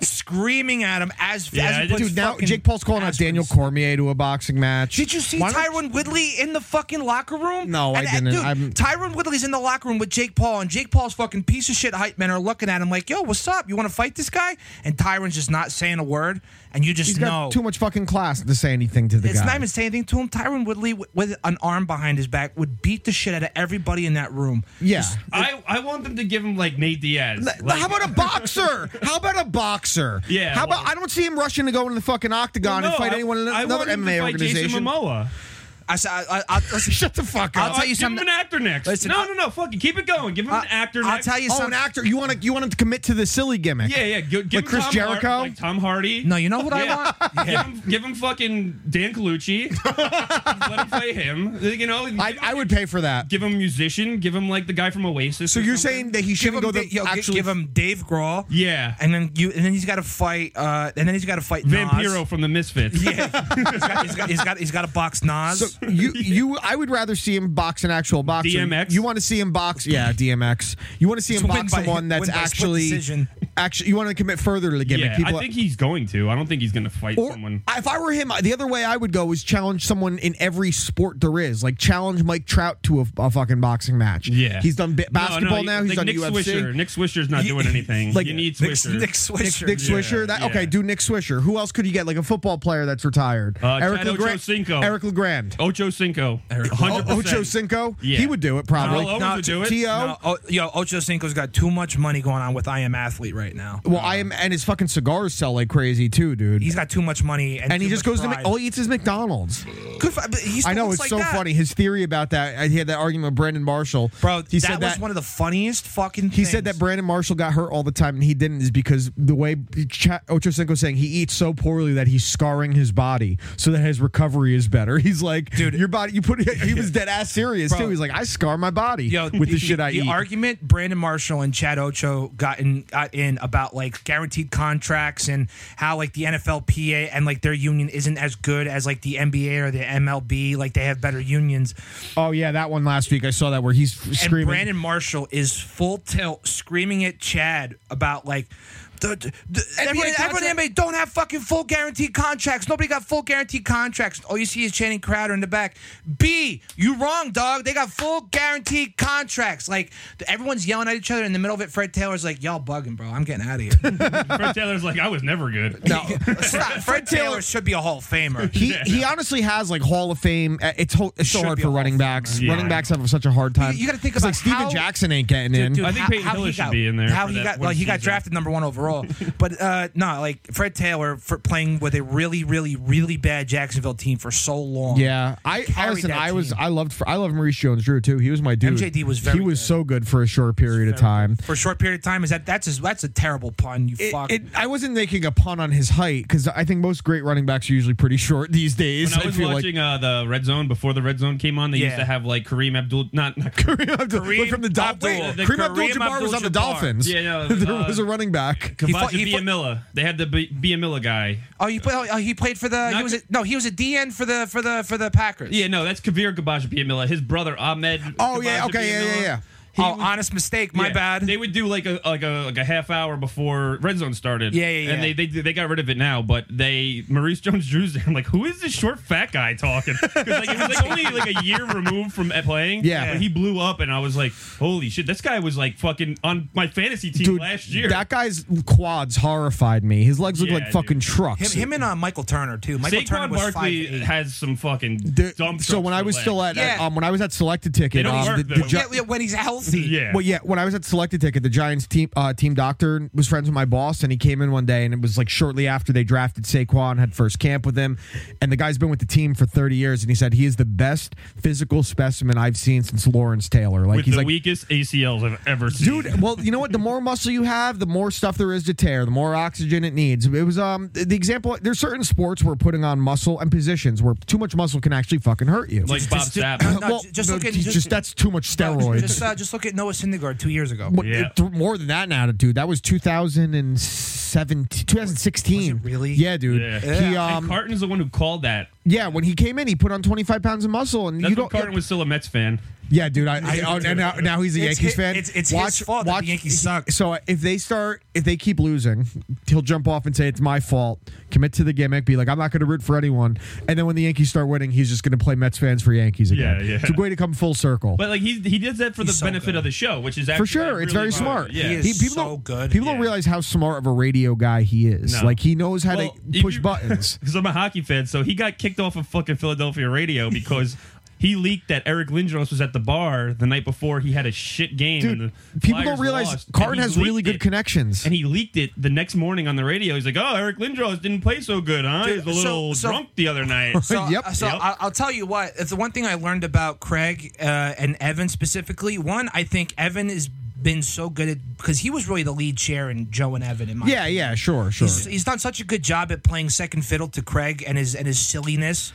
Speaker 1: Screaming at him as
Speaker 4: Yeah,
Speaker 1: as
Speaker 4: I
Speaker 1: he
Speaker 4: did-
Speaker 1: puts
Speaker 2: Dude, now
Speaker 1: fucking
Speaker 2: Jake Paul's calling out
Speaker 1: asterisks.
Speaker 2: Daniel Cormier to a boxing match.
Speaker 1: Did you see
Speaker 2: Why don't-
Speaker 1: Tyron Woodley in the fucking locker room?
Speaker 2: No, I
Speaker 1: and, uh,
Speaker 2: didn't.
Speaker 1: Dude,
Speaker 2: I'm-
Speaker 1: Tyron Woodley's in the locker room with Jake Paul, and Jake Paul's fucking piece of shit hype men are looking at him like, "Yo, what's up? You want to fight this guy?" And Tyron's just not saying a word, and you just
Speaker 2: He's
Speaker 1: know
Speaker 2: got too much fucking class to say anything to the
Speaker 1: It's
Speaker 2: guy.
Speaker 1: not even saying anything to him. Tyron Woodley, w- with an arm behind his back, would beat the shit out of everybody in that room.
Speaker 2: yeah.
Speaker 4: I, I want them to give him like Nate Diaz.
Speaker 2: Th-
Speaker 4: Like,
Speaker 2: How about a boxer? How about a boxer?
Speaker 4: Yeah,
Speaker 2: How about
Speaker 4: well-
Speaker 2: I don't see him rushing to go into the fucking octagon
Speaker 4: no,
Speaker 2: and fight
Speaker 4: I-
Speaker 2: anyone in
Speaker 4: I
Speaker 2: another
Speaker 4: want him to
Speaker 2: MMA
Speaker 4: fight Jason
Speaker 2: organization.
Speaker 4: Momoa.
Speaker 1: I said, I, I, I, listen,
Speaker 2: Shut the fuck
Speaker 1: I'll
Speaker 2: up.
Speaker 1: tell you
Speaker 4: give
Speaker 1: something-
Speaker 4: him an actor next.
Speaker 1: Listen,
Speaker 4: no,
Speaker 1: I-
Speaker 4: no, no. Fuck it. Keep it going. Give him an actor
Speaker 1: I'll
Speaker 4: next.
Speaker 1: tell you
Speaker 2: oh,
Speaker 1: something.
Speaker 2: an actor. You want to you want him to commit to the silly gimmick?
Speaker 4: Yeah, yeah. Give, give
Speaker 2: Like
Speaker 4: him
Speaker 2: Chris
Speaker 4: Tom
Speaker 2: Jericho?
Speaker 4: Har- like Tom Hardy.
Speaker 1: No, you know what I
Speaker 4: Yeah.
Speaker 1: want?
Speaker 4: Give, him, give him fucking Dan Colucci. Let him play him. You know,
Speaker 2: I, I would pay for that.
Speaker 4: give him musician. Give him like the guy from Oasis.
Speaker 2: So
Speaker 4: or
Speaker 2: you're
Speaker 4: something.
Speaker 2: saying that he
Speaker 1: Give
Speaker 2: shouldn't
Speaker 1: him,
Speaker 2: go
Speaker 1: Da-
Speaker 2: the
Speaker 1: yo, gi-
Speaker 2: actually
Speaker 1: give him Dave Grohl.
Speaker 4: Yeah.
Speaker 1: and then you, and then he's got to fight. Uh, and then he's got to fight Nas.
Speaker 4: Vampiro from the Misfits?
Speaker 1: he's got, he's got, he's got, he's got to box Nas.
Speaker 2: So you you I would rather see him box an actual boxer.
Speaker 4: DMX?
Speaker 2: You want to see him box? Yeah, DMX. You want to see him
Speaker 1: To win
Speaker 2: box
Speaker 1: by-
Speaker 2: someone that's
Speaker 1: win by split
Speaker 2: actually
Speaker 1: decision.
Speaker 2: actually you want to commit further to the gimmick.
Speaker 4: Yeah,
Speaker 2: People-
Speaker 4: I think he's going to. I don't think he's going to fight
Speaker 2: or
Speaker 4: someone.
Speaker 2: if I were him, the other way I would go is challenge someone in every sport there is. Like challenge Mike Trout to a, a fucking boxing match.
Speaker 4: Yeah,
Speaker 2: he's done bi-
Speaker 4: No, no,
Speaker 2: basketball now. He's
Speaker 4: like
Speaker 2: done
Speaker 4: Nick
Speaker 2: UFC.
Speaker 4: Swisher. Nick Swisher's not doing anything.
Speaker 2: like,
Speaker 4: you need
Speaker 1: Nick,
Speaker 4: Swisher.
Speaker 1: Nick Swisher.
Speaker 2: Nick Swisher. That,
Speaker 4: yeah.
Speaker 2: Okay, do Nick Swisher. Who else could you get? Like a football player that's retired.
Speaker 4: Uh, Chad
Speaker 2: Legrand-
Speaker 4: Ochocinco.
Speaker 2: Eric Legrand.
Speaker 4: Ocho Cinco.
Speaker 2: O-
Speaker 4: Hundred
Speaker 2: Ocho
Speaker 4: percent.
Speaker 2: Cinco.
Speaker 4: Yeah.
Speaker 2: He would do it probably.
Speaker 4: I'll always would do it.
Speaker 2: T.O.
Speaker 1: No, oh, yo, Ocho Cinco's got too much money going on with I Am Athlete right now.
Speaker 2: Well, I am, and his fucking cigars sell like crazy too, dude.
Speaker 1: He's got too much money, and,
Speaker 2: and he
Speaker 1: too
Speaker 2: just
Speaker 1: much
Speaker 2: goes to oh,
Speaker 1: pride.
Speaker 2: Mc- all he eats is McDonald's.
Speaker 1: Good for- but he still
Speaker 2: I know
Speaker 1: looks
Speaker 2: it's
Speaker 1: like
Speaker 2: so
Speaker 1: that.
Speaker 2: funny. His theory about that, I- he had that argument with Brandon Marshall.
Speaker 1: bro.
Speaker 2: he
Speaker 1: that
Speaker 2: said
Speaker 1: was
Speaker 2: that
Speaker 1: one of the funniest fucking.
Speaker 2: he said that Brandon Marshall got hurt all the time, and he didn't, is because the way Ch- Ochocinco's saying he eats so poorly that he's scarring his body, so that his recovery is better. He's like, dude, your body. You put. He was dead ass serious
Speaker 1: Bro.
Speaker 2: too. He's like, I scar my body with the shit I
Speaker 1: the
Speaker 2: eat.
Speaker 1: argument Brandon Marshall and Chad Ocho got in got in about like guaranteed contracts and how like the NFLPA and like their union isn't as good as like the NBA or the MLB. Like they have better unions.
Speaker 2: oh yeah, that one last week I saw that where he's f-
Speaker 1: And
Speaker 2: screaming.
Speaker 1: Brandon Marshall is full tilt screaming at Chad about like. The, the, the, everyone, everyone in the NBA don't have fucking full guaranteed contracts. Nobody got full guaranteed contracts. All you see is Channing Crowder in the back. B, you wrong, dog. They got full guaranteed contracts. Like the- everyone's yelling at each other in the middle of it. Fred Taylor's like, "Y'all bugging, bro. I'm getting out of here."
Speaker 4: Fred Taylor's like, I was never good.
Speaker 1: Stop. Fred Taylor should be a Hall of Famer.
Speaker 2: He, he honestly has like Hall of Fame. uh, It's, ho- it's so
Speaker 1: Should
Speaker 2: hard
Speaker 1: be
Speaker 2: for
Speaker 1: a Hall
Speaker 2: running
Speaker 1: of Famer.
Speaker 2: backs.
Speaker 4: Yeah.
Speaker 2: Running backs have such a hard time.
Speaker 1: You- you gotta think
Speaker 2: It's
Speaker 1: about
Speaker 2: like Steven
Speaker 1: how-
Speaker 2: Jackson ain't getting in.
Speaker 1: Dude,
Speaker 4: I think
Speaker 1: how-
Speaker 4: Peyton
Speaker 1: how
Speaker 4: Hillis
Speaker 1: he
Speaker 4: should
Speaker 1: got-
Speaker 4: be in there
Speaker 1: How
Speaker 4: for
Speaker 1: he
Speaker 4: that
Speaker 1: got
Speaker 4: one
Speaker 1: well, he got
Speaker 4: season.
Speaker 1: drafted number one overall, but uh, no, like Fred Taylor for playing with a really, really, really bad Jacksonville team for so long.
Speaker 2: yeah, I I-
Speaker 1: Carried
Speaker 2: listen.
Speaker 1: that
Speaker 2: I was
Speaker 1: team.
Speaker 2: I loved for, I loved Maurice Jones-Drew too. He was my dude.
Speaker 1: MJD was very
Speaker 2: he was
Speaker 1: good.
Speaker 2: so good for a short period of time.
Speaker 1: for a short period of time. Is that that's a, that's a terrible pun? You
Speaker 2: It-
Speaker 1: fuck.
Speaker 2: it- I wasn't making a pun on his height because I think most great running backs are usually pretty short these days.
Speaker 4: When I was
Speaker 2: feel
Speaker 4: watching uh, the Red Zone before the Red Zone came on, they used
Speaker 1: Yeah.
Speaker 4: to have like Kareem Abdul, not not Kareem,
Speaker 2: like, Look from the Dolphins.
Speaker 1: Abdul-
Speaker 2: Wait,
Speaker 4: the
Speaker 2: Kareem
Speaker 4: Kareem
Speaker 2: Abdul-Jabbar was on the
Speaker 1: Abdul-Jabbar.
Speaker 2: Dolphins.
Speaker 4: Yeah, no,
Speaker 2: there
Speaker 4: uh,
Speaker 2: was a running back.
Speaker 1: He fu-
Speaker 4: Kabaja
Speaker 1: he fu-
Speaker 4: Biamila. They had the B- Biamila guy.
Speaker 1: oh, you play, oh, he played for the he
Speaker 4: Not-
Speaker 1: was a, no he was a DN for the for the for the Packers.
Speaker 4: Yeah, no, that's Kavir Kabaja Biamila. His brother Ahmed.
Speaker 2: Oh, yeah,
Speaker 4: Kabaja
Speaker 2: okay, yeah,
Speaker 4: Biamila.
Speaker 2: yeah, yeah.
Speaker 4: He
Speaker 1: oh,
Speaker 4: was-
Speaker 1: honest mistake. My
Speaker 4: Yeah.
Speaker 1: bad.
Speaker 4: They would do like a like a like a half hour before red zone started.
Speaker 1: Yeah, yeah, yeah.
Speaker 4: And they they, they got rid of it now, but they Maurice Jones Drew's there. I'm like, who is this short fat guy talking? 'Cause, like it was like only like a year removed from playing.
Speaker 2: Yeah.
Speaker 4: But he blew up, and I was like, holy shit, this guy was like fucking on my fantasy team last year.
Speaker 2: That guy's quads horrified me. His legs look
Speaker 4: Yeah,
Speaker 2: like fucking
Speaker 4: dude.
Speaker 1: him,
Speaker 2: trucks.
Speaker 1: him and uh, Michael Turner too. Michael Turner
Speaker 4: Saquon
Speaker 1: was five
Speaker 4: Barkley uh, has some fucking
Speaker 2: The-
Speaker 4: dump.
Speaker 2: so when I was still at
Speaker 1: Yeah.
Speaker 2: um, when I was at selected ticket,
Speaker 4: They don't
Speaker 2: um,
Speaker 4: work,
Speaker 2: the,
Speaker 4: though.
Speaker 2: the Gi-
Speaker 1: yeah, yeah, when he's healthy.
Speaker 4: yeah,
Speaker 2: Well, yeah, when I was at selected ticket, the Giants team uh, team doctor was friends with my boss, and he came in one day, and it was like shortly after they drafted Saquon, had first camp with him, and the guy's been with the team for thirty years, and he said he is the best physical specimen I've seen since Lawrence Taylor. Like
Speaker 4: with
Speaker 2: he's
Speaker 4: the
Speaker 2: like.
Speaker 4: weakest ACLs I've ever seen.
Speaker 2: Dude, well, you know what? The more muscle you have, the more stuff there is to tear, the more oxygen it needs. It was um the example. There's certain sports where putting on muscle and positions where too much muscle can actually fucking hurt you.
Speaker 4: like Bob Sapp.
Speaker 1: no,
Speaker 2: well,
Speaker 1: j- just
Speaker 2: no,
Speaker 1: look at-
Speaker 2: j-
Speaker 1: just-
Speaker 2: just that's too much steroids.
Speaker 1: Just uh, just look at Noah Syndergaard two years ago.
Speaker 2: What-
Speaker 4: Yeah.
Speaker 2: it- more than that now, dude. That was 2017, 2016.
Speaker 1: Was it really?
Speaker 2: Yeah, dude.
Speaker 4: Yeah.
Speaker 2: He,
Speaker 4: And
Speaker 2: um,
Speaker 4: Carton's the one who called that.
Speaker 2: yeah, when he came in, he put on 25 pounds of muscle, and
Speaker 4: That's
Speaker 2: you
Speaker 4: when
Speaker 2: don't.
Speaker 4: Carton was still a Mets fan.
Speaker 2: Yeah, dude. I, I oh, and now, now he's a
Speaker 1: It's
Speaker 2: Yankees
Speaker 1: hi-
Speaker 2: fan.
Speaker 1: it's- it's his fault that the Yankees suck.
Speaker 2: So if they start, if they keep losing, he'll jump off and say it's my fault. Commit to the gimmick. Be like, I'm not going to root for anyone. And then when the Yankees start winning, he's just going to play Mets fans for Yankees again.
Speaker 4: Yeah, yeah.
Speaker 2: It's a way to come full circle.
Speaker 4: But like he he does that for
Speaker 1: He's
Speaker 4: the
Speaker 1: so
Speaker 4: benefit
Speaker 1: good.
Speaker 4: of the show, which is
Speaker 2: for
Speaker 4: actually
Speaker 2: sure,
Speaker 4: like,
Speaker 2: it's
Speaker 4: really
Speaker 2: very smart.
Speaker 4: smart. Yeah.
Speaker 1: He is so
Speaker 2: don't,
Speaker 1: good.
Speaker 2: People
Speaker 4: Yeah.
Speaker 2: don't realize how smart of a radio guy he is.
Speaker 4: No.
Speaker 2: Like he knows how
Speaker 4: Well,
Speaker 2: to
Speaker 4: if
Speaker 2: push
Speaker 4: you-
Speaker 2: buttons.
Speaker 4: Because I'm a hockey fan, so he got kicked off of fucking Philadelphia radio because he leaked that Eric Lindros was at the bar the night before he had a shit game. and
Speaker 2: Dude,
Speaker 4: the
Speaker 2: people don't
Speaker 4: Flyers
Speaker 2: realize
Speaker 4: lost, and
Speaker 2: Carton
Speaker 4: he
Speaker 2: has really
Speaker 4: leaked
Speaker 2: good
Speaker 4: it.
Speaker 2: connections.
Speaker 4: And he leaked it the next morning on the radio. He's like, "Oh, Eric Lindros didn't play so good, huh? he was
Speaker 1: Dude,
Speaker 4: a little
Speaker 1: so- so-
Speaker 4: drunk the other night."
Speaker 1: So,
Speaker 2: Yep.
Speaker 1: so
Speaker 4: Yep.
Speaker 1: I'll, I'll tell you what. It's the one thing I learned about Craig uh, and Evan specifically. One, I think Evan has been so good at because he was really the lead chair in Joe and Evan. In my
Speaker 2: yeah, yeah, sure, sure.
Speaker 1: he's, he's done such a good job at playing second fiddle to Craig and his and his silliness.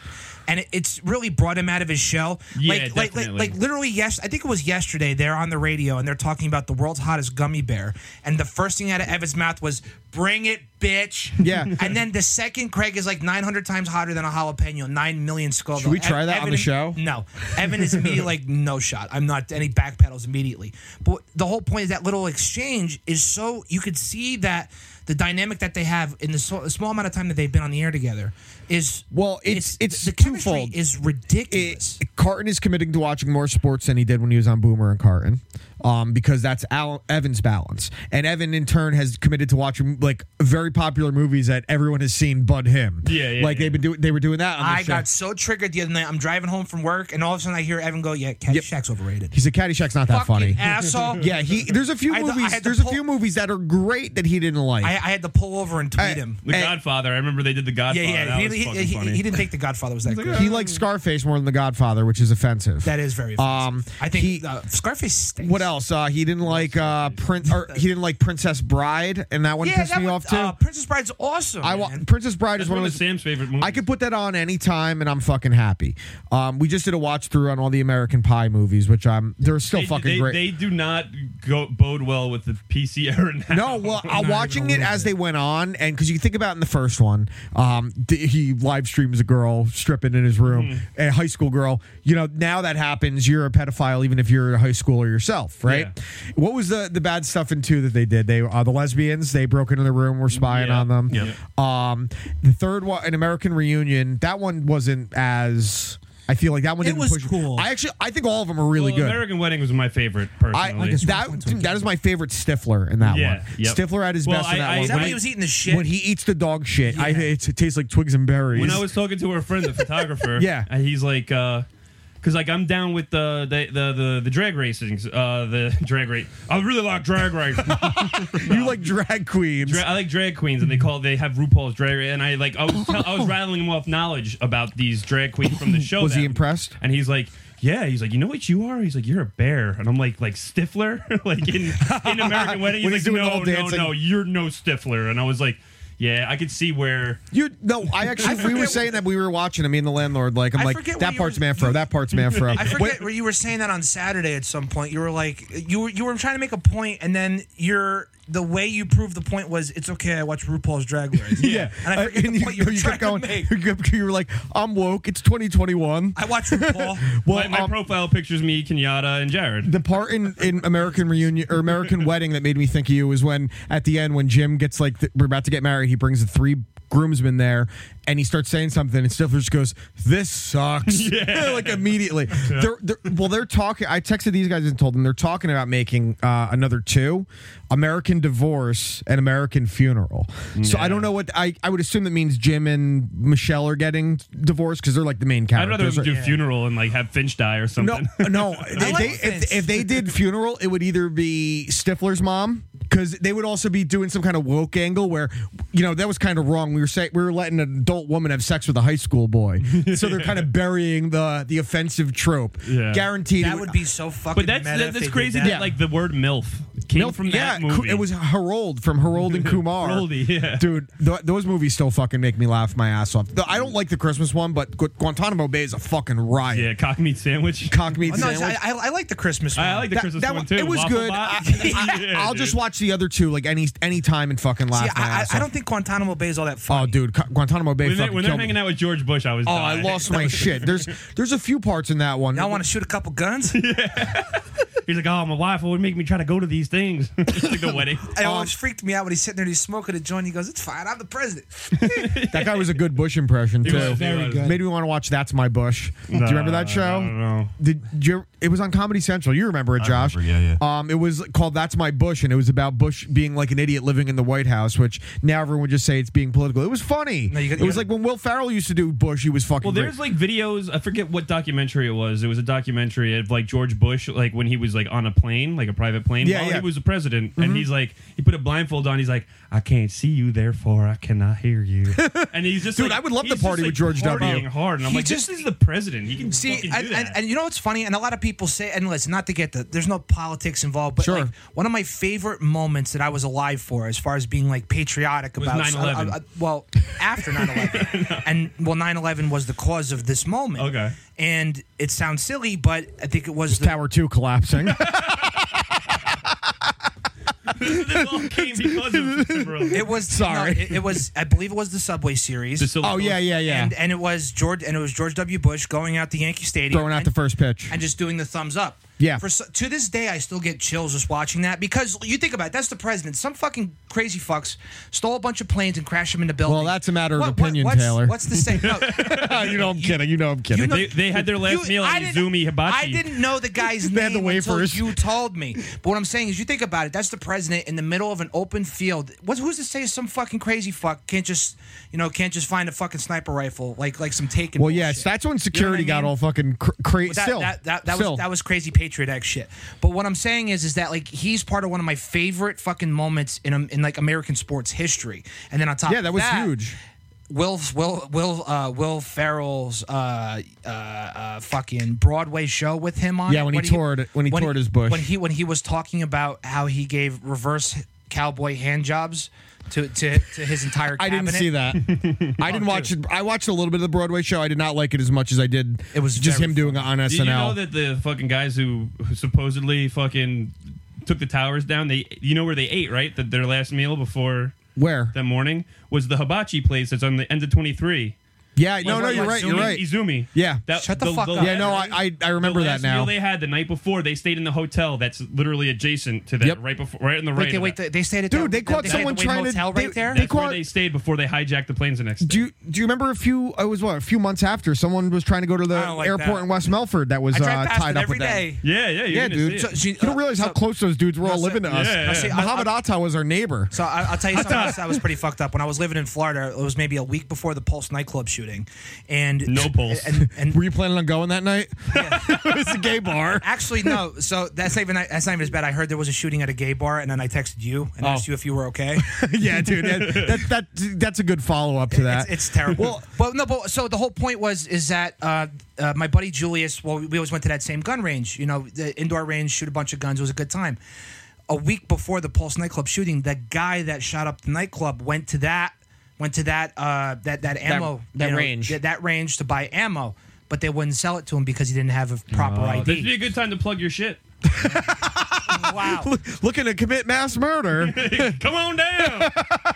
Speaker 1: And it- it's really brought him out of his shell.
Speaker 4: Yeah,
Speaker 1: like, like, like,
Speaker 4: definitely.
Speaker 1: like literally, yes. I think it was yesterday. They're on the radio and they're talking about the world's hottest gummy bear. And the first thing out of Evan's mouth was "Bring it, bitch."
Speaker 2: Yeah.
Speaker 1: And then the second, Craig is like 900 times hotter than a jalapeno, nine million Scoville.
Speaker 2: Should we try that on the show?
Speaker 1: E- No, Evan is immediately like, no shot. I'm not. And he backpedals immediately. But the whole point is that little exchange is so you could see that the dynamic that they have in the so, small amount of time that they've been on the air together is
Speaker 2: Well, it's- it's
Speaker 1: the chemistry
Speaker 2: twofold.
Speaker 1: is
Speaker 2: it,
Speaker 1: ridiculous.
Speaker 2: Carton is committing to watching more sports than he did when he was on Boomer and Carton, um, because that's Al- Evan's balance, and Evan in turn has committed to watching like very popular movies that everyone has seen, but him.
Speaker 4: Yeah, yeah,
Speaker 2: Like
Speaker 4: yeah.
Speaker 2: they've been doing, they were doing that. On the
Speaker 1: I
Speaker 2: show.
Speaker 1: got so triggered the other night. I'm driving home from work, and all of a sudden I hear Evan go, "Yeah, Caddyshack's overrated."
Speaker 2: He said Caddyshack's not that
Speaker 1: Fucking
Speaker 2: funny.
Speaker 1: asshole.
Speaker 2: yeah, he. There's a few
Speaker 1: I had to- I
Speaker 2: movies.
Speaker 1: had to
Speaker 2: there's a
Speaker 1: pull-
Speaker 2: few movies that are great that he didn't like.
Speaker 1: I, I had to pull over and tweet
Speaker 2: Hey,
Speaker 1: him.
Speaker 4: the
Speaker 2: and-
Speaker 4: Godfather. I remember they did the Godfather.
Speaker 1: Yeah, yeah.
Speaker 4: That
Speaker 1: He,
Speaker 4: was
Speaker 1: he-
Speaker 4: fucking
Speaker 1: he-
Speaker 4: funny.
Speaker 1: he didn't think the Godfather was that good.
Speaker 2: he likes Scarface more than The Godfather, which is offensive.
Speaker 1: That is very.
Speaker 2: Um,
Speaker 1: offensive. I think
Speaker 2: he-
Speaker 1: uh, Scarface stinks.
Speaker 2: What else? Uh, he didn't like uh, Prince. Or he didn't like Princess Bride, and that one
Speaker 1: Yeah,
Speaker 2: pissed
Speaker 1: that
Speaker 2: me
Speaker 1: one-
Speaker 2: off too.
Speaker 1: Uh, Princess Bride's awesome.
Speaker 2: I wa-
Speaker 1: man.
Speaker 2: Princess Bride
Speaker 4: That's
Speaker 2: is one of his.
Speaker 4: Sam's favorite movies.
Speaker 2: I could put that on anytime and I'm fucking happy. Um, we just did a watch through on all the American Pie movies, which I'm they're still
Speaker 4: they,
Speaker 2: fucking
Speaker 4: they,
Speaker 2: great.
Speaker 4: They do not go bode well with the PC era
Speaker 2: no,
Speaker 4: now.
Speaker 2: well, uh,
Speaker 1: even
Speaker 2: watching
Speaker 1: a
Speaker 2: it
Speaker 1: little
Speaker 2: as they went on, and because you think about in the first one, um, d- he live streams a girl stripping in his room,
Speaker 4: Hmm.
Speaker 2: a high school girl. You know, now that happens, you're a pedophile, even if you're a high schooler yourself, right?
Speaker 4: Yeah.
Speaker 2: What was the the bad stuff in two that they did? They uh, the lesbians they broke into the room, were spying
Speaker 4: Yeah.
Speaker 2: on them.
Speaker 4: Yeah.
Speaker 2: Um, the third one, an American Reunion, that one wasn't as. I feel like that one
Speaker 1: It
Speaker 2: didn't
Speaker 1: was
Speaker 2: push.
Speaker 1: cool.
Speaker 2: I actually, I think all of them are really
Speaker 4: Well,
Speaker 2: good.
Speaker 4: American Wedding was my favorite personally.
Speaker 2: I,
Speaker 1: guess
Speaker 2: that,
Speaker 1: we're going to
Speaker 2: dude,
Speaker 1: a
Speaker 2: that is my favorite Stifler in that
Speaker 4: Yeah,
Speaker 2: one.
Speaker 4: yep.
Speaker 2: Stifler at his
Speaker 4: Well,
Speaker 2: best in
Speaker 4: I-
Speaker 2: that
Speaker 4: I-
Speaker 2: one.
Speaker 1: Is that when
Speaker 4: When-
Speaker 1: he was eating the shit?
Speaker 2: When he eats the dog shit, I,
Speaker 1: Yeah.
Speaker 2: it, it tastes like twigs and berries.
Speaker 4: when I was talking to her friend, the photographer,
Speaker 2: Yeah.
Speaker 4: and he's like, uh, because like I'm down with the the the the, the drag racings, uh, the drag race. I really like drag racing.
Speaker 2: you like drag queens.
Speaker 4: Dra- I like drag queens, and they call they have RuPaul's drag race. And I like I was tell- I was rattling him off knowledge about these drag queens from the show.
Speaker 2: Was he
Speaker 4: that-
Speaker 2: impressed?
Speaker 4: And he's like. Yeah, he's like, you know what you are? He's like, you're a bear, and I'm like, like Stifler, like in, in American Wedding. He's
Speaker 2: When
Speaker 4: like,
Speaker 2: he's doing the
Speaker 4: no,
Speaker 2: whole
Speaker 4: no,
Speaker 2: dancing.
Speaker 4: no, you're no Stifler, and I was like, yeah, I could see where
Speaker 2: you no, I actually we were saying that we were watching. I mean, the landlord. Like I'm
Speaker 1: I
Speaker 2: like
Speaker 1: forget
Speaker 2: that
Speaker 1: what you
Speaker 2: part's
Speaker 1: were-
Speaker 2: Manfro. That part's Manfro.
Speaker 1: I
Speaker 2: Wait,
Speaker 1: forget where you were saying that on Saturday at some point. You were like, you were you were trying to make a point, and then your the way you proved the point was, it's okay. I watch RuPaul's Drag Race.
Speaker 2: yeah, Uh,
Speaker 1: and I forget
Speaker 2: and
Speaker 1: the point you, were trying
Speaker 2: kept going.
Speaker 1: to make.
Speaker 2: You kept- you were like, I'm woke. It's 2021.
Speaker 1: I watch RuPaul.
Speaker 2: Well,
Speaker 4: my, my
Speaker 2: um,
Speaker 4: profile pictures me, Kenyatta, and Jared.
Speaker 2: the part in, in American reunion or American wedding that made me think of you was when at the end when Jim gets like th- we're about to get married, he brings the three groomsmen there and he starts saying something and Stifler just goes, "This sucks," like immediately. They're, they're, well, they're talking. I texted these guys and told them they're talking about making uh, another two, American divorce and American funeral. So I don't know what I I would assume that means Jim and Michelle are getting divorced because they're like the main
Speaker 4: I'd
Speaker 2: characters.
Speaker 4: rather
Speaker 2: right?
Speaker 4: do funeral and like have Finch die or
Speaker 2: No,
Speaker 4: something.
Speaker 2: no. If,
Speaker 1: like
Speaker 2: they, if,
Speaker 1: Vince.
Speaker 2: if they did funeral, it would either be Stifler's mom because they would also be doing some kind of woke angle where, you know, that was kind of wrong. We were saying we were letting an adult woman have sex with a high school boy, so they're kind of burying the the offensive trope.
Speaker 4: Yeah.
Speaker 2: Guaranteed, it
Speaker 1: That would be so fucking.
Speaker 4: But that's
Speaker 1: meta
Speaker 4: that,
Speaker 1: if
Speaker 4: that's
Speaker 1: they did
Speaker 4: crazy
Speaker 1: that.
Speaker 4: that
Speaker 2: Yeah.
Speaker 4: like the word MILF came
Speaker 2: Milf-
Speaker 4: from
Speaker 2: yeah,
Speaker 4: that
Speaker 2: Ku-
Speaker 4: movie.
Speaker 2: It was Harold from Harold and Kumar.
Speaker 4: Haroldy, yeah.
Speaker 2: Dude, th- those movies still fucking make me laugh my ass off. The- I don't like the Christmas one, but Gu- Guantanamo Bay is a fucking riot.
Speaker 4: yeah, cock meat sandwich.
Speaker 2: Cock meat
Speaker 1: Oh, no,
Speaker 2: sandwich.
Speaker 1: I, I, I like the Christmas one.
Speaker 4: I like the Christmas one too.
Speaker 2: It was
Speaker 4: Waffle
Speaker 2: good. I,
Speaker 4: Bot. Yeah,
Speaker 2: will just
Speaker 4: dude.
Speaker 2: watch the other two like any any time and fucking laugh
Speaker 1: See,
Speaker 2: my
Speaker 1: I,
Speaker 2: ass
Speaker 1: I, I
Speaker 2: off.
Speaker 1: don't think Guantanamo Bay is all that fun.
Speaker 2: Oh, dude, Gu- Guantanamo Bay
Speaker 4: When, they,
Speaker 2: fucking
Speaker 4: when they're
Speaker 2: killed me.
Speaker 4: hanging out with George Bush, I was.
Speaker 2: Oh, I lost my shit. There's there's a few parts in that one.
Speaker 1: Y'all want to shoot a couple guns? I
Speaker 4: He's like, oh, my wife would make me try to go to these things. It's like the wedding.
Speaker 1: it always freaked me out when he's sitting there, and he's smoking a joint. He goes, "It's fine. I'm the president."
Speaker 2: that guy was a good Bush impression too.
Speaker 4: was, he Very was. good.
Speaker 2: Made me want to watch That's My Bush. Do you remember that show?
Speaker 4: I don't know.
Speaker 2: Did you? It was on Comedy Central. You remember it, Josh?
Speaker 3: remember, yeah,
Speaker 2: yeah. Um, it was called "That's My Bush," and it was about Bush being like an idiot living in the White House, which now everyone would just say it's being political. It was funny.
Speaker 1: No, you got-
Speaker 2: it was
Speaker 1: you
Speaker 2: like when Will Farrell used to do Bush. He was fucking.
Speaker 4: Well, there's
Speaker 2: great.
Speaker 4: like videos. I forget what documentary it was. It was a documentary of like George Bush, like when he was like on a plane, like a private plane,
Speaker 2: Yeah,
Speaker 4: while
Speaker 2: yeah. Mm-hmm.
Speaker 4: he was a president, and he's like, he put a blindfold on. He's like, I can't see you, therefore I cannot hear you. And he's just
Speaker 2: Dude,
Speaker 4: like-
Speaker 2: I would love to
Speaker 4: he's just,
Speaker 2: party with
Speaker 4: like,
Speaker 2: George W.
Speaker 4: partying Hard, and I'm
Speaker 1: He
Speaker 4: like,
Speaker 1: just-
Speaker 4: this is the president. He can
Speaker 1: See,
Speaker 4: fucking
Speaker 1: and,
Speaker 4: do that.
Speaker 1: and, and you know what's funny? And a lot of people say, and listen, not to get the, there's no politics involved, but
Speaker 2: Sure.
Speaker 1: like one of my favorite moments that I was alive for, as far as being like patriotic
Speaker 4: Was
Speaker 1: about
Speaker 4: 9/11.
Speaker 1: I- I- well, after 9 11. And well, 9 11 was the cause of this moment.
Speaker 4: Okay.
Speaker 1: And it sounds silly, but I think it was the,
Speaker 2: Tower Two collapsing.
Speaker 4: this all came because of bro.
Speaker 1: it was,
Speaker 2: Sorry.
Speaker 1: no, it, it was, I believe it was the Subway series.
Speaker 4: The silicone-
Speaker 2: oh yeah, yeah, yeah.
Speaker 1: And, and it was George, and it was George W. Bush going out to Yankee Stadium,
Speaker 2: Throwing out
Speaker 1: and-
Speaker 2: the first pitch.
Speaker 1: and just doing the thumbs up.
Speaker 2: Yeah.
Speaker 1: For so, to this day, I still get chills just watching that because you think about it, that's the president. Some fucking crazy fucks stole a bunch of planes and crashed them into buildings.
Speaker 2: Well, that's a matter of
Speaker 1: What- what-
Speaker 2: opinion,
Speaker 1: what's,
Speaker 2: Taylor.
Speaker 1: What's the saying? No,
Speaker 2: Oh, you know I'm kidding. You know I'm kidding.
Speaker 1: you know-
Speaker 4: They- they had their last meal at
Speaker 1: didn't-
Speaker 4: Izumi Hibachi.
Speaker 1: I didn't know the guy's
Speaker 2: They had
Speaker 1: name
Speaker 2: the
Speaker 1: until
Speaker 2: wafers.
Speaker 1: you told me. But what I'm saying is, you think about it. That's the president in the middle of an open field. What's, who's to say some fucking crazy fuck can't just, you know, can't just find a fucking sniper rifle like like some taken.
Speaker 2: well, yes,
Speaker 1: bullshit.
Speaker 2: that's
Speaker 1: You know
Speaker 2: when
Speaker 1: what I
Speaker 2: security got
Speaker 1: mean?
Speaker 2: all fucking cra- cra-
Speaker 1: But that,
Speaker 2: still.
Speaker 1: that, that, that
Speaker 2: still.
Speaker 1: was that was crazy Patriot Act shit. But what I'm saying is, is that like he's part of one of my favorite fucking moments in um, in like American sports history. And then on top,
Speaker 2: yeah, that
Speaker 1: of
Speaker 2: was huge.
Speaker 1: Will Will Will uh, Will Ferrell's uh, uh, uh, fucking Broadway show with him on.
Speaker 2: Yeah,
Speaker 1: it,
Speaker 2: when he toured- when he toured his bush.
Speaker 1: When he when he was talking about how he gave reverse cowboy hand jobs to to, to his entire.
Speaker 2: I
Speaker 1: Cabinet.
Speaker 2: didn't see that. I
Speaker 1: Oh,
Speaker 2: didn't watch it. I watched a little bit of the Broadway show. I did not like it as much as I did.
Speaker 1: It was
Speaker 2: just
Speaker 1: very
Speaker 2: him doing it on SNL.
Speaker 4: Did you know that the fucking guys who who supposedly fucking took the towers down? They, you know where they ate, right? That their last meal before
Speaker 2: Where?
Speaker 4: that morning was the hibachi place that's on the end of twenty three.
Speaker 2: yeah, no, no, Oh, you're right. You're
Speaker 4: Izumi-
Speaker 2: right.
Speaker 4: Izumi.
Speaker 2: Yeah.
Speaker 4: That,
Speaker 1: Shut the fuck up.
Speaker 2: Yeah, no, I I, I remember
Speaker 4: the
Speaker 2: that
Speaker 4: last
Speaker 2: now.
Speaker 4: meal they had the night before, they stayed in the hotel that's literally adjacent to that,
Speaker 2: Yep.
Speaker 4: right before, right in the right.
Speaker 1: Wait, they,
Speaker 4: of
Speaker 1: wait,
Speaker 4: that.
Speaker 1: they, they stayed at
Speaker 2: Dude,
Speaker 1: the-
Speaker 2: they caught
Speaker 1: stayed at
Speaker 2: someone
Speaker 1: the Wade
Speaker 2: trying to-
Speaker 1: Motel
Speaker 2: they-
Speaker 1: right there.
Speaker 2: they
Speaker 4: that's where
Speaker 2: caught-
Speaker 4: they stayed before they hijacked the planes the next day.
Speaker 2: do you, do you remember a few? uh, It was what a few months after someone was trying to go to the
Speaker 1: I don't like
Speaker 2: airport
Speaker 1: that.
Speaker 2: in West Melford that was
Speaker 1: I drive
Speaker 2: uh,
Speaker 1: past
Speaker 2: tied
Speaker 1: it
Speaker 2: up
Speaker 1: every
Speaker 2: with that.
Speaker 1: day.
Speaker 4: yeah, yeah,
Speaker 2: Yeah,
Speaker 4: you're gonna see
Speaker 2: dude.
Speaker 4: it.
Speaker 1: So she-
Speaker 2: you don't realize how
Speaker 1: so-
Speaker 2: close those dudes were all
Speaker 1: so-
Speaker 2: living to us.
Speaker 4: Yeah, yeah. See,
Speaker 1: I-
Speaker 2: Muhammad Atta was our neighbor.
Speaker 1: So I, I'll tell you something else that was pretty fucked up. When I was living in Florida, it was maybe a week before the Pulse nightclub shooting, and
Speaker 4: No Pulse.
Speaker 1: And, and
Speaker 2: Were you planning on going that night? it's a gay bar.
Speaker 1: actually, no. So that's not even that's not even as bad. I heard there was a shooting at a gay bar, and then I texted you and asked you if you were okay.
Speaker 2: yeah, dude. That, that, that that's a good follow up to that.
Speaker 1: It's, it's terrible. Well, but no, but so the whole point was is that uh, uh, my buddy Julius. Well, we always went to that same gun range. You know, the indoor range, shoot a bunch of guns. It was a good time. A week before the Pulse nightclub shooting, the guy that shot up the nightclub went to that went to that uh, that that ammo
Speaker 2: that
Speaker 1: you know,
Speaker 2: range.
Speaker 1: th- that range to buy ammo, but they wouldn't sell it to him because he didn't have a proper
Speaker 4: This would be
Speaker 1: ID.
Speaker 4: a good time to plug your shit.
Speaker 1: wow.
Speaker 2: Looking to commit mass murder.
Speaker 4: Come on down.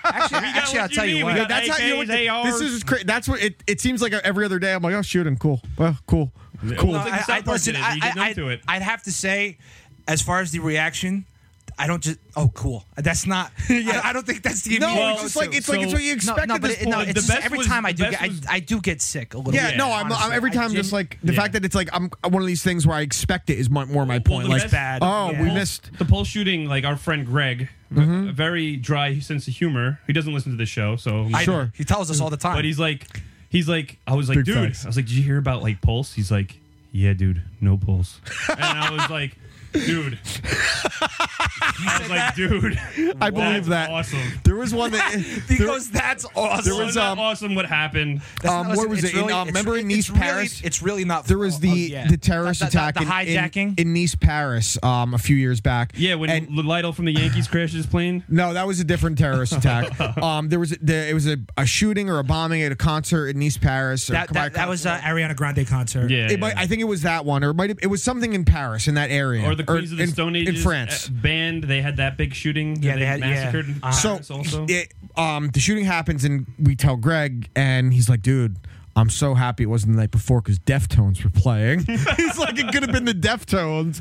Speaker 1: Actually, actually I'll
Speaker 4: what you
Speaker 1: tell
Speaker 4: need.
Speaker 1: you
Speaker 4: We
Speaker 1: what.
Speaker 4: got
Speaker 2: That's how you.
Speaker 4: AKs, ARs.
Speaker 2: This is cra- that's what it. It seems like every other day. I'm like, oh, shooting, cool. Well, cool, cool.
Speaker 4: Well, it's like the
Speaker 1: I- I-
Speaker 4: South Park
Speaker 1: listen,
Speaker 4: did it. You
Speaker 1: I-
Speaker 4: getting
Speaker 1: I-
Speaker 4: up to it.
Speaker 1: I'd have to say, as far as the reaction, I don't just. Oh, cool. That's not. I, I don't think that's the.
Speaker 2: No,
Speaker 1: immediate
Speaker 2: it's just
Speaker 1: go-to.
Speaker 2: like it's like it's
Speaker 4: so-
Speaker 2: what you
Speaker 1: no,
Speaker 2: expect
Speaker 1: no,
Speaker 2: at
Speaker 1: but
Speaker 2: this
Speaker 1: it, no,
Speaker 2: point.
Speaker 1: it's
Speaker 4: The
Speaker 1: just
Speaker 4: best
Speaker 1: every
Speaker 4: was-
Speaker 1: time I
Speaker 4: the
Speaker 1: do,
Speaker 4: best
Speaker 1: get, I,
Speaker 4: was-
Speaker 1: I do get sick a little.
Speaker 2: yeah,
Speaker 1: bit,
Speaker 2: no, I'm, I'm
Speaker 1: honestly.
Speaker 2: every
Speaker 1: I
Speaker 2: time
Speaker 1: just-
Speaker 2: just like the
Speaker 4: Yeah.
Speaker 2: fact that it's like I'm one of these things where I expect it is my, more my
Speaker 4: Well,
Speaker 2: point.
Speaker 4: the
Speaker 2: like,
Speaker 4: best-
Speaker 1: bad.
Speaker 2: oh, we
Speaker 1: Yeah.
Speaker 2: missed.
Speaker 4: the poll shooting, like our friend Greg, v-
Speaker 2: Mm-hmm.
Speaker 4: a very dry sense of humor. He doesn't listen to this show, so
Speaker 1: I know.
Speaker 2: Sure.
Speaker 1: he tells us all the time.
Speaker 4: But he's like, he's like, I was like,
Speaker 2: Big
Speaker 4: dude,
Speaker 2: facts.
Speaker 4: I was like, did you hear about like Pulse? He's like, yeah, dude, no Pulse. and I was like, dude. I was like, dude.
Speaker 2: I believe
Speaker 4: that's
Speaker 2: that.
Speaker 4: Awesome.
Speaker 2: There was one that
Speaker 1: because that's awesome.
Speaker 2: there was,
Speaker 4: Wasn't that
Speaker 2: um,
Speaker 4: awesome what happened?
Speaker 2: um,
Speaker 1: That's-
Speaker 2: where was
Speaker 1: it's
Speaker 2: it? In,
Speaker 1: it's-
Speaker 2: um, remember in
Speaker 1: it's
Speaker 2: Nice,
Speaker 1: really-
Speaker 2: Paris?
Speaker 1: It's really not.
Speaker 2: There was the
Speaker 1: oh, yeah.
Speaker 2: the terrorist
Speaker 1: The- the-
Speaker 2: attack
Speaker 1: the,
Speaker 2: in-
Speaker 1: hijacking.
Speaker 2: in, in, Nice, Paris, um, a few years back.
Speaker 4: Yeah, when
Speaker 2: And-
Speaker 4: Lytle from the Yankees crashed his plane.
Speaker 2: no, that was a different terrorist attack. um, there was a, there, it was a, a shooting or a bombing at a concert in Nice, Paris. Or
Speaker 1: that,
Speaker 2: Kamai-
Speaker 1: that, that was uh, Ariana Grande concert.
Speaker 4: Yeah,
Speaker 2: It might,
Speaker 4: yeah.
Speaker 2: I think it was that one, or it might have, it was something in Paris in that area,
Speaker 4: or the Queens of the
Speaker 2: in,
Speaker 4: Stone Age
Speaker 2: in France.
Speaker 4: band. They had that big shooting. that
Speaker 1: Yeah, they had- yeah.
Speaker 4: massacred. in
Speaker 1: Uh,
Speaker 2: so
Speaker 4: Paris also.
Speaker 2: it, um, the shooting happens, and we tell Greg, and he's like, "Dude, I'm so happy it wasn't the night before because Deftones were playing." he's like, "It could have been the Deftones."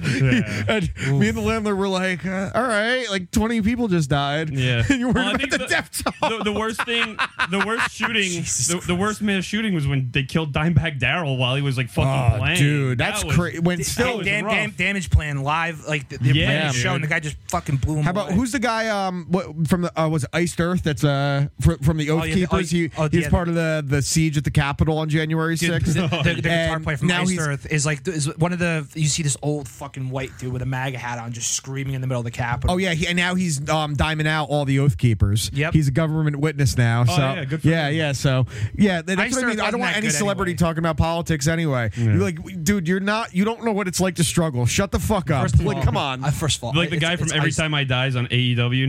Speaker 2: and me and the landlord were like, uh, "All right, like 20 people just died."
Speaker 4: Yeah.
Speaker 2: and you were
Speaker 4: Well, I
Speaker 2: about the,
Speaker 4: think
Speaker 2: Deftones.
Speaker 4: The, the worst thing, the worst shooting, the, the worst mass shooting was when they killed Dimebag Daryl while he was like fucking
Speaker 2: Oh,
Speaker 4: playing.
Speaker 2: dude, that's
Speaker 4: That was-
Speaker 2: crazy. When
Speaker 1: Did-
Speaker 2: still,
Speaker 1: hey,
Speaker 4: was
Speaker 1: dam,
Speaker 4: rough.
Speaker 1: dam, damage plan live, like the, the
Speaker 4: Yeah,
Speaker 1: yeah,
Speaker 4: dude.
Speaker 1: show, and the guy just fucking blew him.
Speaker 2: How about
Speaker 1: away.
Speaker 2: who's the guy? Um, what, from the uh, was it Iced Earth? That's uh fr- from the Oath
Speaker 1: yeah, the- oh,
Speaker 2: Keepers. he
Speaker 1: oh,
Speaker 2: he was
Speaker 1: yeah.
Speaker 2: part of the the siege at the Capitol on January
Speaker 1: Dude,
Speaker 2: sixth.
Speaker 1: the, the- the guitar
Speaker 2: And
Speaker 1: player from
Speaker 2: now
Speaker 1: Iced
Speaker 2: he's-
Speaker 1: Earth is like is one of the you see this old fucking white dude with a MAGA hat on just screaming in the middle of the Capitol.
Speaker 2: Oh yeah, he, and now he's um, diming out all the oath keepers.
Speaker 1: Yep. Oh,
Speaker 2: he's a government witness now. So
Speaker 4: yeah, good for
Speaker 2: yeah,
Speaker 4: him.
Speaker 2: yeah, So yeah, that- that's
Speaker 1: Iced
Speaker 2: what I mean.
Speaker 1: Earth
Speaker 2: I
Speaker 1: wasn't
Speaker 2: don't want
Speaker 1: that
Speaker 2: any
Speaker 1: good
Speaker 2: celebrity
Speaker 1: anyway.
Speaker 2: talking about politics anyway. You're like, dude, you're not. You don't know what it's like to struggle. Shut the fuck up.
Speaker 1: First of
Speaker 2: Like,
Speaker 1: all-
Speaker 2: come on.
Speaker 1: Uh, first of all,
Speaker 4: Like the
Speaker 1: it's-
Speaker 4: guy from
Speaker 1: it's
Speaker 4: Every
Speaker 1: Iced-
Speaker 4: Time I Die's on AEW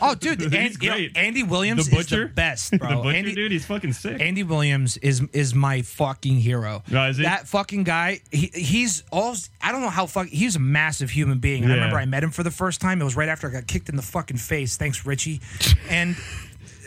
Speaker 1: Oh, dude, and,
Speaker 4: He's
Speaker 1: you know,
Speaker 4: great.
Speaker 1: Andy Williams
Speaker 4: The
Speaker 1: is the
Speaker 4: Butcher?
Speaker 1: best, bro.
Speaker 4: the butcher
Speaker 1: Andy,
Speaker 4: dude, he's fucking sick.
Speaker 1: Andy Williams is is my fucking hero.
Speaker 4: Oh, is he?
Speaker 1: That fucking guy. He, he's all. I don't know how fuck. He's a massive human being. And I
Speaker 4: Yeah.
Speaker 1: remember I met him for the first time. It was right after I got kicked in the fucking face. Thanks, Richie. And.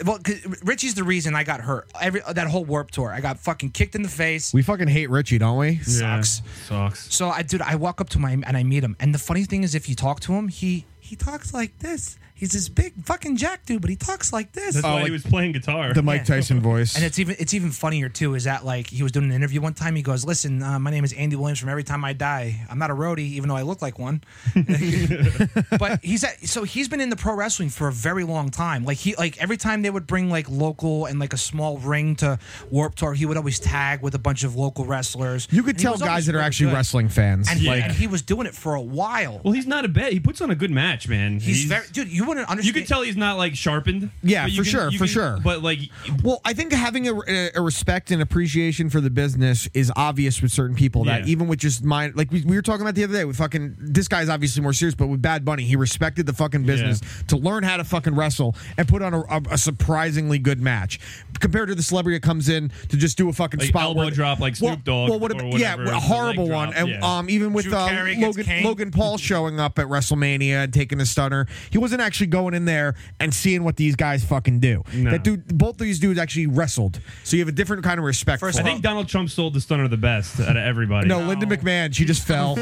Speaker 1: Well, 'cause Richie's the reason I got hurt. Every that whole warp tour, I got fucking kicked in the face.
Speaker 2: we fucking hate Richie, don't we?
Speaker 4: Yeah,
Speaker 1: sucks.
Speaker 4: Sucks.
Speaker 1: So I dude, I walk up to my and I meet him. And the funny thing is if you talk to him, he he talks like this. He's this big fucking jack dude, but he talks like this.
Speaker 4: That's why he was playing guitar.
Speaker 2: Oh, The Mike
Speaker 1: Yeah.
Speaker 2: Tyson voice.
Speaker 1: And it's even it's even funnier too. Is that like he was doing an interview one time? He goes, "Listen, uh, my name is Andy Williams from Every Time I Die. I'm not a roadie, even though I look like one." but he's at, so he's been in the pro wrestling for a very long time. Like he like every time they would bring like local and like a small ring to Warp Tour, he would always tag with a bunch of local wrestlers.
Speaker 2: you could
Speaker 1: And he
Speaker 2: tell
Speaker 1: was
Speaker 2: guys
Speaker 1: always
Speaker 2: that are
Speaker 1: really
Speaker 2: actually
Speaker 1: good.
Speaker 2: wrestling fans.
Speaker 1: And,
Speaker 4: like-
Speaker 1: and he was doing it for a while.
Speaker 4: well, he's not a bad. He puts on a good match, man.
Speaker 1: He's, very dude. You wouldn't understand.
Speaker 4: You can tell he's not like sharpened.
Speaker 2: Yeah,
Speaker 4: but you
Speaker 2: for
Speaker 4: can-
Speaker 2: sure,
Speaker 4: you
Speaker 2: for
Speaker 4: can-
Speaker 2: sure.
Speaker 4: But like,
Speaker 2: Well, I think having a, a respect and appreciation for the business is obvious with certain people. That
Speaker 4: Yeah.
Speaker 2: even with just mine, like we, we were talking about the other day, with fucking this guy's obviously more serious, but with Bad Bunny, he respected the fucking business to learn how to fucking wrestle and put on a, a, a surprisingly good match compared to the celebrity that comes in to just do a fucking
Speaker 4: Like
Speaker 2: spot
Speaker 4: elbow
Speaker 2: where
Speaker 4: drop like Snoop Dogg
Speaker 2: what
Speaker 4: or
Speaker 2: ab-
Speaker 4: whatever,
Speaker 2: yeah, a
Speaker 4: the
Speaker 2: horrible
Speaker 4: leg drop,
Speaker 2: one. And
Speaker 4: yeah.
Speaker 2: um, even with
Speaker 1: Drew
Speaker 2: uh,
Speaker 1: Carey gets
Speaker 2: Logan,
Speaker 1: caned.
Speaker 2: Logan Paul showing up at WrestleMania and taking a stunner, he wasn't actually going in there and seeing what these guys fucking do.
Speaker 4: No.
Speaker 2: That dude, both these dudes actually wrestled, so you have a different kind of respect.
Speaker 1: First
Speaker 2: for
Speaker 4: I
Speaker 1: of
Speaker 2: it.
Speaker 1: all-
Speaker 4: think Donald Trump sold the stunner the best out of everybody.
Speaker 2: no, Linda McMahon, she just fell.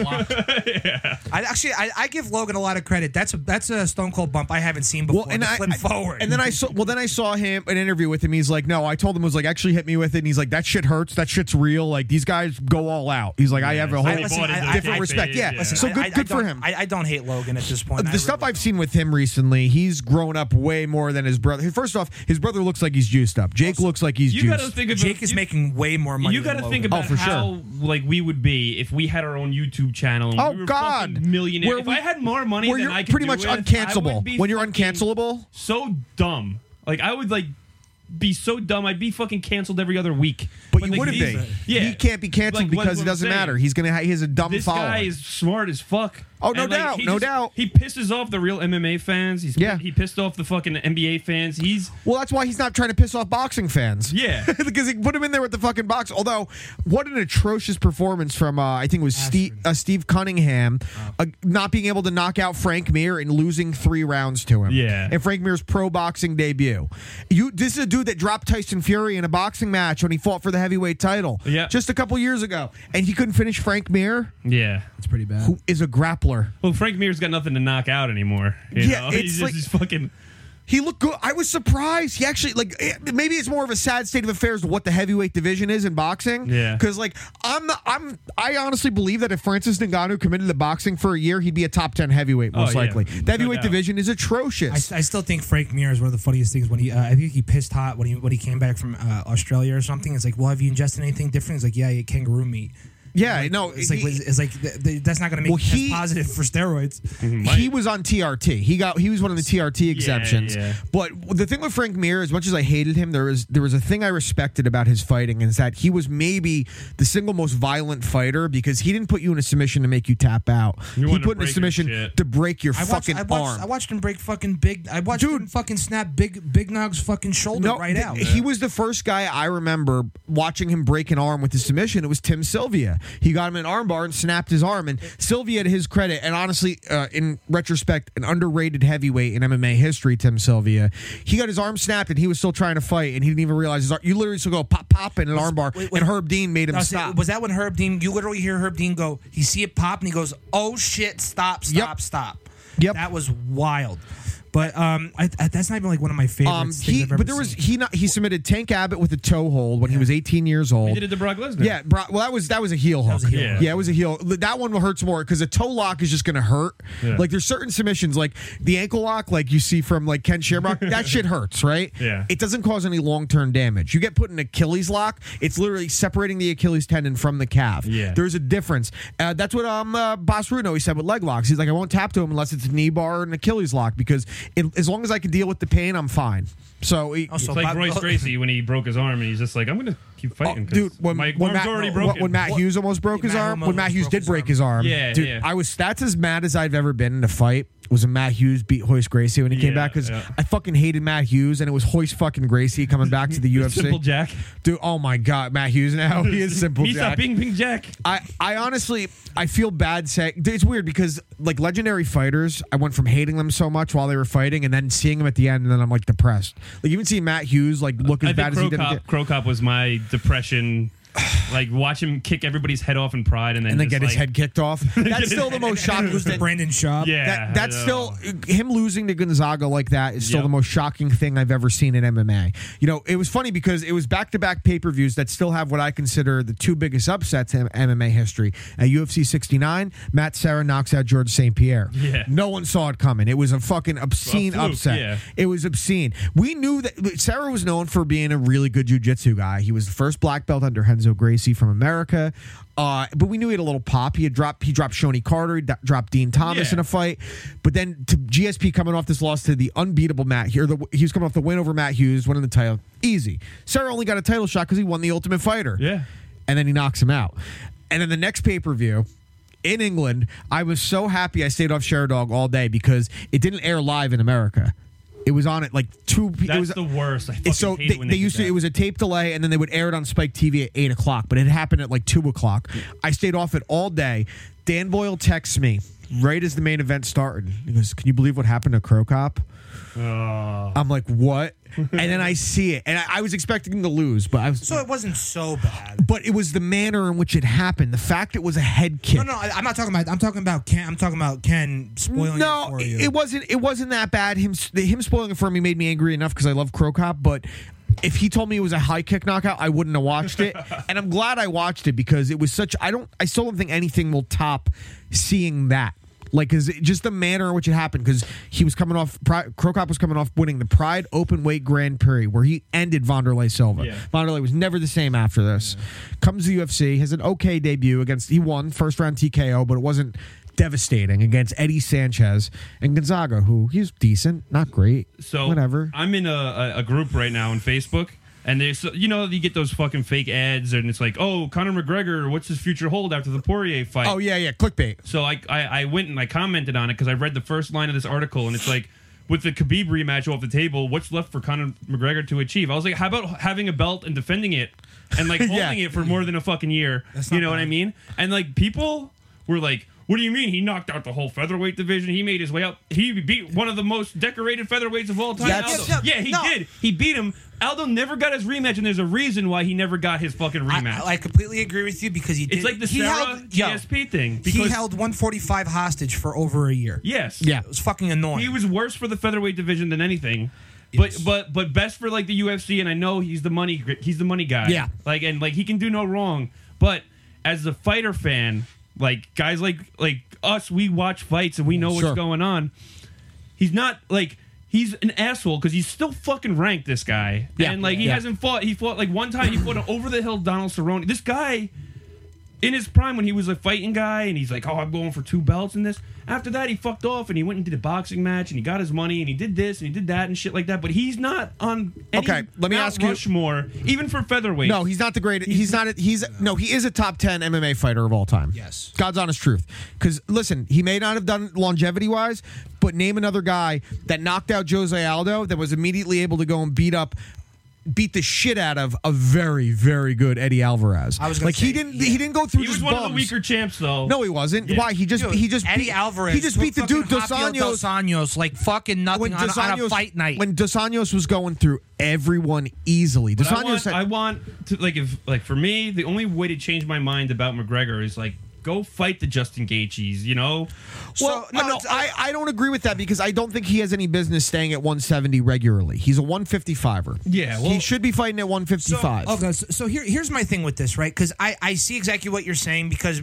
Speaker 1: I actually, I, I give Logan a lot of credit. That's a that's a Stone Cold bump I haven't seen before.
Speaker 2: Well, and
Speaker 1: The
Speaker 2: I,
Speaker 1: flip forward,
Speaker 2: and then I saw. Well, then I saw him an interview with him. He's like, "No, I told him I was like, actually hit me with it." And he's like, "That shit hurts. That shit's real. Like these guys go all out." He's like, "I have a whole
Speaker 4: they
Speaker 1: listen,
Speaker 4: bought
Speaker 1: I- I-
Speaker 4: into the
Speaker 2: different
Speaker 4: fact
Speaker 2: respect."
Speaker 4: that-
Speaker 2: Yeah.
Speaker 1: Listen,
Speaker 2: so
Speaker 1: I-
Speaker 2: good,
Speaker 1: I- I
Speaker 2: good for
Speaker 1: don't-
Speaker 2: him.
Speaker 1: I, I don't hate Logan at this point.
Speaker 2: the
Speaker 1: I really
Speaker 2: stuff I've
Speaker 1: don't.
Speaker 2: seen with him recently, he's grown up way more than his brother. First off, his brother looks like he's juiced up. Jake looks like he's
Speaker 4: you
Speaker 2: juiced.
Speaker 4: got to think about
Speaker 1: Jake is
Speaker 4: you-
Speaker 1: making way more money.
Speaker 4: You got to
Speaker 1: than
Speaker 4: think
Speaker 1: Logan.
Speaker 4: about
Speaker 2: Oh, for
Speaker 4: how like we would be if we had our own YouTube channel. And
Speaker 2: Oh,
Speaker 4: we were
Speaker 2: God.
Speaker 4: fucking millionaire.
Speaker 2: Where
Speaker 4: if
Speaker 2: we-
Speaker 4: I had more money,
Speaker 2: where
Speaker 4: than
Speaker 2: you're
Speaker 4: I could
Speaker 2: pretty
Speaker 4: do
Speaker 2: much
Speaker 4: with, I would
Speaker 2: uncancelable.
Speaker 4: be
Speaker 2: When you're
Speaker 4: fucking
Speaker 2: uncancelable?
Speaker 4: so dumb. Like I would like be so dumb. I'd be fucking canceled every other week.
Speaker 2: but you
Speaker 4: like,
Speaker 2: wouldn't
Speaker 4: these-
Speaker 2: be.
Speaker 4: Yeah,
Speaker 2: He can't be canceled
Speaker 4: Like, what-
Speaker 2: because
Speaker 4: what
Speaker 2: it
Speaker 4: I'm
Speaker 2: doesn't
Speaker 4: saying.
Speaker 2: matter. He's gonna ha- he has a dumb
Speaker 4: This
Speaker 2: follower.
Speaker 4: guy is smart as fuck.
Speaker 2: Oh, no doubt,
Speaker 4: he
Speaker 2: no doubt.
Speaker 4: He pisses off the real MMA fans. He's
Speaker 2: Yeah.
Speaker 4: he pissed off the fucking NBA fans. He's
Speaker 2: well, that's why he's not trying to piss off boxing fans.
Speaker 4: Yeah.
Speaker 2: because he put him in there with the fucking box. Although, what an atrocious performance from uh, I think it was Steve, uh, Steve Cunningham, uh, not being able to knock out Frank Mir and losing three rounds to him.
Speaker 4: Yeah.
Speaker 2: and Frank Mir's pro boxing debut. You, this is a dude that dropped Tyson Fury in a boxing match when he fought for the heavyweight title.
Speaker 4: Yeah.
Speaker 2: just a couple years ago, and he couldn't finish Frank Mir,
Speaker 4: yeah.
Speaker 1: It's pretty bad.
Speaker 2: who is a grappler.
Speaker 4: Well, Frank Mir's got nothing to knock out anymore. You
Speaker 2: Yeah,
Speaker 4: know?
Speaker 2: it's
Speaker 4: he's
Speaker 2: like-
Speaker 4: just he's fucking.
Speaker 2: He looked good. I was surprised. He actually like eh, maybe it's more of a sad state of affairs to what the heavyweight division is in boxing.
Speaker 4: Yeah.
Speaker 2: because like I'm not, I'm I honestly believe that if Francis Ngannou committed to boxing for a year, he'd be a top ten heavyweight most
Speaker 4: Oh, yeah.
Speaker 2: likely.
Speaker 4: No
Speaker 2: The heavyweight
Speaker 4: doubt.
Speaker 2: division is
Speaker 1: I,
Speaker 2: atrocious.
Speaker 1: I still think Frank Mir is one of the funniest things when he. Uh, I think he pissed hot when he when he came back from uh, Australia or something. It's like, well, have you ingested anything different? He's like, yeah, I ate kangaroo meat.
Speaker 2: Yeah, no,
Speaker 6: It's like,
Speaker 2: he-
Speaker 6: it's like th- th- that's not going to make
Speaker 2: Well,
Speaker 6: you test
Speaker 2: he-
Speaker 6: positive for steroids.
Speaker 4: Mm-hmm.
Speaker 2: he was on TRT. He got he was one of the TRT exemptions.
Speaker 4: yeah.
Speaker 2: But the thing with Frank Mir, as much as I hated him, there was there was a thing I respected about his fighting, is that he was maybe the single most violent fighter because he didn't put you in a submission to make you tap out. he
Speaker 4: wanted to
Speaker 2: put in a
Speaker 4: break his
Speaker 2: submission
Speaker 4: shit.
Speaker 2: to break your
Speaker 6: I watched,
Speaker 2: fucking
Speaker 6: I watched,
Speaker 2: arm.
Speaker 6: I watched him break fucking big. I watched
Speaker 2: Dude.
Speaker 6: him fucking snap big big Nog's fucking shoulder
Speaker 2: no,
Speaker 6: right
Speaker 2: th-
Speaker 6: out.
Speaker 2: he was the first guy I remember watching him break an arm with his submission. It was Tim Sylvia. He got him an armbar and snapped his arm. And Sylvia, to his credit, and honestly, uh, in retrospect, an underrated heavyweight in MMA history, Tim Sylvia. He got his arm snapped and he was still trying to fight, and he didn't even realize his arm. You literally still go pop pop in an armbar,
Speaker 6: wait, wait.
Speaker 2: and Herb Dean made him
Speaker 6: Now, see,
Speaker 2: stop.
Speaker 6: was that when Herb Dean? You literally hear Herb Dean go. You see it pop, and he goes, "Oh shit! Stop!
Speaker 2: Yep.
Speaker 6: Stop! Stop!"
Speaker 2: Yep.
Speaker 6: That was wild. But um, I, I, that's not even like one of my favorite
Speaker 2: um,
Speaker 6: things
Speaker 2: he,
Speaker 6: I've ever
Speaker 2: but there was
Speaker 6: seen.
Speaker 2: he not, he submitted Tank Abbott with a toe hold when he was 18 years old.
Speaker 4: He did it to Brock Lesnar.
Speaker 2: Yeah, bro, well, that was that was a heel hook.
Speaker 6: was a heel
Speaker 2: yeah.
Speaker 4: hook.
Speaker 2: it was a heel. That one hurts more because a toe lock is just going to hurt. Like there's certain submissions, like the ankle lock, like you see from like Ken Shamrock, that shit hurts, right?
Speaker 4: Yeah.
Speaker 2: it doesn't cause any long term damage. You get put in Achilles lock, it's literally separating the Achilles tendon from the calf.
Speaker 4: Yeah.
Speaker 2: there's a difference. Uh, that's what um uh, Boss Rude always said with leg locks. He's like, I won't tap to him unless it's a knee bar or an Achilles lock because it, as long as I can deal with the pain, I'm fine. So he-
Speaker 6: Also,
Speaker 4: It's like
Speaker 6: Bob-
Speaker 4: Royce Gracie when he broke his arm and he's just like, I'm gonna keep
Speaker 2: Oh,
Speaker 4: fighting. 'cause
Speaker 2: dude, when,
Speaker 4: my
Speaker 2: when
Speaker 4: arm's
Speaker 2: Matt,
Speaker 4: already
Speaker 2: when-
Speaker 4: broken.
Speaker 2: when Matt Hughes almost broke his
Speaker 6: Matt
Speaker 2: arm,
Speaker 6: Hughes
Speaker 2: when Matt
Speaker 6: almost
Speaker 2: Hughes
Speaker 6: broke
Speaker 2: did
Speaker 6: his
Speaker 2: break
Speaker 6: arm.
Speaker 2: his arm,
Speaker 4: Yeah,
Speaker 2: dude,
Speaker 4: yeah.
Speaker 2: I was that's as mad as I've ever been in a fight. Was when Matt Hughes beat Hoist Gracie when he came
Speaker 4: Yeah,
Speaker 2: back because
Speaker 4: yeah.
Speaker 2: I fucking hated Matt Hughes and it was Hoist fucking Gracie coming back to the UFC.
Speaker 4: Simple Jack.
Speaker 2: dude. Oh my god, Matt Hughes now he is simple
Speaker 4: He's
Speaker 2: Jack.
Speaker 4: not Bing Bing Jack.
Speaker 2: I, I honestly I feel bad saying it's weird because like legendary fighters I went from hating them so much while they were fighting and then seeing them at the end and then I'm like depressed like even seeing Matt Hughes like look as
Speaker 4: I
Speaker 2: bad
Speaker 4: think
Speaker 2: as he
Speaker 4: Crow
Speaker 2: did at the-
Speaker 4: Cop, Crow Cop was my depression. like watch him kick everybody's head off in pride and then
Speaker 2: and then get
Speaker 4: just,
Speaker 2: his
Speaker 4: like-
Speaker 2: head kicked off that's still the most shocking
Speaker 6: was the Brandon Schaub.
Speaker 4: Yeah,
Speaker 2: That, that's
Speaker 4: I know.
Speaker 2: still him losing to Gonzaga like that is still
Speaker 4: Yep.
Speaker 2: the most shocking thing I've ever seen in MMA. You know, it was funny because it was back to back pay per views that still have what I consider the two biggest upsets in MMA history. At UFC 69, Matt Sarah knocks out George St. Pierre.
Speaker 4: Yeah.
Speaker 2: No one saw it coming. It was a fucking obscene
Speaker 4: fluke,
Speaker 2: upset.
Speaker 4: yeah.
Speaker 2: It was obscene. We knew that Sarah was known for being a really good jujitsu guy. He was the first black belt under Henzo Gracie from America. Uh, but we knew he had a little pop. He had dropped he dropped Shoney Carter, he d- dropped Dean Thomas
Speaker 4: Yeah.
Speaker 2: in a fight. But then to GSP coming off this loss to the unbeatable Matt here, the, he was coming off the win over Matt Hughes, winning the title. Easy. Sarah only got a title shot because he won the Ultimate Fighter.
Speaker 4: Yeah.
Speaker 2: And then he knocks him out. And then the next pay per view in England, I was so happy I stayed off Sharedog all day because it didn't air live in America. It was on at like two. p-
Speaker 4: That's
Speaker 2: it was,
Speaker 4: the worst. I
Speaker 2: and
Speaker 4: fucking
Speaker 2: so
Speaker 4: hate
Speaker 2: they,
Speaker 4: it when
Speaker 2: they
Speaker 4: they
Speaker 2: used to
Speaker 4: do that.
Speaker 2: it was a tape delay and then they would air it on spike tv at 8 o'clock but it happened at like 2 o'clock i stayed off it all day dan boyle texts me right as the main event started he goes can you believe what happened to crow cop
Speaker 4: Uh.
Speaker 2: i'm like what and then i see it and i, I was expecting him to lose but i was
Speaker 6: So it wasn't so bad.
Speaker 2: but it was the manner in which it happened the fact it was a head kick
Speaker 6: No, no, I, I'm not talking about. I'm talking about Ken. I'm talking about Ken spoiling it
Speaker 2: no,
Speaker 6: for
Speaker 2: it,
Speaker 6: you.
Speaker 2: it wasn't. It wasn't that bad. Him s- him spoiling it for me made me angry enough because I love Crow Cop. But if he told me it was a high kick knockout, I wouldn't have watched it. and I'm glad I watched it because it was such. I don't. I still don't think anything will top seeing that. Like, cause it, just the manner in which it happened, because he was coming off, Pri- Crow Cop was coming off winning the Pride Open Weight Grand Prix, where he ended Vonderlei Silva.
Speaker 4: Yeah.
Speaker 2: Vonderlei was never the same after this. Comes to the UFC, has an okay debut against he won first round TKO, but it wasn't devastating against Eddie Sanchez and Gonzaga, who he's decent, not great,
Speaker 4: So
Speaker 2: whatever.
Speaker 4: I'm in a, a, a group right now on Facebook, and there's you know you get those fucking fake ads, and it's like, oh, Conor McGregor, what's his future hold after the Poirier fight?
Speaker 2: oh yeah, yeah, clickbait.
Speaker 4: So I, I, I went and I commented on it because I read the first line of this article, and it's like, with the Khabib rematch off the table, what's left for Conor McGregor to achieve? I was like, how about having a belt and defending it, and like
Speaker 2: Yeah.
Speaker 4: holding it for more than a fucking year? you know what I mean? And like people were like. What do you mean? He knocked out the whole featherweight division. He made his way up. He beat one of the most decorated featherweights of all time.
Speaker 2: That's-
Speaker 4: Aldo. Yeah, he
Speaker 6: No.
Speaker 4: did. He beat him. Aldo never got his rematch, and there's a reason why he never got his fucking rematch.
Speaker 6: I, I completely agree with you because he did.
Speaker 4: it's like the
Speaker 6: he
Speaker 4: Sarah
Speaker 6: held, yo,
Speaker 4: GSP thing.
Speaker 6: he held 145 hostage for over a year.
Speaker 4: yes,
Speaker 2: Yeah.
Speaker 6: It was fucking annoying.
Speaker 4: He was worse for the featherweight division than anything. But but but best for like the UFC, and I know he's the money gr- he's the money guy.
Speaker 2: Yeah.
Speaker 4: like and like he can do no wrong. But as a fighter fan, like guys like like us, we watch fights and we know
Speaker 2: Sure.
Speaker 4: what's going on. He's not like he's an asshole because he's still fucking ranked. This guy,
Speaker 2: Yeah.
Speaker 4: and like he
Speaker 2: Yeah.
Speaker 4: hasn't fought. He fought like one time. He fought an over the hill Donald Cerrone. This guy in his prime when he was a fighting guy and he's like, oh, I'm going for two belts and this. After that, he fucked off and he went and did a boxing match and he got his money and he did this and he did that and shit like that. But he's not on any
Speaker 2: Okay, let me
Speaker 4: Mount
Speaker 2: ask you-
Speaker 4: Rushmore, even for featherweight.
Speaker 2: No, he's not the greatest. He's not. A, he's no. He is a top ten MMA fighter of all time.
Speaker 1: Yes.
Speaker 2: God's honest truth. Because listen, he may not have done longevity wise, but name another guy that knocked out Jose Aldo that was immediately able to go and beat up. Beat the shit out of a very, very good Eddie Alvarez. I
Speaker 1: was gonna
Speaker 2: like he
Speaker 1: say,
Speaker 2: didn't
Speaker 1: yeah.
Speaker 2: he didn't go through
Speaker 4: he was
Speaker 2: just
Speaker 4: one of
Speaker 2: bums.
Speaker 4: the weaker champs though.
Speaker 2: No, he wasn't.
Speaker 4: Yeah.
Speaker 2: Why? He just
Speaker 1: Dude,
Speaker 2: he just
Speaker 1: Eddie
Speaker 2: beat,
Speaker 1: Alvarez.
Speaker 2: He just
Speaker 1: took
Speaker 2: beat the dude
Speaker 1: fucking Rafael
Speaker 2: Dos
Speaker 1: Dos
Speaker 2: Anjos
Speaker 1: Anjos like fucking nothing on, a- on a fight night.
Speaker 2: When Dos Anjos was going through everyone easily. Dos
Speaker 4: But I
Speaker 2: Anjos
Speaker 4: want,
Speaker 2: had,
Speaker 4: I want to like if like for me, the only way to change my mind about McGregor is like go fight the Justin Gaethje's, you know.
Speaker 2: Well,
Speaker 1: So,
Speaker 2: no, uh,
Speaker 1: no,
Speaker 2: no
Speaker 1: it's-
Speaker 2: I, I don't agree with that because I don't think he has any business staying at 170 regularly. He's a 155er.
Speaker 4: Yeah, well-
Speaker 2: he should be fighting at 155.
Speaker 1: So, okay, so, so here, here's my thing with this, right? Because I, I see exactly what you're saying. Because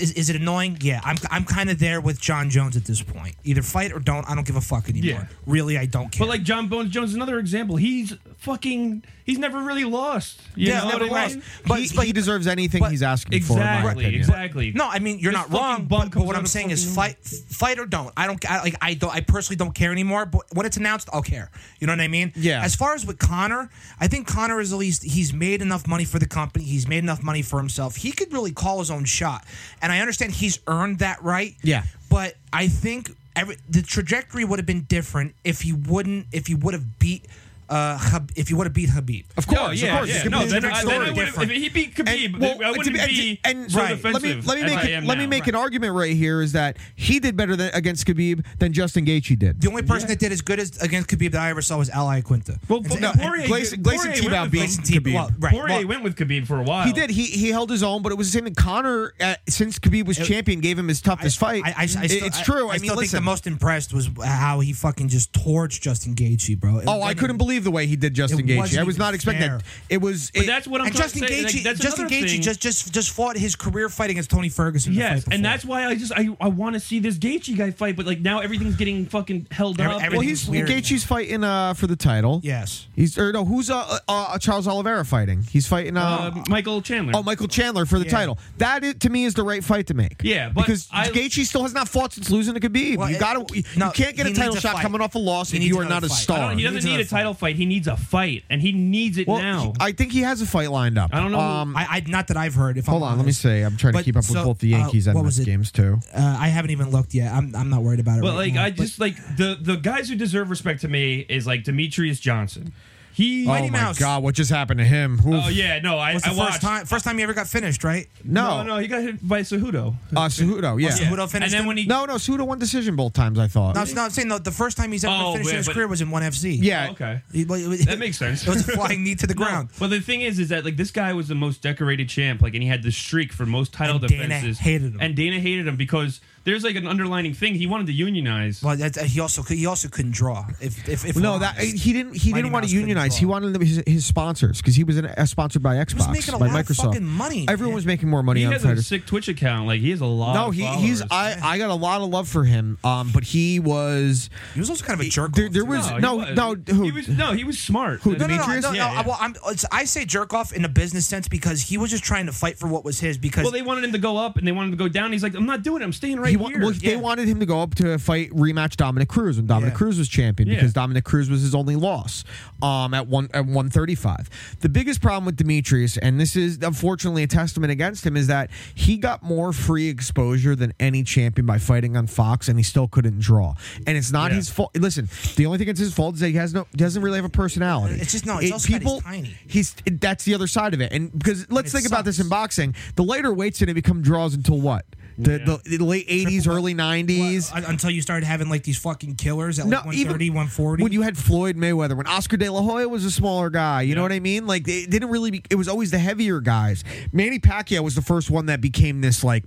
Speaker 1: is, is it annoying? Yeah, I'm I'm kind of there with John Jones at this point. Either fight or don't. I don't give a fuck anymore.
Speaker 4: Yeah.
Speaker 1: Really, I don't care.
Speaker 4: But like John Bones Jones is another example. He's fucking. He's never really lost. You
Speaker 1: Yeah,
Speaker 4: know
Speaker 1: never
Speaker 4: what I
Speaker 1: lost.
Speaker 4: mean?
Speaker 2: but, he, he deserves anything
Speaker 1: but-
Speaker 2: he's asking for. In my
Speaker 4: Exactly.
Speaker 2: opinion.
Speaker 4: Exactly.
Speaker 1: no, I mean you're
Speaker 4: This
Speaker 1: not
Speaker 4: fucking
Speaker 1: wrong.
Speaker 4: bum
Speaker 1: But, but
Speaker 4: comes
Speaker 1: what
Speaker 4: out
Speaker 1: I'm
Speaker 4: of
Speaker 1: saying
Speaker 4: fucking
Speaker 1: is fight, fight or don't. I don't I, like I don't. I personally don't care anymore. But when it's announced, I'll care. You know what I mean?
Speaker 2: Yeah.
Speaker 1: As far as with Connor, I think Connor is at least he's made enough money for the company. He's made enough money for himself. He could really call his own shot, and I understand he's earned that right.
Speaker 2: Yeah.
Speaker 1: But I think every the trajectory would have been different if he wouldn't if he would have beat. Uh, Hab- if you would have beat Habib,
Speaker 2: Of course,
Speaker 4: No, yeah,
Speaker 2: of course.
Speaker 4: yeah.
Speaker 2: It's a
Speaker 4: No,
Speaker 2: completely
Speaker 4: then,
Speaker 2: different
Speaker 4: I, then
Speaker 2: story.
Speaker 4: I would've- if he beat Khabib,
Speaker 2: And- well,
Speaker 4: I wouldn't
Speaker 2: and-
Speaker 4: be
Speaker 2: and-
Speaker 4: so
Speaker 2: right. Let me
Speaker 4: defensive
Speaker 2: let me
Speaker 4: as
Speaker 2: make
Speaker 4: I
Speaker 2: it,
Speaker 4: am
Speaker 2: let me
Speaker 4: now.
Speaker 2: make an argument right here is that he did better than, against Khabib than Justin Gaethje did.
Speaker 1: the only person that did as good as against Khabib that I ever saw was Ali Quinta.
Speaker 4: Well,
Speaker 1: And-
Speaker 4: but
Speaker 1: and-
Speaker 4: Poirier,
Speaker 2: Glason-
Speaker 4: Poirier
Speaker 2: Glason
Speaker 4: went
Speaker 2: Tebow
Speaker 4: with
Speaker 2: beat
Speaker 4: Glason
Speaker 1: Khabib.
Speaker 2: Khabib.
Speaker 1: Well, right.
Speaker 4: Poirier
Speaker 1: well,
Speaker 4: went with Khabib for a while.
Speaker 2: He did. He he held his own, but it was the same thing. Connor, uh, since Khabib was champion, gave him his toughest fight.
Speaker 1: I, I, I still,
Speaker 2: it's true.
Speaker 1: I,
Speaker 2: I, mean,
Speaker 1: still think
Speaker 2: listen.
Speaker 1: the most impressed was how he fucking just torched Justin Gaethje, bro. It
Speaker 2: oh, I
Speaker 1: wasn't-
Speaker 2: couldn't believe the way he did Justin
Speaker 1: It
Speaker 2: Gaethje.
Speaker 1: wasn't
Speaker 2: I was
Speaker 1: even
Speaker 2: not expecting that.
Speaker 1: fair.
Speaker 2: It was.
Speaker 4: But
Speaker 2: it-
Speaker 4: that's what I'm
Speaker 1: And
Speaker 4: trying to
Speaker 1: Justin
Speaker 4: say.
Speaker 1: Gaethje,
Speaker 4: Like, that's
Speaker 1: Justin
Speaker 4: another
Speaker 1: Gaethje
Speaker 4: thing.
Speaker 1: just just just fought his career fight against Tony Ferguson. the
Speaker 4: Yes,
Speaker 1: fight
Speaker 4: and
Speaker 1: before.
Speaker 4: that's why I just I, I want to see this Gaethje guy fight, but like now everything's getting fucking held
Speaker 1: Every-
Speaker 4: up.
Speaker 1: every-
Speaker 2: well,
Speaker 4: Well, he-
Speaker 2: he's
Speaker 1: weird,
Speaker 2: Gaethje's fighting uh, for the title.
Speaker 1: yes.
Speaker 2: He's or no, who's uh, uh Charles Oliveira fighting? He's fighting uh,
Speaker 1: Um,
Speaker 4: uh, Michael Chandler.
Speaker 2: oh Michael Chandler for the title. That is, to me is the right fight to make.
Speaker 4: Yeah, but
Speaker 2: because
Speaker 4: I-
Speaker 2: Gaethje still has not fought since losing to Khabib.
Speaker 1: Well,
Speaker 2: you
Speaker 1: it-
Speaker 2: got to you
Speaker 1: no,
Speaker 2: can't get a
Speaker 1: he
Speaker 2: title
Speaker 1: needs a
Speaker 2: shot
Speaker 1: fight.
Speaker 2: coming off a loss
Speaker 1: He
Speaker 2: if
Speaker 1: needs
Speaker 2: you are
Speaker 1: another
Speaker 2: not a
Speaker 1: fight. I
Speaker 2: star.
Speaker 4: he doesn't need a
Speaker 1: another
Speaker 4: title fight. He needs a fight, and he needs it
Speaker 2: Oh well,
Speaker 4: now.
Speaker 2: I think he has a fight lined up.
Speaker 4: I don't know who-
Speaker 2: Um,
Speaker 1: I, I not that I've heard. If
Speaker 2: hold
Speaker 1: I'm
Speaker 2: on, let me
Speaker 1: honest.
Speaker 2: see. I'm trying to
Speaker 1: But
Speaker 2: keep up with
Speaker 1: so,
Speaker 2: both the Yankees
Speaker 1: uh,
Speaker 2: and
Speaker 1: what was
Speaker 2: Mets
Speaker 1: it?
Speaker 2: games too.
Speaker 1: Uh, I haven't even looked yet. I'm I'm not worried about it.
Speaker 4: But
Speaker 1: right
Speaker 4: like
Speaker 1: now,
Speaker 4: I just like the the guys who deserve respect to me is like Demetrius Johnson. He
Speaker 2: Oh my God, what just happened to him? Oof.
Speaker 4: Oh yeah, no, I,
Speaker 1: was the
Speaker 4: I
Speaker 1: first
Speaker 4: watched.
Speaker 1: time first time he ever got finished, right?
Speaker 2: No,
Speaker 4: no, no, he got hit by Cejudo.
Speaker 2: Uh, Cejudo, yeah.
Speaker 1: Cejudo finished
Speaker 4: and then
Speaker 1: him?
Speaker 4: when he
Speaker 2: No, no, Cejudo won decision both times. I thought.
Speaker 1: No, I'm not saying no. The first time he's ever
Speaker 4: Oh,
Speaker 1: finished
Speaker 4: yeah,
Speaker 1: in his
Speaker 4: but-
Speaker 1: career was in one FC.
Speaker 2: yeah,
Speaker 4: okay.
Speaker 1: He- well, it-
Speaker 4: That makes sense.
Speaker 1: It was a flying knee to the
Speaker 4: No,
Speaker 1: ground.
Speaker 4: Well, the thing is, is that like this guy was the most decorated champ, like, and he had the streak for most title
Speaker 1: And Dana
Speaker 4: defenses.
Speaker 1: hated him.
Speaker 4: and Dana hated him because there's like an underlining thing. He wanted to unionize.
Speaker 1: Well, that's, he also could, he also couldn't draw. If if, if
Speaker 2: No,
Speaker 1: we're
Speaker 2: that
Speaker 1: honest.
Speaker 2: he didn't. He
Speaker 1: Mighty
Speaker 2: didn't want
Speaker 1: Mouse
Speaker 2: to
Speaker 1: couldn't
Speaker 2: unionize.
Speaker 1: draw.
Speaker 2: He wanted his, his sponsors because he was in, uh, sponsored by Xbox,
Speaker 1: making a
Speaker 2: by
Speaker 1: lot of
Speaker 2: Microsoft.
Speaker 1: fucking money,
Speaker 2: Everyone
Speaker 1: man.
Speaker 2: was making more money
Speaker 4: he
Speaker 2: on
Speaker 4: has a
Speaker 2: fighters.
Speaker 4: sick Twitch account. Like, he has a lot.
Speaker 2: No,
Speaker 4: of
Speaker 2: he, he's.
Speaker 4: followers.
Speaker 2: I I got a lot of love for him, um, but he was.
Speaker 1: he was also kind of a jerk.
Speaker 2: There,
Speaker 1: off,
Speaker 2: there
Speaker 1: too.
Speaker 2: was
Speaker 4: he
Speaker 2: no,
Speaker 4: was-
Speaker 2: no. Who?
Speaker 4: He was no, he was smart.
Speaker 2: Who,
Speaker 1: No, no, no, no,
Speaker 2: Demetrius?
Speaker 1: no,
Speaker 4: Yeah, yeah.
Speaker 1: Well, I'm, it's- I say jerk off in a business sense because he was just trying to fight for what was his. Because
Speaker 4: Well, they wanted him to go up and they wanted him to go down. He's like, I'm not doing it. I'm staying right
Speaker 2: He wa-
Speaker 4: here.
Speaker 2: well, they
Speaker 4: Yeah.
Speaker 2: wanted him to go up to fight rematch Dominic Cruz when Dominic
Speaker 1: Yeah.
Speaker 2: Cruz was champion
Speaker 4: Yeah.
Speaker 2: because Dominic Cruz was his only loss um, at one at one thirty five. The biggest problem with Demetrius, and this is unfortunately a testament against him, is that he got more free exposure than any champion by fighting on Fox, and he still couldn't draw. And it's not
Speaker 4: Yeah.
Speaker 2: his fault. Listen, the only thing it's his fault is that he has no doesn't really have a personality.
Speaker 1: It's just- no, it's also that he's tiny.
Speaker 2: He's that's the other side of it, and because let's
Speaker 1: it
Speaker 2: think about this
Speaker 1: sucks.
Speaker 2: in boxing, the later weights didn't become draws until what the, the, the late eighties, early nineties.
Speaker 1: Well, un- until you started having like these fucking killers at like
Speaker 2: No, even
Speaker 1: 130, 140.
Speaker 2: when you had Floyd Mayweather, when Oscar De La Hoya was a smaller guy, you know what I mean? Like it didn't really. Be, it was always the heavier guys. Manny Pacquiao was the first one that became this like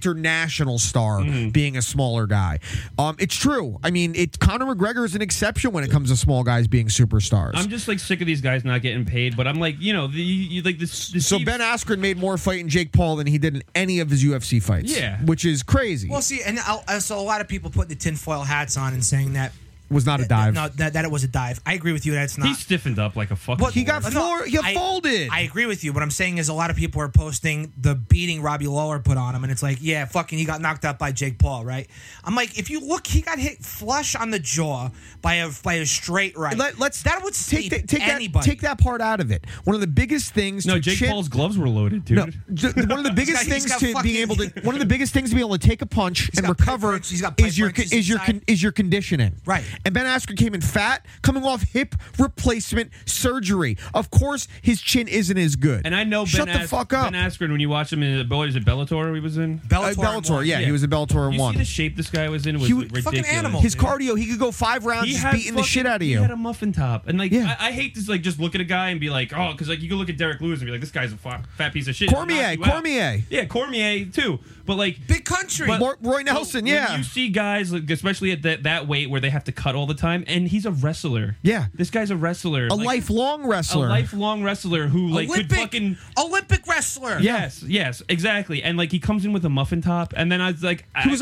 Speaker 2: international star, being a smaller guy. Um, it's true. I mean, it Conor McGregor is an exception when it comes to small guys being superstars.
Speaker 4: I'm just like sick of these guys not getting paid. But I'm like, you know, the you, like this. this
Speaker 2: so Ben Askren made more fighting Jake Paul than he did in any of his UFC fights.
Speaker 4: Yeah.
Speaker 2: which is crazy.
Speaker 1: well, see, and I'll, I saw a lot of people putting the tinfoil hats on and saying that
Speaker 2: was not a dive.
Speaker 1: No, that, that it was a dive. I agree with you. That's not.
Speaker 4: He stiffened up like a fucking.
Speaker 1: Well,
Speaker 4: he
Speaker 2: got
Speaker 1: no,
Speaker 2: floor- he got
Speaker 1: I-
Speaker 2: folded.
Speaker 1: I agree with you. What I'm saying is a lot of people are posting the beating Robbie Lawler put on him, and it's like, yeah, fucking, he got knocked out by Jake Paul, right? I'm like, if you look, he got hit flush on the jaw by a by a straight right.
Speaker 2: Let, us
Speaker 1: that would
Speaker 2: take
Speaker 1: sleep
Speaker 2: that, take that
Speaker 1: anybody.
Speaker 2: take that part out of it. One of the biggest things.
Speaker 4: No,
Speaker 2: to
Speaker 4: Jake
Speaker 2: chin-
Speaker 4: Paul's gloves were loaded, dude.
Speaker 2: No, j- one of the biggest
Speaker 1: got- he's
Speaker 2: things
Speaker 1: got
Speaker 2: to
Speaker 1: fucking-
Speaker 2: being able to one of the biggest things to be able to take a punch and
Speaker 1: got pipe
Speaker 2: recover
Speaker 1: wrenches, he's got pipe
Speaker 2: is your
Speaker 1: wrenches
Speaker 2: is your
Speaker 1: inside.
Speaker 2: con- is your conditioning
Speaker 1: Right.
Speaker 2: And Ben Askren came in fat, coming off hip replacement surgery. Of course, his chin isn't as good.
Speaker 4: And I know Ben,
Speaker 2: shut the
Speaker 4: As-
Speaker 2: fuck up.
Speaker 4: ben Askren, when you watch him in the Bellator, is it Bellator he was in?
Speaker 2: Uh,
Speaker 1: Bellator, and
Speaker 2: Bellator,
Speaker 1: Wong.
Speaker 2: yeah, he was a Bellator and
Speaker 4: You see
Speaker 2: one.
Speaker 4: the shape this guy was in was
Speaker 2: He was-
Speaker 4: ridiculous.
Speaker 1: fucking animal.
Speaker 2: His
Speaker 1: dude.
Speaker 2: cardio, he could go five rounds just
Speaker 4: had
Speaker 2: beating the
Speaker 4: fucking-
Speaker 2: shit out of
Speaker 4: He
Speaker 2: you.
Speaker 4: had a muffin top, and like
Speaker 2: Yeah.
Speaker 4: I, I hate to like just look at a guy and be like, oh, because like you can look at Derek Lewis and be like, this guy's a fa- fat piece of shit. He'll knock
Speaker 2: Cormier,
Speaker 4: you out.
Speaker 2: Cormier.
Speaker 4: yeah, Cormier too. But like
Speaker 1: big country.
Speaker 4: but-
Speaker 2: Mor- Roy Nelson,
Speaker 4: when
Speaker 2: yeah.
Speaker 4: you see guys like, especially at that, that weight where they have to cut all the time, and he's a wrestler.
Speaker 2: Yeah.
Speaker 4: this guy's a wrestler,
Speaker 2: a
Speaker 4: Like,
Speaker 2: lifelong
Speaker 4: a
Speaker 2: wrestler.
Speaker 4: lifelong wrestler who like
Speaker 1: Olympic
Speaker 4: could fucking.
Speaker 1: Olympic wrestler.
Speaker 4: Yes, yes, exactly. And like he comes in with a muffin top, and then I was like,
Speaker 2: he
Speaker 4: I,
Speaker 2: was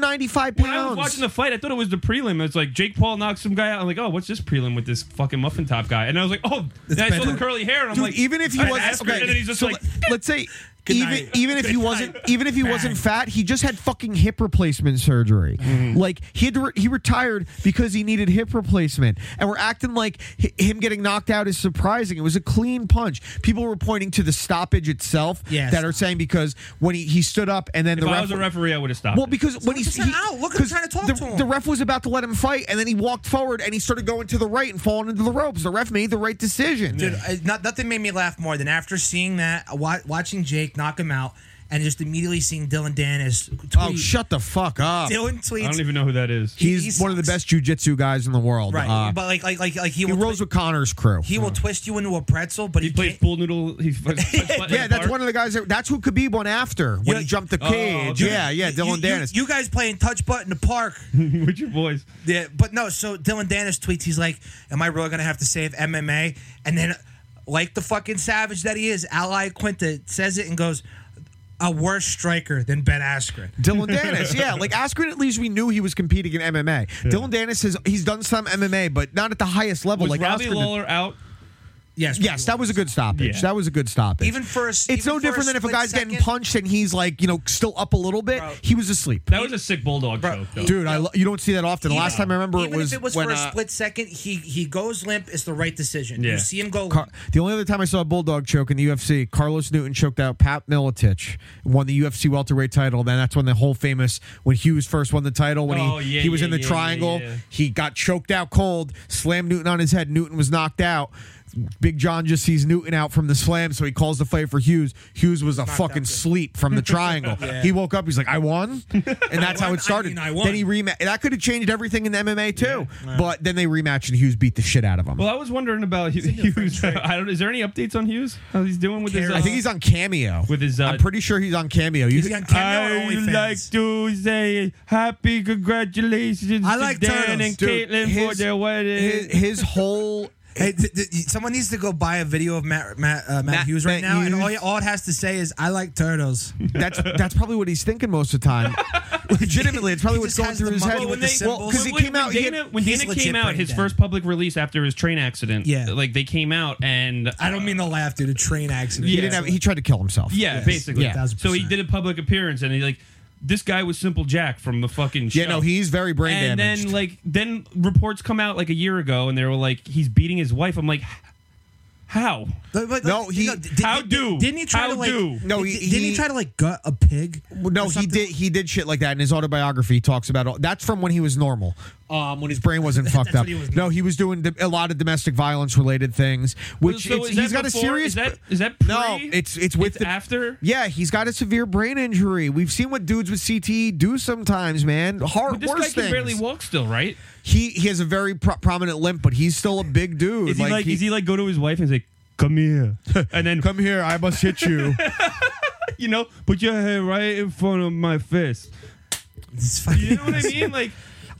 Speaker 2: 195
Speaker 4: when I was
Speaker 2: pounds.
Speaker 4: watching the fight, I thought it was the prelim. It's like Jake Paul knocked some guy out. I'm like, oh, what's this prelim with this fucking muffin top guy? And I was like, oh, and I saw the curly hair. And I'm
Speaker 2: Dude,
Speaker 4: like,
Speaker 2: even if he
Speaker 4: and I
Speaker 2: wasn't,
Speaker 4: asked her,
Speaker 2: okay,
Speaker 4: and then he's just
Speaker 2: so
Speaker 4: like,
Speaker 2: let- let's say, even
Speaker 1: night.
Speaker 2: even if he
Speaker 1: Good
Speaker 2: wasn't,
Speaker 1: night.
Speaker 2: even if he wasn't fat, he just had fucking hip replacement surgery.
Speaker 4: Mm.
Speaker 2: Like he had to re- he retired because he needed hip replacement, and we're acting like hi- him getting knocked out is surprising. It was a clean punch. People were pointing to the stoppage itself
Speaker 1: Yes.
Speaker 2: that are saying because when he, he stood up and then
Speaker 4: if
Speaker 2: the
Speaker 4: I
Speaker 2: ref
Speaker 4: was a referee, I would have stopped.
Speaker 2: well,
Speaker 4: it.
Speaker 2: because when he,
Speaker 1: just
Speaker 2: he
Speaker 1: said, "Ow, look, I'm
Speaker 2: 'cause
Speaker 1: trying to talk
Speaker 2: the,
Speaker 1: to him."
Speaker 2: the ref was about to let him fight, and then he walked forward and he started going to the right and falling into the ropes. The ref made the right decision.
Speaker 1: Dude, I, not, nothing made me laugh more than after seeing that, uh, wa- watching Jake knock him out, and just immediately seeing Dylan Dan as tweet.
Speaker 2: Oh, shut the fuck up.
Speaker 1: Dylan tweets.
Speaker 4: I don't even know who that is.
Speaker 2: He's
Speaker 1: he
Speaker 2: one of the
Speaker 1: sucks.
Speaker 2: best jujitsu guys in the world.
Speaker 1: right,
Speaker 2: Uh,
Speaker 1: but like, like, like, like he,
Speaker 2: he
Speaker 1: will
Speaker 2: rolls
Speaker 1: twi-
Speaker 2: with Connor's crew.
Speaker 1: he will twist you into a pretzel, but he,
Speaker 4: he plays
Speaker 1: can't-
Speaker 4: pool noodle. He's
Speaker 2: yeah, that's one of the guys. That, that's who Khabib went after when
Speaker 1: Yeah.
Speaker 2: he jumped the
Speaker 4: Oh,
Speaker 2: cage.
Speaker 4: okay.
Speaker 2: Yeah, yeah, Dylan
Speaker 1: you,
Speaker 2: Dennis.
Speaker 1: You, you guys playing touch butt in the park.
Speaker 4: with your boys.
Speaker 1: Yeah, but no. So Dylan Dennis tweets. He's like, "Am I really gonna have to save MMA?" And then, like the fucking savage that he is, Ally Quinta says it and goes, "A worse striker than Ben Askren."
Speaker 2: Dylan Dennis, yeah, like Askren. At least we knew he was competing in MMA. Dylan Dennis has he's done some MMA, but not at the highest level.
Speaker 4: Was
Speaker 2: like
Speaker 4: Robbie
Speaker 2: Askren did.
Speaker 4: Lawler out?
Speaker 1: Yes,
Speaker 2: Yes, that was a good stoppage.
Speaker 4: Yeah.
Speaker 2: That was a good stoppage.
Speaker 1: Even for a s-
Speaker 2: it's
Speaker 1: even for
Speaker 2: no
Speaker 1: a
Speaker 2: different than if a
Speaker 1: split
Speaker 2: guy's getting
Speaker 1: second-
Speaker 2: punched and he's like, you know, still up a little bit. He was asleep.
Speaker 4: That was a sick bulldog choke. Though.
Speaker 2: Dude, I lo- you don't see that often. The last time I remember
Speaker 1: Even
Speaker 2: it was
Speaker 1: if it was
Speaker 2: when
Speaker 1: for a
Speaker 2: uh,
Speaker 1: split second, he he goes limp. It's the right decision.
Speaker 4: Yeah.
Speaker 1: You see him go.
Speaker 2: Car- the only other time I saw a bulldog choke in the UFC, Carlos Newton choked out Pat Miletich, won the UFC welterweight title. Then that's when the whole famous when Hughes first won the title when
Speaker 4: Oh,
Speaker 2: he
Speaker 4: yeah,
Speaker 2: he was
Speaker 4: yeah,
Speaker 2: in the
Speaker 4: yeah,
Speaker 2: triangle,
Speaker 4: yeah, yeah.
Speaker 2: he got choked out cold, slammed Newton on his head. Newton was knocked out. Big John just sees Newton out from the slam, so he calls the fight for Hughes. Hughes was a fucking sleep from the triangle. He woke up, he's like, "I won," and that's how
Speaker 1: won,
Speaker 2: it started.
Speaker 1: I mean, I won.
Speaker 2: Then he rematch. That could have changed everything in the MMA too, but then they rematched and Hughes beat the shit out of him.
Speaker 4: Well, I was wondering about Hugh- Hughes. I don't. Is there any updates on Hughes? How he's doing with his? uh,
Speaker 2: I think he's on Cameo.
Speaker 4: With his, uh,
Speaker 2: I'm pretty sure he's on Cameo. You
Speaker 1: Is he on Cameo or
Speaker 4: I
Speaker 1: OnlyFans?
Speaker 4: like to say happy congratulations
Speaker 1: I like
Speaker 4: to Dan
Speaker 1: turtles.
Speaker 4: and
Speaker 2: Dude,
Speaker 4: Caitlin for
Speaker 2: his-
Speaker 4: their wedding.
Speaker 2: his, his whole
Speaker 1: Hey, th- th- someone needs to go buy a video of Matt Matt, uh, Matt,
Speaker 2: Matt-
Speaker 1: Hughes right
Speaker 2: Matt
Speaker 1: now,
Speaker 2: Hughes.
Speaker 1: and all, he- all it has to say is, "I like turtles."
Speaker 2: that's that's probably what he's thinking most of the time. Legitimately, it's
Speaker 1: He
Speaker 2: probably what's
Speaker 1: just
Speaker 2: going
Speaker 1: has
Speaker 2: through
Speaker 1: the
Speaker 2: his
Speaker 1: monkey
Speaker 2: head.
Speaker 1: with the
Speaker 2: well,
Speaker 1: symbols.
Speaker 2: because he
Speaker 4: When-
Speaker 2: came
Speaker 4: when
Speaker 2: out, he had-
Speaker 4: Dana, when
Speaker 1: he's
Speaker 4: Dana
Speaker 1: legit
Speaker 4: came out,
Speaker 1: brain
Speaker 4: his
Speaker 1: dead.
Speaker 4: first public release after his train accident.
Speaker 1: Yeah.
Speaker 4: like they came out and
Speaker 1: I don't mean to laugh, dude. A train accident.
Speaker 2: he didn't have. He tried to kill himself.
Speaker 4: yeah, basically.
Speaker 1: Yeah. Thousand
Speaker 4: So he
Speaker 1: percent.
Speaker 4: did a public appearance, and he like this guy was Simple Jack from the fucking show.
Speaker 2: Yeah, no, he's very brain
Speaker 4: and
Speaker 2: damaged.
Speaker 4: then like then reports come out like a year ago, and they were like he's beating his wife. I'm like, how?
Speaker 1: But- but,
Speaker 2: No,
Speaker 1: like,
Speaker 2: he-
Speaker 1: you know, did-
Speaker 4: How
Speaker 1: did-
Speaker 4: do?
Speaker 1: Didn't he try
Speaker 4: How
Speaker 1: to like?
Speaker 4: do?
Speaker 2: No,
Speaker 1: No,
Speaker 2: he-
Speaker 1: didn't he,
Speaker 2: he-
Speaker 1: try to like gut a pig?
Speaker 2: Well, no,
Speaker 1: or
Speaker 2: he
Speaker 1: something?
Speaker 2: did. He did shit like that in his autobiography. He talks about all, that's from when he was normal, um, when his brain wasn't fucked up.
Speaker 1: when he was
Speaker 2: no, he was doing do- a lot of domestic violence related things, which
Speaker 4: So
Speaker 2: it's-
Speaker 4: is
Speaker 2: he's
Speaker 4: that
Speaker 2: got
Speaker 4: before-
Speaker 2: a serious.
Speaker 4: Is that is that
Speaker 2: no,
Speaker 4: pre?
Speaker 2: it's it's with the,
Speaker 4: after.
Speaker 2: Yeah, he's got a severe brain injury. We've seen what dudes with CTE do sometimes, man. Hard,
Speaker 4: But this guy
Speaker 2: worse
Speaker 4: can
Speaker 2: things.
Speaker 4: barely walk still, right?
Speaker 2: he he has a very pro- prominent limp, but he's still a big dude.
Speaker 4: Is he like, is he like go to his wife and say, "Come here," and then
Speaker 2: Come here, I must hit you.
Speaker 4: you know, put your head right in front of my fist.
Speaker 1: It's fucking-
Speaker 4: You know what I mean? Like,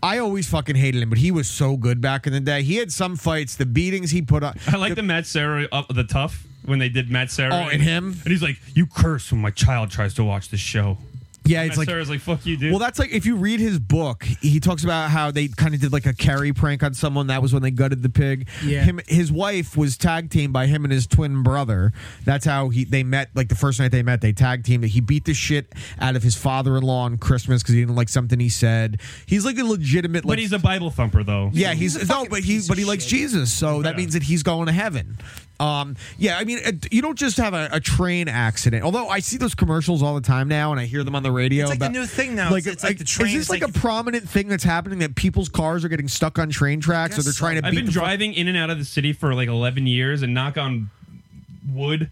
Speaker 2: I always fucking hated him, but he was so good back in the day. He had some fights, the beatings he put on.
Speaker 4: I like the Matt Sarah up the tough when they did Matt Sarah.
Speaker 2: Oh, and him?
Speaker 4: and he's like, "You curse when my child tries to watch this show."
Speaker 2: Yeah, it's
Speaker 4: Matt
Speaker 2: like
Speaker 4: Sarah's like, fuck you, dude.
Speaker 2: Well, that's like if you read his book, he talks about how they kind of did like a carry prank on someone. That was when they gutted the pig.
Speaker 1: Yeah.
Speaker 2: Him, his wife was tag teamed by him and his twin brother. That's how he they met. Like the first night they met, they tag teamed. He beat the shit out of his father in law on Christmas because he didn't like something he said. He's like a legitimate. Like,
Speaker 4: but he's a Bible thumper, though.
Speaker 2: yeah, he's no, but he but he likes Jesus, so that means that he's going to heaven. Um, yeah, I mean, uh, you don't just have a, a train accident. Although I see those commercials all the time now, and I hear them on the radio.
Speaker 1: It's like the
Speaker 2: about-
Speaker 1: new thing now. It's- it's like the train,
Speaker 2: Is this
Speaker 1: it's
Speaker 2: like,
Speaker 1: like-
Speaker 2: a prominent thing that's happening that people's cars are getting stuck on train tracks, or they're
Speaker 1: Guess
Speaker 2: trying to
Speaker 4: I've
Speaker 2: beat
Speaker 4: been
Speaker 2: the fuck-
Speaker 4: driving in and out of the city for like 11 years, and knock on wood,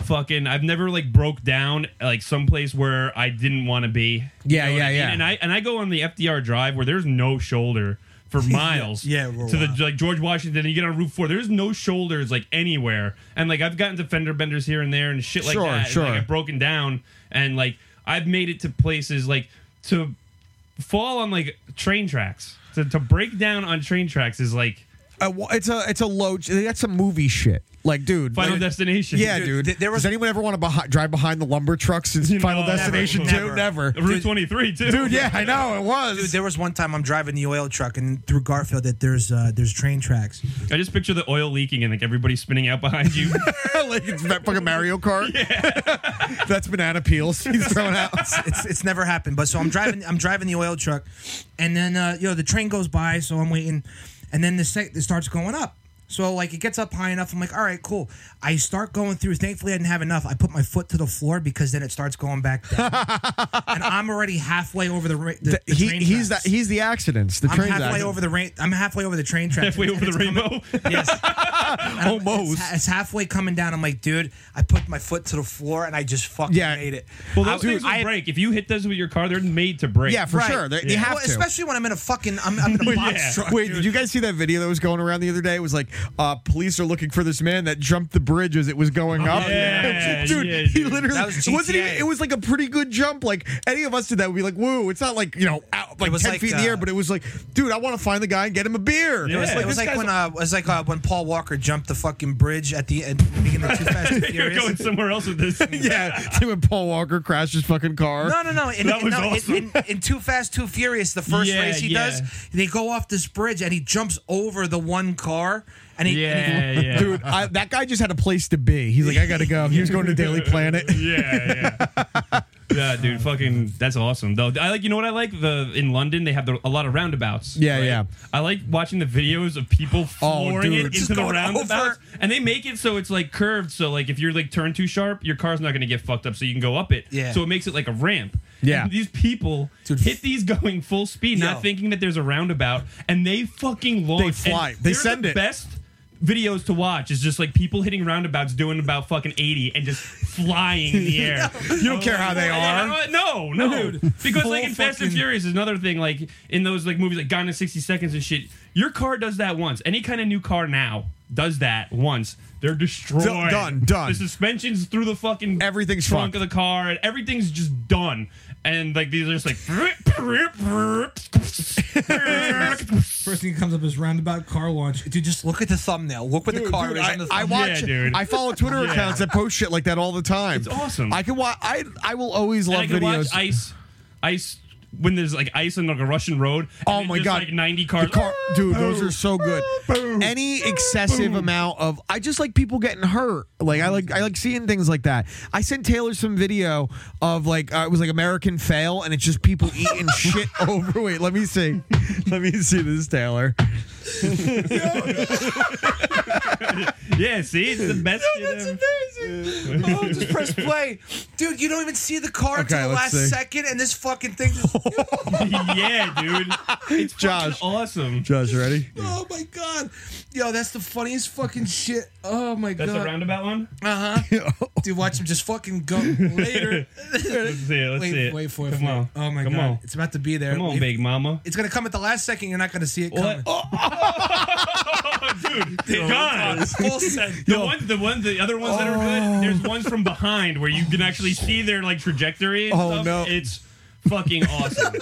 Speaker 4: fucking, I've never like broke down like someplace where I didn't want to be. You
Speaker 2: Yeah,
Speaker 4: know what
Speaker 2: yeah,
Speaker 4: I mean?
Speaker 2: yeah.
Speaker 4: And I and I go on the FDR Drive where there's no shoulder for miles.
Speaker 1: yeah, we're
Speaker 4: to
Speaker 1: wild.
Speaker 4: the like George Washington, and you get on Route Four. There's no shoulders like anywhere, and like I've gotten to fender benders here and there and shit like
Speaker 2: Sure,
Speaker 4: that. and,
Speaker 2: sure.
Speaker 4: like, I've broken down, and like I've made it to places like to fall on like train tracks. To, to break down on train tracks is like
Speaker 2: Uh, well, it's a it's a low. That's some movie shit. Like, dude,
Speaker 4: Final
Speaker 2: like-
Speaker 4: Destination.
Speaker 2: Yeah,
Speaker 1: Dude,
Speaker 2: dude.
Speaker 1: th- there was-
Speaker 2: Does anyone ever want to behi- drive behind the lumber trucks in
Speaker 4: You
Speaker 2: Final
Speaker 4: know,
Speaker 2: Destination
Speaker 4: never,
Speaker 2: Two?
Speaker 1: never.
Speaker 2: Never,
Speaker 4: Route 23 too.
Speaker 2: dude. Yeah, I know it was.
Speaker 1: Dude, there was one time I'm driving the oil truck and through Garfield that there's uh, there's train tracks.
Speaker 4: I just picture the oil leaking and like everybody spinning out behind you.
Speaker 2: like it's that fucking Mario Kart. That's banana peels he's throwing out.
Speaker 1: It's it's never happened, but so I'm driving I'm driving the oil truck, and then uh, you know the train goes by, so I'm waiting, and then the sec- it starts going up. So like it gets up high enough, I'm like, all right, cool. I start going through. Thankfully, I didn't have enough. I put my foot to the floor because then it starts going back down, and I'm already halfway over the, ra- the, the
Speaker 2: he,
Speaker 1: train
Speaker 2: he's
Speaker 1: tracks.
Speaker 2: that he's the accidents. The
Speaker 1: I'm
Speaker 2: train
Speaker 1: halfway over the rain. I'm halfway over the train tracks.
Speaker 4: Halfway
Speaker 1: and
Speaker 4: over the
Speaker 1: it's coming-
Speaker 4: rainbow.
Speaker 1: Yes. And I'm-
Speaker 2: Almost.
Speaker 1: It's, it's halfway coming down. I'm like, dude, I put my foot to the floor and I just fucking
Speaker 2: Yeah.
Speaker 1: made it.
Speaker 4: Well, those
Speaker 1: I-
Speaker 4: things will
Speaker 1: I-
Speaker 4: break. If you hit those with your car, they're made to break.
Speaker 2: Yeah, for
Speaker 1: Right.
Speaker 2: sure. They, they have
Speaker 1: well,
Speaker 2: to.
Speaker 1: especially when I'm in a fucking, I'm, I'm in a box
Speaker 4: Yeah.
Speaker 1: truck.
Speaker 2: Wait, did you guys see that video that was going around the other day? It was like uh, police are looking for this man that jumped the bridge as it was going
Speaker 1: Oh,
Speaker 2: up.
Speaker 4: yeah,
Speaker 2: dude,
Speaker 4: yeah,
Speaker 2: he
Speaker 4: dude.
Speaker 2: literally
Speaker 1: That was
Speaker 2: it wasn't
Speaker 1: GTA.
Speaker 2: even. It was like a pretty good jump. Like any of us did that would be like, woo! It's not like you know, out, like
Speaker 1: was
Speaker 2: ten
Speaker 1: like,
Speaker 2: feet in the
Speaker 1: uh,
Speaker 2: air, but it was like, dude, I want to find the guy and get him a beer.
Speaker 4: Yeah.
Speaker 2: It was like,
Speaker 1: It was
Speaker 2: this
Speaker 1: like
Speaker 2: guy's
Speaker 1: when uh, it was like uh, when Paul Walker jumped the fucking bridge at the end, beginning of Too Fast and
Speaker 4: You're
Speaker 1: Furious.
Speaker 4: going somewhere else with this.
Speaker 2: yeah, see when Paul Walker crashed his fucking car.
Speaker 1: No, no, no. In,
Speaker 4: That was
Speaker 1: no, in-
Speaker 4: awesome.
Speaker 1: in, in Too Fast, Too Furious, the first
Speaker 4: Yeah,
Speaker 1: race he
Speaker 4: yeah.
Speaker 1: does, they go off this bridge and he jumps over the one car and he, and he
Speaker 4: Yeah, yeah.
Speaker 2: Dude, I, that guy just had a place to be. He's like, I gotta go. He was going to Daily Planet.
Speaker 4: yeah, yeah. Yeah, dude, fucking, that's awesome. Though I like, you know what I like? The in London they have the, a lot of roundabouts.
Speaker 2: Yeah, yeah. Oh,
Speaker 4: I like watching the videos of people flooring
Speaker 2: dude.
Speaker 4: it
Speaker 2: Just
Speaker 4: into the
Speaker 2: going
Speaker 4: roundabouts, and they make it so it's like curved. So like, if you're like turned too sharp, your car's not going to get fucked up, so you can go up it.
Speaker 1: Yeah.
Speaker 4: So it makes it like a ramp.
Speaker 2: Yeah.
Speaker 4: And these people hit these going full speed,
Speaker 1: Yo.
Speaker 4: not thinking that there's a roundabout, and they fucking launch. and
Speaker 2: fly. They
Speaker 4: they're
Speaker 2: send
Speaker 4: the
Speaker 2: it.
Speaker 4: Best videos to watch is just like people hitting roundabouts doing about fucking 80 and just flying in the air.
Speaker 2: You don't care how they
Speaker 4: Yeah,
Speaker 2: are.
Speaker 4: I don't- No, no, because like in Fast and
Speaker 1: fucking-
Speaker 4: Furious is another thing. Like in those like movies like Gone in sixty seconds and shit. Your car does that once. Any kind of new car now does that once. They're destroyed.
Speaker 2: Done, done, done.
Speaker 4: The suspension's through the fucking
Speaker 2: Everything's
Speaker 4: trunk
Speaker 2: fucked.
Speaker 4: of the car, and everything's just done. And like these are just like.
Speaker 7: First thing that comes up is roundabout car launch.
Speaker 1: dude, just look at the thumbnail. Look where the car
Speaker 2: Dude,
Speaker 1: is
Speaker 2: I,
Speaker 1: on the
Speaker 2: I
Speaker 1: thumbnail.
Speaker 2: watch.
Speaker 4: Yeah, dude.
Speaker 2: I follow Twitter
Speaker 4: Yeah.
Speaker 2: accounts that post shit like that all the time. It's
Speaker 4: awesome.
Speaker 2: I can watch. I I will always love
Speaker 4: And I can
Speaker 2: videos.
Speaker 4: watch ice, ice when there's like ice on like a Russian road. and
Speaker 2: Oh
Speaker 4: it's
Speaker 2: my
Speaker 4: just,
Speaker 2: god,
Speaker 4: like ninety cars.
Speaker 2: The car- dude, those are so good. Any excessive amount of, I just like people getting hurt. Like I like I like seeing things like that. I sent Taylor some video of like uh, it was like American Fail, and it's just people eating shit over. Wait, let me see, let me see this Taylor.
Speaker 4: yeah, see, it's the best. shit ever.
Speaker 1: amazing. Oh, just press play, dude. You don't even see the car until
Speaker 2: Okay,
Speaker 1: the last
Speaker 2: let's see.
Speaker 1: second, and this fucking thing. Just,
Speaker 4: yeah, dude. It's
Speaker 2: Josh.
Speaker 4: Josh. awesome.
Speaker 2: Josh, you ready?
Speaker 1: oh my god, yo, that's the funniest fucking shit. Oh my
Speaker 4: That's the
Speaker 1: god,
Speaker 4: roundabout one?
Speaker 1: uh huh. Dude, watch him just fucking go later.
Speaker 4: Let's see it. Let's see
Speaker 1: wait,
Speaker 4: it.
Speaker 1: wait for it.
Speaker 4: Come
Speaker 1: for it.
Speaker 4: on.
Speaker 1: Oh my
Speaker 4: Come
Speaker 1: god,
Speaker 4: On.
Speaker 1: it's about to be there.
Speaker 4: Come on,
Speaker 1: Wait.
Speaker 4: big mama.
Speaker 1: It's gonna come at the last second. You're not gonna see it
Speaker 4: What?
Speaker 1: coming.
Speaker 4: Oh, dude, God.
Speaker 1: Full send.
Speaker 4: The one, the one, the other ones that are good. There's ones from behind where you can actually see their like trajectory. And
Speaker 2: Oh,
Speaker 4: stuff.
Speaker 2: no.
Speaker 4: it's fucking awesome.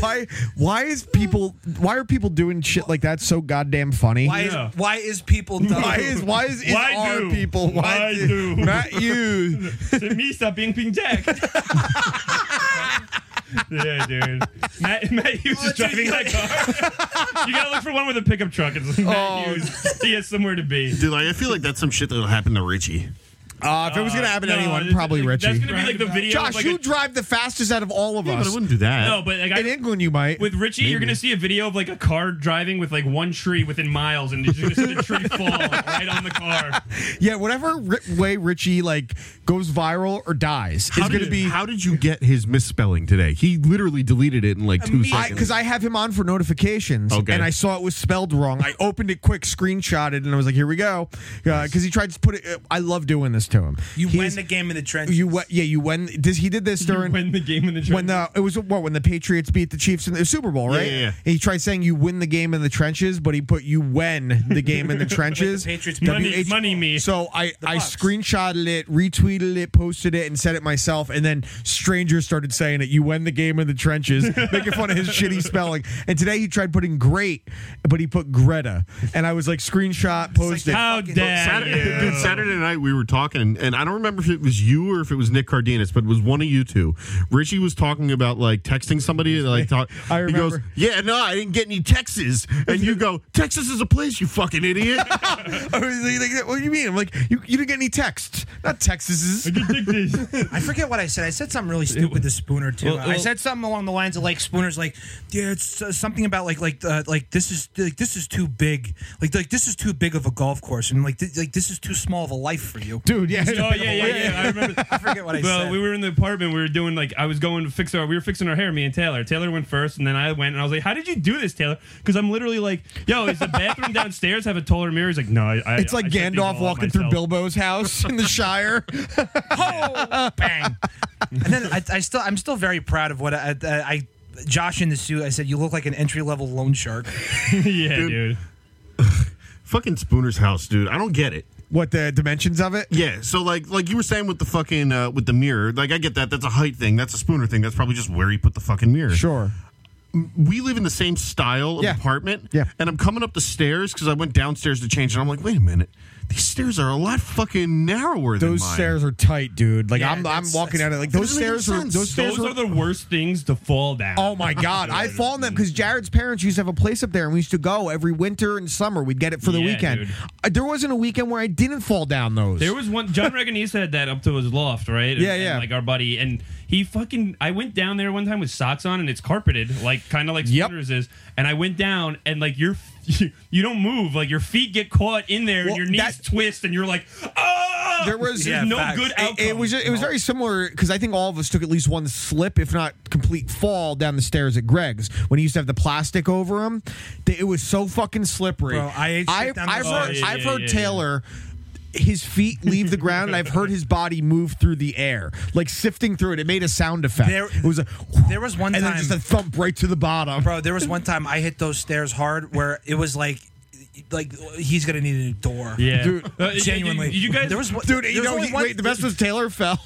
Speaker 2: Why? Why is people? Why are people doing shit like that so goddamn funny?
Speaker 1: Why is,
Speaker 4: Yeah.
Speaker 1: why is people dumb?
Speaker 2: Why is why is, is
Speaker 4: Why
Speaker 2: our
Speaker 4: do?
Speaker 2: people?
Speaker 4: Why
Speaker 2: do-
Speaker 4: do?
Speaker 2: not you?
Speaker 4: to me, stop being ping jack. Yeah, dude. Matt, Matt Hughes is driving that car. you gotta look for one with a pickup truck. It's like
Speaker 2: Oh.
Speaker 4: Matt Hughes. He has somewhere to be.
Speaker 3: Dude, like, I feel like that's some shit that'll happen to Richie.
Speaker 2: Uh, if it was going to happen to
Speaker 4: No,
Speaker 2: anyone,
Speaker 4: th-
Speaker 2: probably
Speaker 4: like, That's
Speaker 2: Richie.
Speaker 4: gonna be like the video.
Speaker 2: Josh,
Speaker 4: of, like
Speaker 2: you
Speaker 4: a-
Speaker 2: drive the fastest out of all of
Speaker 3: But I
Speaker 2: us.
Speaker 3: wouldn't do that.
Speaker 4: no, but like I,
Speaker 2: In England, you might.
Speaker 4: with Richie, you're gonna see a video of like a car driving with like one tree within miles, and you're just gonna see the tree fall right on the car.
Speaker 2: yeah, whatever ri- way Richie like goes viral or dies is
Speaker 3: How
Speaker 2: going
Speaker 3: did,
Speaker 2: to be.
Speaker 3: how did you get his misspelling today? He literally deleted it in like two seconds.
Speaker 2: because I, have him on for notifications,
Speaker 3: Okay.
Speaker 2: and I saw it was spelled wrong. I opened it quick, screenshotted, it, and I was like, "Here we go," because he tried to put it. uh, I love doing this to him.
Speaker 1: You win
Speaker 2: He's-
Speaker 1: the game in the trenches.
Speaker 2: You went, yeah. You win. This he did this during
Speaker 4: Win the game in the
Speaker 2: when the it was what when the Patriots beat the Chiefs in the Super Bowl, right?
Speaker 3: yeah, yeah.
Speaker 2: And he tried saying you win the game in the trenches, but he put you win the game in the trenches.
Speaker 1: Patriots
Speaker 4: money,
Speaker 2: WH
Speaker 4: money me.
Speaker 2: So I, I
Speaker 1: Bucks.
Speaker 2: screenshotted it, retweeted it, posted it, and said it myself. And then strangers started saying it. You win the game in the trenches, making fun of his shitty spelling. And today he tried putting great, but he put Greta. And I was like, screenshot, post it.
Speaker 4: How dare
Speaker 3: Saturday,
Speaker 4: you?
Speaker 3: dude, Saturday night we were talking, and, and I don't remember if it was you or if it was Nick Cardenas, but it was one of you two. Richie was talking about like texting somebody, and like talk,
Speaker 2: I
Speaker 3: He goes,
Speaker 2: remember.
Speaker 3: "Yeah, no, I didn't get any texts," and you go, "Texas is a place, you fucking idiot."
Speaker 2: I was like, what do you mean? I'm like, you, you didn't get any texts. Not Texas's.
Speaker 1: I forget what I said. I said something really stupid to Spooner too.
Speaker 4: Well,
Speaker 1: I
Speaker 4: well-
Speaker 1: said something along the lines of like Spooner's like, yeah, it's uh, something about like like uh, like this is like this is too big, like like this is too big of a golf course, and like th- like this is too small of a life for you.
Speaker 2: Dude, yeah.
Speaker 4: Oh yeah, yeah, yeah. I remember.
Speaker 1: I forget what I
Speaker 4: well,
Speaker 1: said.
Speaker 4: we were in the apartment. We were doing like I was going to fix our. We were fixing our hair. Me and Taylor. Taylor went first, and then I went. And I was like, "How did you do this, Taylor?" Because I'm literally like, "Yo, is the bathroom downstairs have a taller mirror?" He's like, "No, I." I
Speaker 2: It's like
Speaker 4: I set these all
Speaker 2: Gandalf
Speaker 4: up
Speaker 2: walking through
Speaker 4: myself."
Speaker 2: Bilbo's house in the Shire.
Speaker 1: oh, bang! and then I, I still I'm still very proud of what I, I, I Josh in the suit. I said you look like an entry level loan shark.
Speaker 4: yeah, dude.
Speaker 3: fucking Spooner's house, dude. I don't get it.
Speaker 2: what the dimensions of it?
Speaker 3: Yeah, so like like you were saying with the fucking uh, with the mirror, like I get that. That's a height thing. That's a Spooner thing. That's probably just where he put the fucking mirror.
Speaker 2: Sure.
Speaker 3: we live in the same style of
Speaker 2: Yeah.
Speaker 3: apartment.
Speaker 2: Yeah.
Speaker 3: And I'm coming up the stairs because I went downstairs to change, and I'm like, wait a minute, these stairs are a lot fucking narrower than
Speaker 2: Those
Speaker 3: mine.
Speaker 2: stairs are tight, dude. Like
Speaker 1: Yeah,
Speaker 2: I'm, I'm
Speaker 1: that's-
Speaker 2: walking
Speaker 1: that's-
Speaker 2: at it. Like
Speaker 3: that
Speaker 2: those
Speaker 3: doesn't make
Speaker 2: stairs are.
Speaker 3: sense.
Speaker 2: Those stairs
Speaker 4: Those are
Speaker 2: are.
Speaker 4: the worst things to fall down.
Speaker 2: Oh my god! I fall in them because Jared's parents used to have a place up there, and we used to go every winter and summer. We'd get it for the
Speaker 4: Yeah,
Speaker 2: weekend.
Speaker 4: dude.
Speaker 2: Uh, There wasn't a weekend where I didn't fall down those.
Speaker 4: There was one. John Reganese had that up to his loft, right?
Speaker 2: Yeah,
Speaker 4: And,
Speaker 2: yeah.
Speaker 4: Like our buddy, and he fucking. I went down there one time with socks on, and it's carpeted, like kind of like
Speaker 2: Yep.
Speaker 4: Spooner's is. And I went down, and like your, you, you don't move, like your feet get caught in there,
Speaker 2: Well,
Speaker 4: and your knees
Speaker 2: that-
Speaker 4: twist, and you're like, ah.
Speaker 2: There was-
Speaker 4: There's
Speaker 2: Yeah,
Speaker 4: no
Speaker 1: facts.
Speaker 4: good
Speaker 2: It,
Speaker 4: outcome.
Speaker 2: it was. It was very similar because I think all of us took at least one slip, if not complete fall, down the stairs at Greg's when he used to have the plastic over him. Th- It was so fucking slippery.
Speaker 1: Bro, I ate shit
Speaker 2: I,
Speaker 1: down the
Speaker 2: have
Speaker 1: stairs.
Speaker 2: heard.
Speaker 4: Oh, yeah,
Speaker 2: I've
Speaker 4: yeah,
Speaker 2: heard
Speaker 4: yeah, yeah.
Speaker 2: Taylor. His feet leave the ground, and I've heard his body move through the air, like sifting through it. It made a sound effect.
Speaker 1: There-
Speaker 2: it was a.
Speaker 1: there was one
Speaker 2: and
Speaker 1: time-
Speaker 2: then just a thump right to the bottom.
Speaker 1: Bro, there was one time I hit those stairs hard where it was like, like he's gonna need a new door.
Speaker 4: Yeah,
Speaker 2: Dude,
Speaker 4: Uh, did- did-
Speaker 1: genuinely.
Speaker 4: did you guys,
Speaker 1: There was one-
Speaker 2: Dude,
Speaker 1: there
Speaker 2: you
Speaker 1: was
Speaker 2: know,
Speaker 1: only
Speaker 2: he,
Speaker 1: one-
Speaker 2: wait, the best was Taylor fell.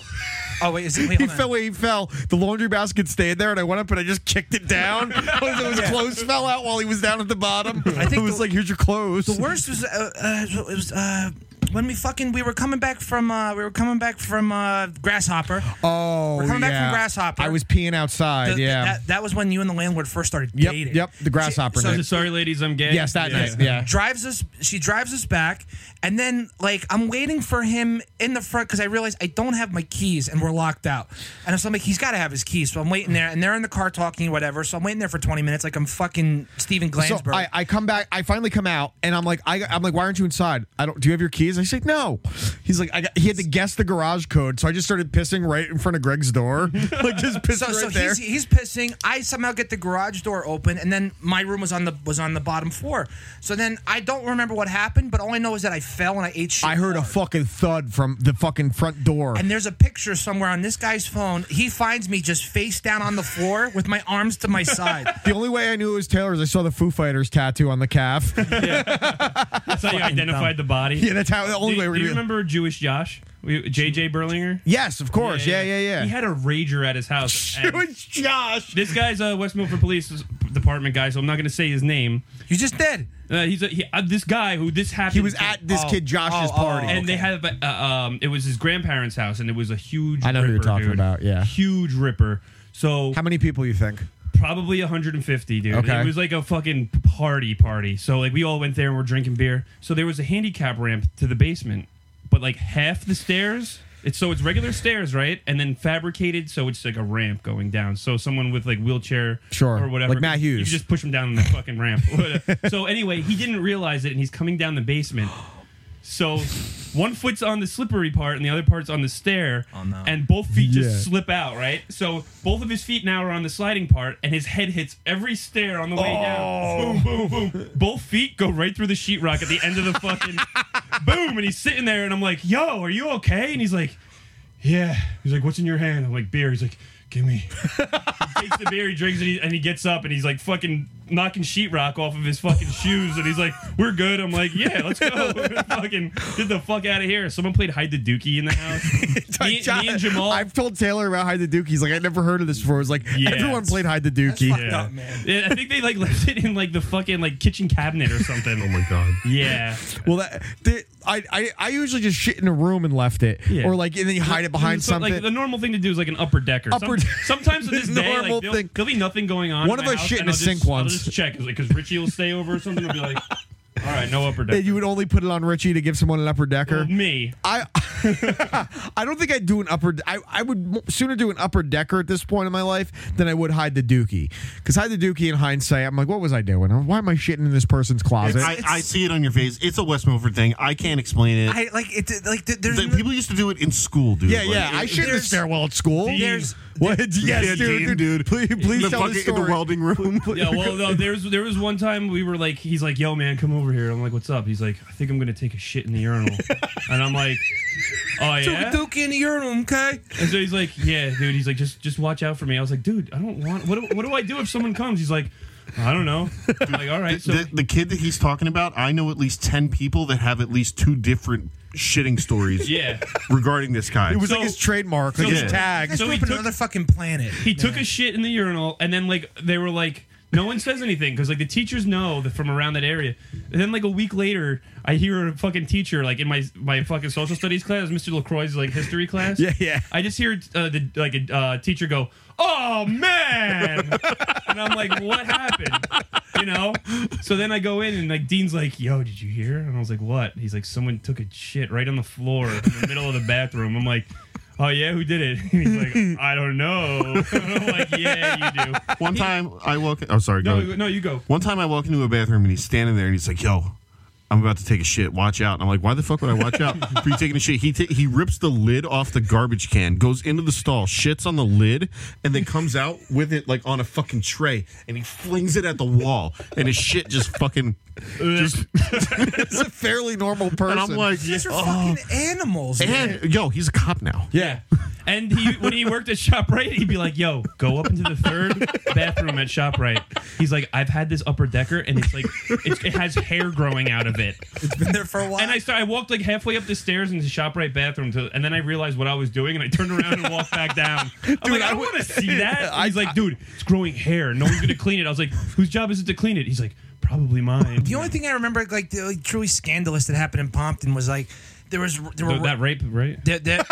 Speaker 1: Oh wait, is it? Wait,
Speaker 2: he
Speaker 1: hold on.
Speaker 2: fell where he fell. The laundry basket stayed there, and I went up and I just kicked it down. His his clothes fell out while he was down at the bottom. I
Speaker 1: think
Speaker 2: it was
Speaker 1: the-
Speaker 2: like, here's your clothes.
Speaker 1: The worst was uh, uh, it was uh, when we fucking we were coming back from uh, we were coming back from uh, Grasshopper.
Speaker 2: oh,
Speaker 1: We're coming back
Speaker 2: yeah.
Speaker 1: from Grasshopper.
Speaker 2: I was peeing outside.
Speaker 1: The-
Speaker 2: yeah.
Speaker 1: that, that was when you and the landlord first started
Speaker 2: Yep,
Speaker 1: dating.
Speaker 2: yep, the Grasshopper
Speaker 1: She, so
Speaker 2: night.
Speaker 4: sorry, ladies, I'm gay.
Speaker 2: yes, that night. Yeah.
Speaker 1: drives us. She drives us back, and then like I'm waiting for him in the front because I realize I don't have my keys and we're locked out. And so I'm like, he's got to have his keys. So I'm waiting there, and they're in the car talking whatever. So I'm waiting there for 20 minutes, like I'm fucking Steven
Speaker 2: So
Speaker 1: Glansberg.
Speaker 2: I, I come back. I finally come out, and I'm like, I, I'm like, why aren't you inside? I don't. Do you have your keys? I say no. He's like, I got, he had to guess the garage code, so I just started pissing right in front of Greg's door, like just pissing
Speaker 1: so,
Speaker 2: right
Speaker 1: so
Speaker 2: there.
Speaker 1: he's, he's pissing. I somehow get the garage door open, and then my room was on the was on the bottom floor. So then I don't remember what happened, but all I know is that I fell and I ate shit.
Speaker 2: I heard a
Speaker 1: hard.
Speaker 2: fucking thud from the fucking front door.
Speaker 1: And there's a picture somewhere on this guy's phone. He finds me just face down on the floor with my arms to my side.
Speaker 2: the only way I knew it was Taylor is I saw the Foo Fighters tattoo on the calf.
Speaker 4: That's how you identified the body.
Speaker 2: Yeah, that's how the
Speaker 4: Do
Speaker 2: only
Speaker 4: you,
Speaker 2: way we're
Speaker 4: do you
Speaker 2: doing.
Speaker 4: remember Jewish Josh? We- JJ Berlinger?
Speaker 2: Yes, of course. Yeah, yeah, yeah.
Speaker 4: He had a rager at his house. and-
Speaker 2: it was Josh.
Speaker 4: uh, This guy's a West Milford Police Department guy, so I'm not going to say his name.
Speaker 1: You just did.
Speaker 4: Uh, he's a, he, uh, this guy who this happened.
Speaker 2: He was
Speaker 4: to-
Speaker 2: at this kid Josh's
Speaker 1: oh,
Speaker 2: party.
Speaker 4: and they had a, uh, um, it was his grandparents' house, and it was a huge.
Speaker 2: I know who
Speaker 4: ripper,
Speaker 2: you're talking
Speaker 4: dude.
Speaker 2: about, yeah.
Speaker 4: huge ripper. So
Speaker 2: How many people you think?
Speaker 4: probably 150, dude.
Speaker 2: Okay.
Speaker 4: It was like a fucking party party. So like we all went there and we're drinking beer. So there was a handicap ramp to the basement, but like half the stairs. It's so it's regular stairs, right? And then fabricated, so it's like a ramp going down. So someone with like wheelchair
Speaker 2: Sure.
Speaker 4: or whatever,
Speaker 2: Like Matt Hughes.
Speaker 4: you could just push him down the fucking ramp. so anyway, he didn't realize it, and he's coming down the basement. So one foot's on the slippery part and the other part's on the stair. And both feet
Speaker 2: Yeah.
Speaker 4: just slip out, right? So both of his feet now are on the sliding part and his head hits every stair on the way down. Boom, boom, boom. Both feet go right through the sheetrock at the end of the fucking boom. And he's sitting there and I'm like, yo, are you okay? And he's like, yeah. He's like, what's in your hand? I'm like, beer. He's like, give me. he takes the beer, he drinks it, he, and he gets up and he's like fucking knocking sheetrock off of his fucking shoes. And he's like, we're good. I'm like, yeah, let's go. fucking get the fuck out of here. Someone played hide the dookie in the house. me, me and Jamal.
Speaker 2: I've told Taylor about Hide the Dookie. He's like, I never heard of this before. It's like
Speaker 4: Yeah.
Speaker 2: everyone played Hide the Dookie.
Speaker 4: yeah.
Speaker 1: up, man.
Speaker 4: Yeah, I think they like left it in like the fucking like kitchen cabinet or something.
Speaker 3: Oh my god.
Speaker 4: Yeah.
Speaker 2: Well, that they, I, I I usually just shit in a room and left it,
Speaker 4: Yeah.
Speaker 2: or like and then you hide it behind
Speaker 4: So,
Speaker 2: something.
Speaker 4: Like the normal thing to do is like an upper decker. Some-
Speaker 2: Upper deck-
Speaker 4: sometimes to this day,
Speaker 2: Normal
Speaker 4: like, there'll,
Speaker 2: thing.
Speaker 4: there'll be nothing going on.
Speaker 2: One
Speaker 4: in
Speaker 2: of
Speaker 4: my
Speaker 2: us
Speaker 4: house,
Speaker 2: shit
Speaker 4: and
Speaker 2: in a
Speaker 4: I'll just-
Speaker 2: sink once.
Speaker 4: I'll just check because Richie will stay over or something. I'll be like, all right, no upper
Speaker 2: that
Speaker 4: decker.
Speaker 2: you would only put it on Richie to give someone an upper decker.
Speaker 4: Well, me.
Speaker 2: I I don't think I'd do an upper. I, I would mo- sooner do an upper decker at this point in my life than I would hide the dookie. Because hide the dookie in hindsight, I'm like, what was I doing? Why am I shitting in this person's closet?
Speaker 3: I, I see it on your face. It's a West Milford thing. I can't explain it.
Speaker 1: I like it. Like th- there's
Speaker 3: The-
Speaker 1: no-
Speaker 3: people used to do it in school, dude.
Speaker 2: yeah,
Speaker 3: Like,
Speaker 2: yeah. I
Speaker 3: it-
Speaker 2: shit in the
Speaker 1: there's-
Speaker 2: stairwell at school.
Speaker 1: there's-
Speaker 2: what? yes,
Speaker 3: Yeah,
Speaker 2: dude,
Speaker 3: Dean,
Speaker 2: dude. Please, please
Speaker 3: the
Speaker 2: tell
Speaker 3: fucking,
Speaker 2: the
Speaker 3: in the
Speaker 2: story.
Speaker 3: welding room.
Speaker 4: Yeah, well, no, there was there was one time we were like, he's like, "Yo, man, come over here." I'm like, "What's up?" He's like, "I think I'm gonna take a shit in the urinal," and I'm like, "Oh yeah."
Speaker 1: Duke in the urinal, okay?
Speaker 4: And so he's like, "Yeah, dude." He's like, "Just, just watch out for me." I was like, "Dude, I don't want. What, do, what do I do if someone comes?" He's like, "I don't know." I'm like, "All right." So
Speaker 3: the, the kid that he's talking about, I know at least ten people that have at least two different shitting stories
Speaker 4: yeah,
Speaker 3: regarding this guy.
Speaker 2: It was
Speaker 4: So-
Speaker 2: like his trademark, like
Speaker 4: so-
Speaker 2: his tag.
Speaker 1: That's
Speaker 4: So
Speaker 1: so
Speaker 4: he
Speaker 1: up
Speaker 4: took-
Speaker 1: on another fucking planet.
Speaker 4: he took a shit in the urinal, and then like they were like, "No one says anything," because like the teachers know that from around that area. And then like a week later, I hear a fucking teacher like in my my fucking social studies class, Mr. Lacroix's like history class.
Speaker 2: Yeah, yeah.
Speaker 4: I just hear uh, the like a uh, teacher go, "Oh man," and I'm like, "What happened?" You know. So then I go in and like Dean's like, "Yo, did you hear?" And I was like, "What?" He's like, "Someone took a shit right on the floor in the middle of the bathroom." I'm like. Oh yeah, who did it? And he's like, I don't know. I'm like, yeah, you do.
Speaker 3: One time I woke. Oh, sorry.
Speaker 4: No,
Speaker 3: go ahead.
Speaker 4: no, you go.
Speaker 3: One time I walk into a bathroom and he's standing there and he's like, "Yo, I'm about to take a shit. Watch out!" And I'm like, "Why the fuck would I watch out for you taking a shit?" He ta- he rips the lid off the garbage can, goes into the stall, shits on the lid, and then comes out with it like on a fucking tray and he flings it at the wall, and his shit just fucking just.
Speaker 2: It's a fairly normal person.
Speaker 3: And I'm like,
Speaker 1: These are fucking animals, man.
Speaker 3: and yo, he's a cop now.
Speaker 4: Yeah. And he, when he worked at ShopRite, he'd be like, yo, go up into the third bathroom at ShopRite. He's like, I've had this upper decker and it's like, it's, it has hair growing out of it.
Speaker 1: It's been there for a while.
Speaker 4: And I started, I walked like halfway up the stairs into the ShopRite bathroom to, and then I realized what I was doing and I turned around and walked back down. I'm like, I, don't want to see that. And he's like, dude, it's growing hair. No one's going to clean it. I was like, whose job is it to clean it? He's like, probably mine.
Speaker 1: the only thing I remember, like, the, like truly scandalous that happened in Pompton was like there was there were
Speaker 4: Th- that rape, right?
Speaker 1: there, there-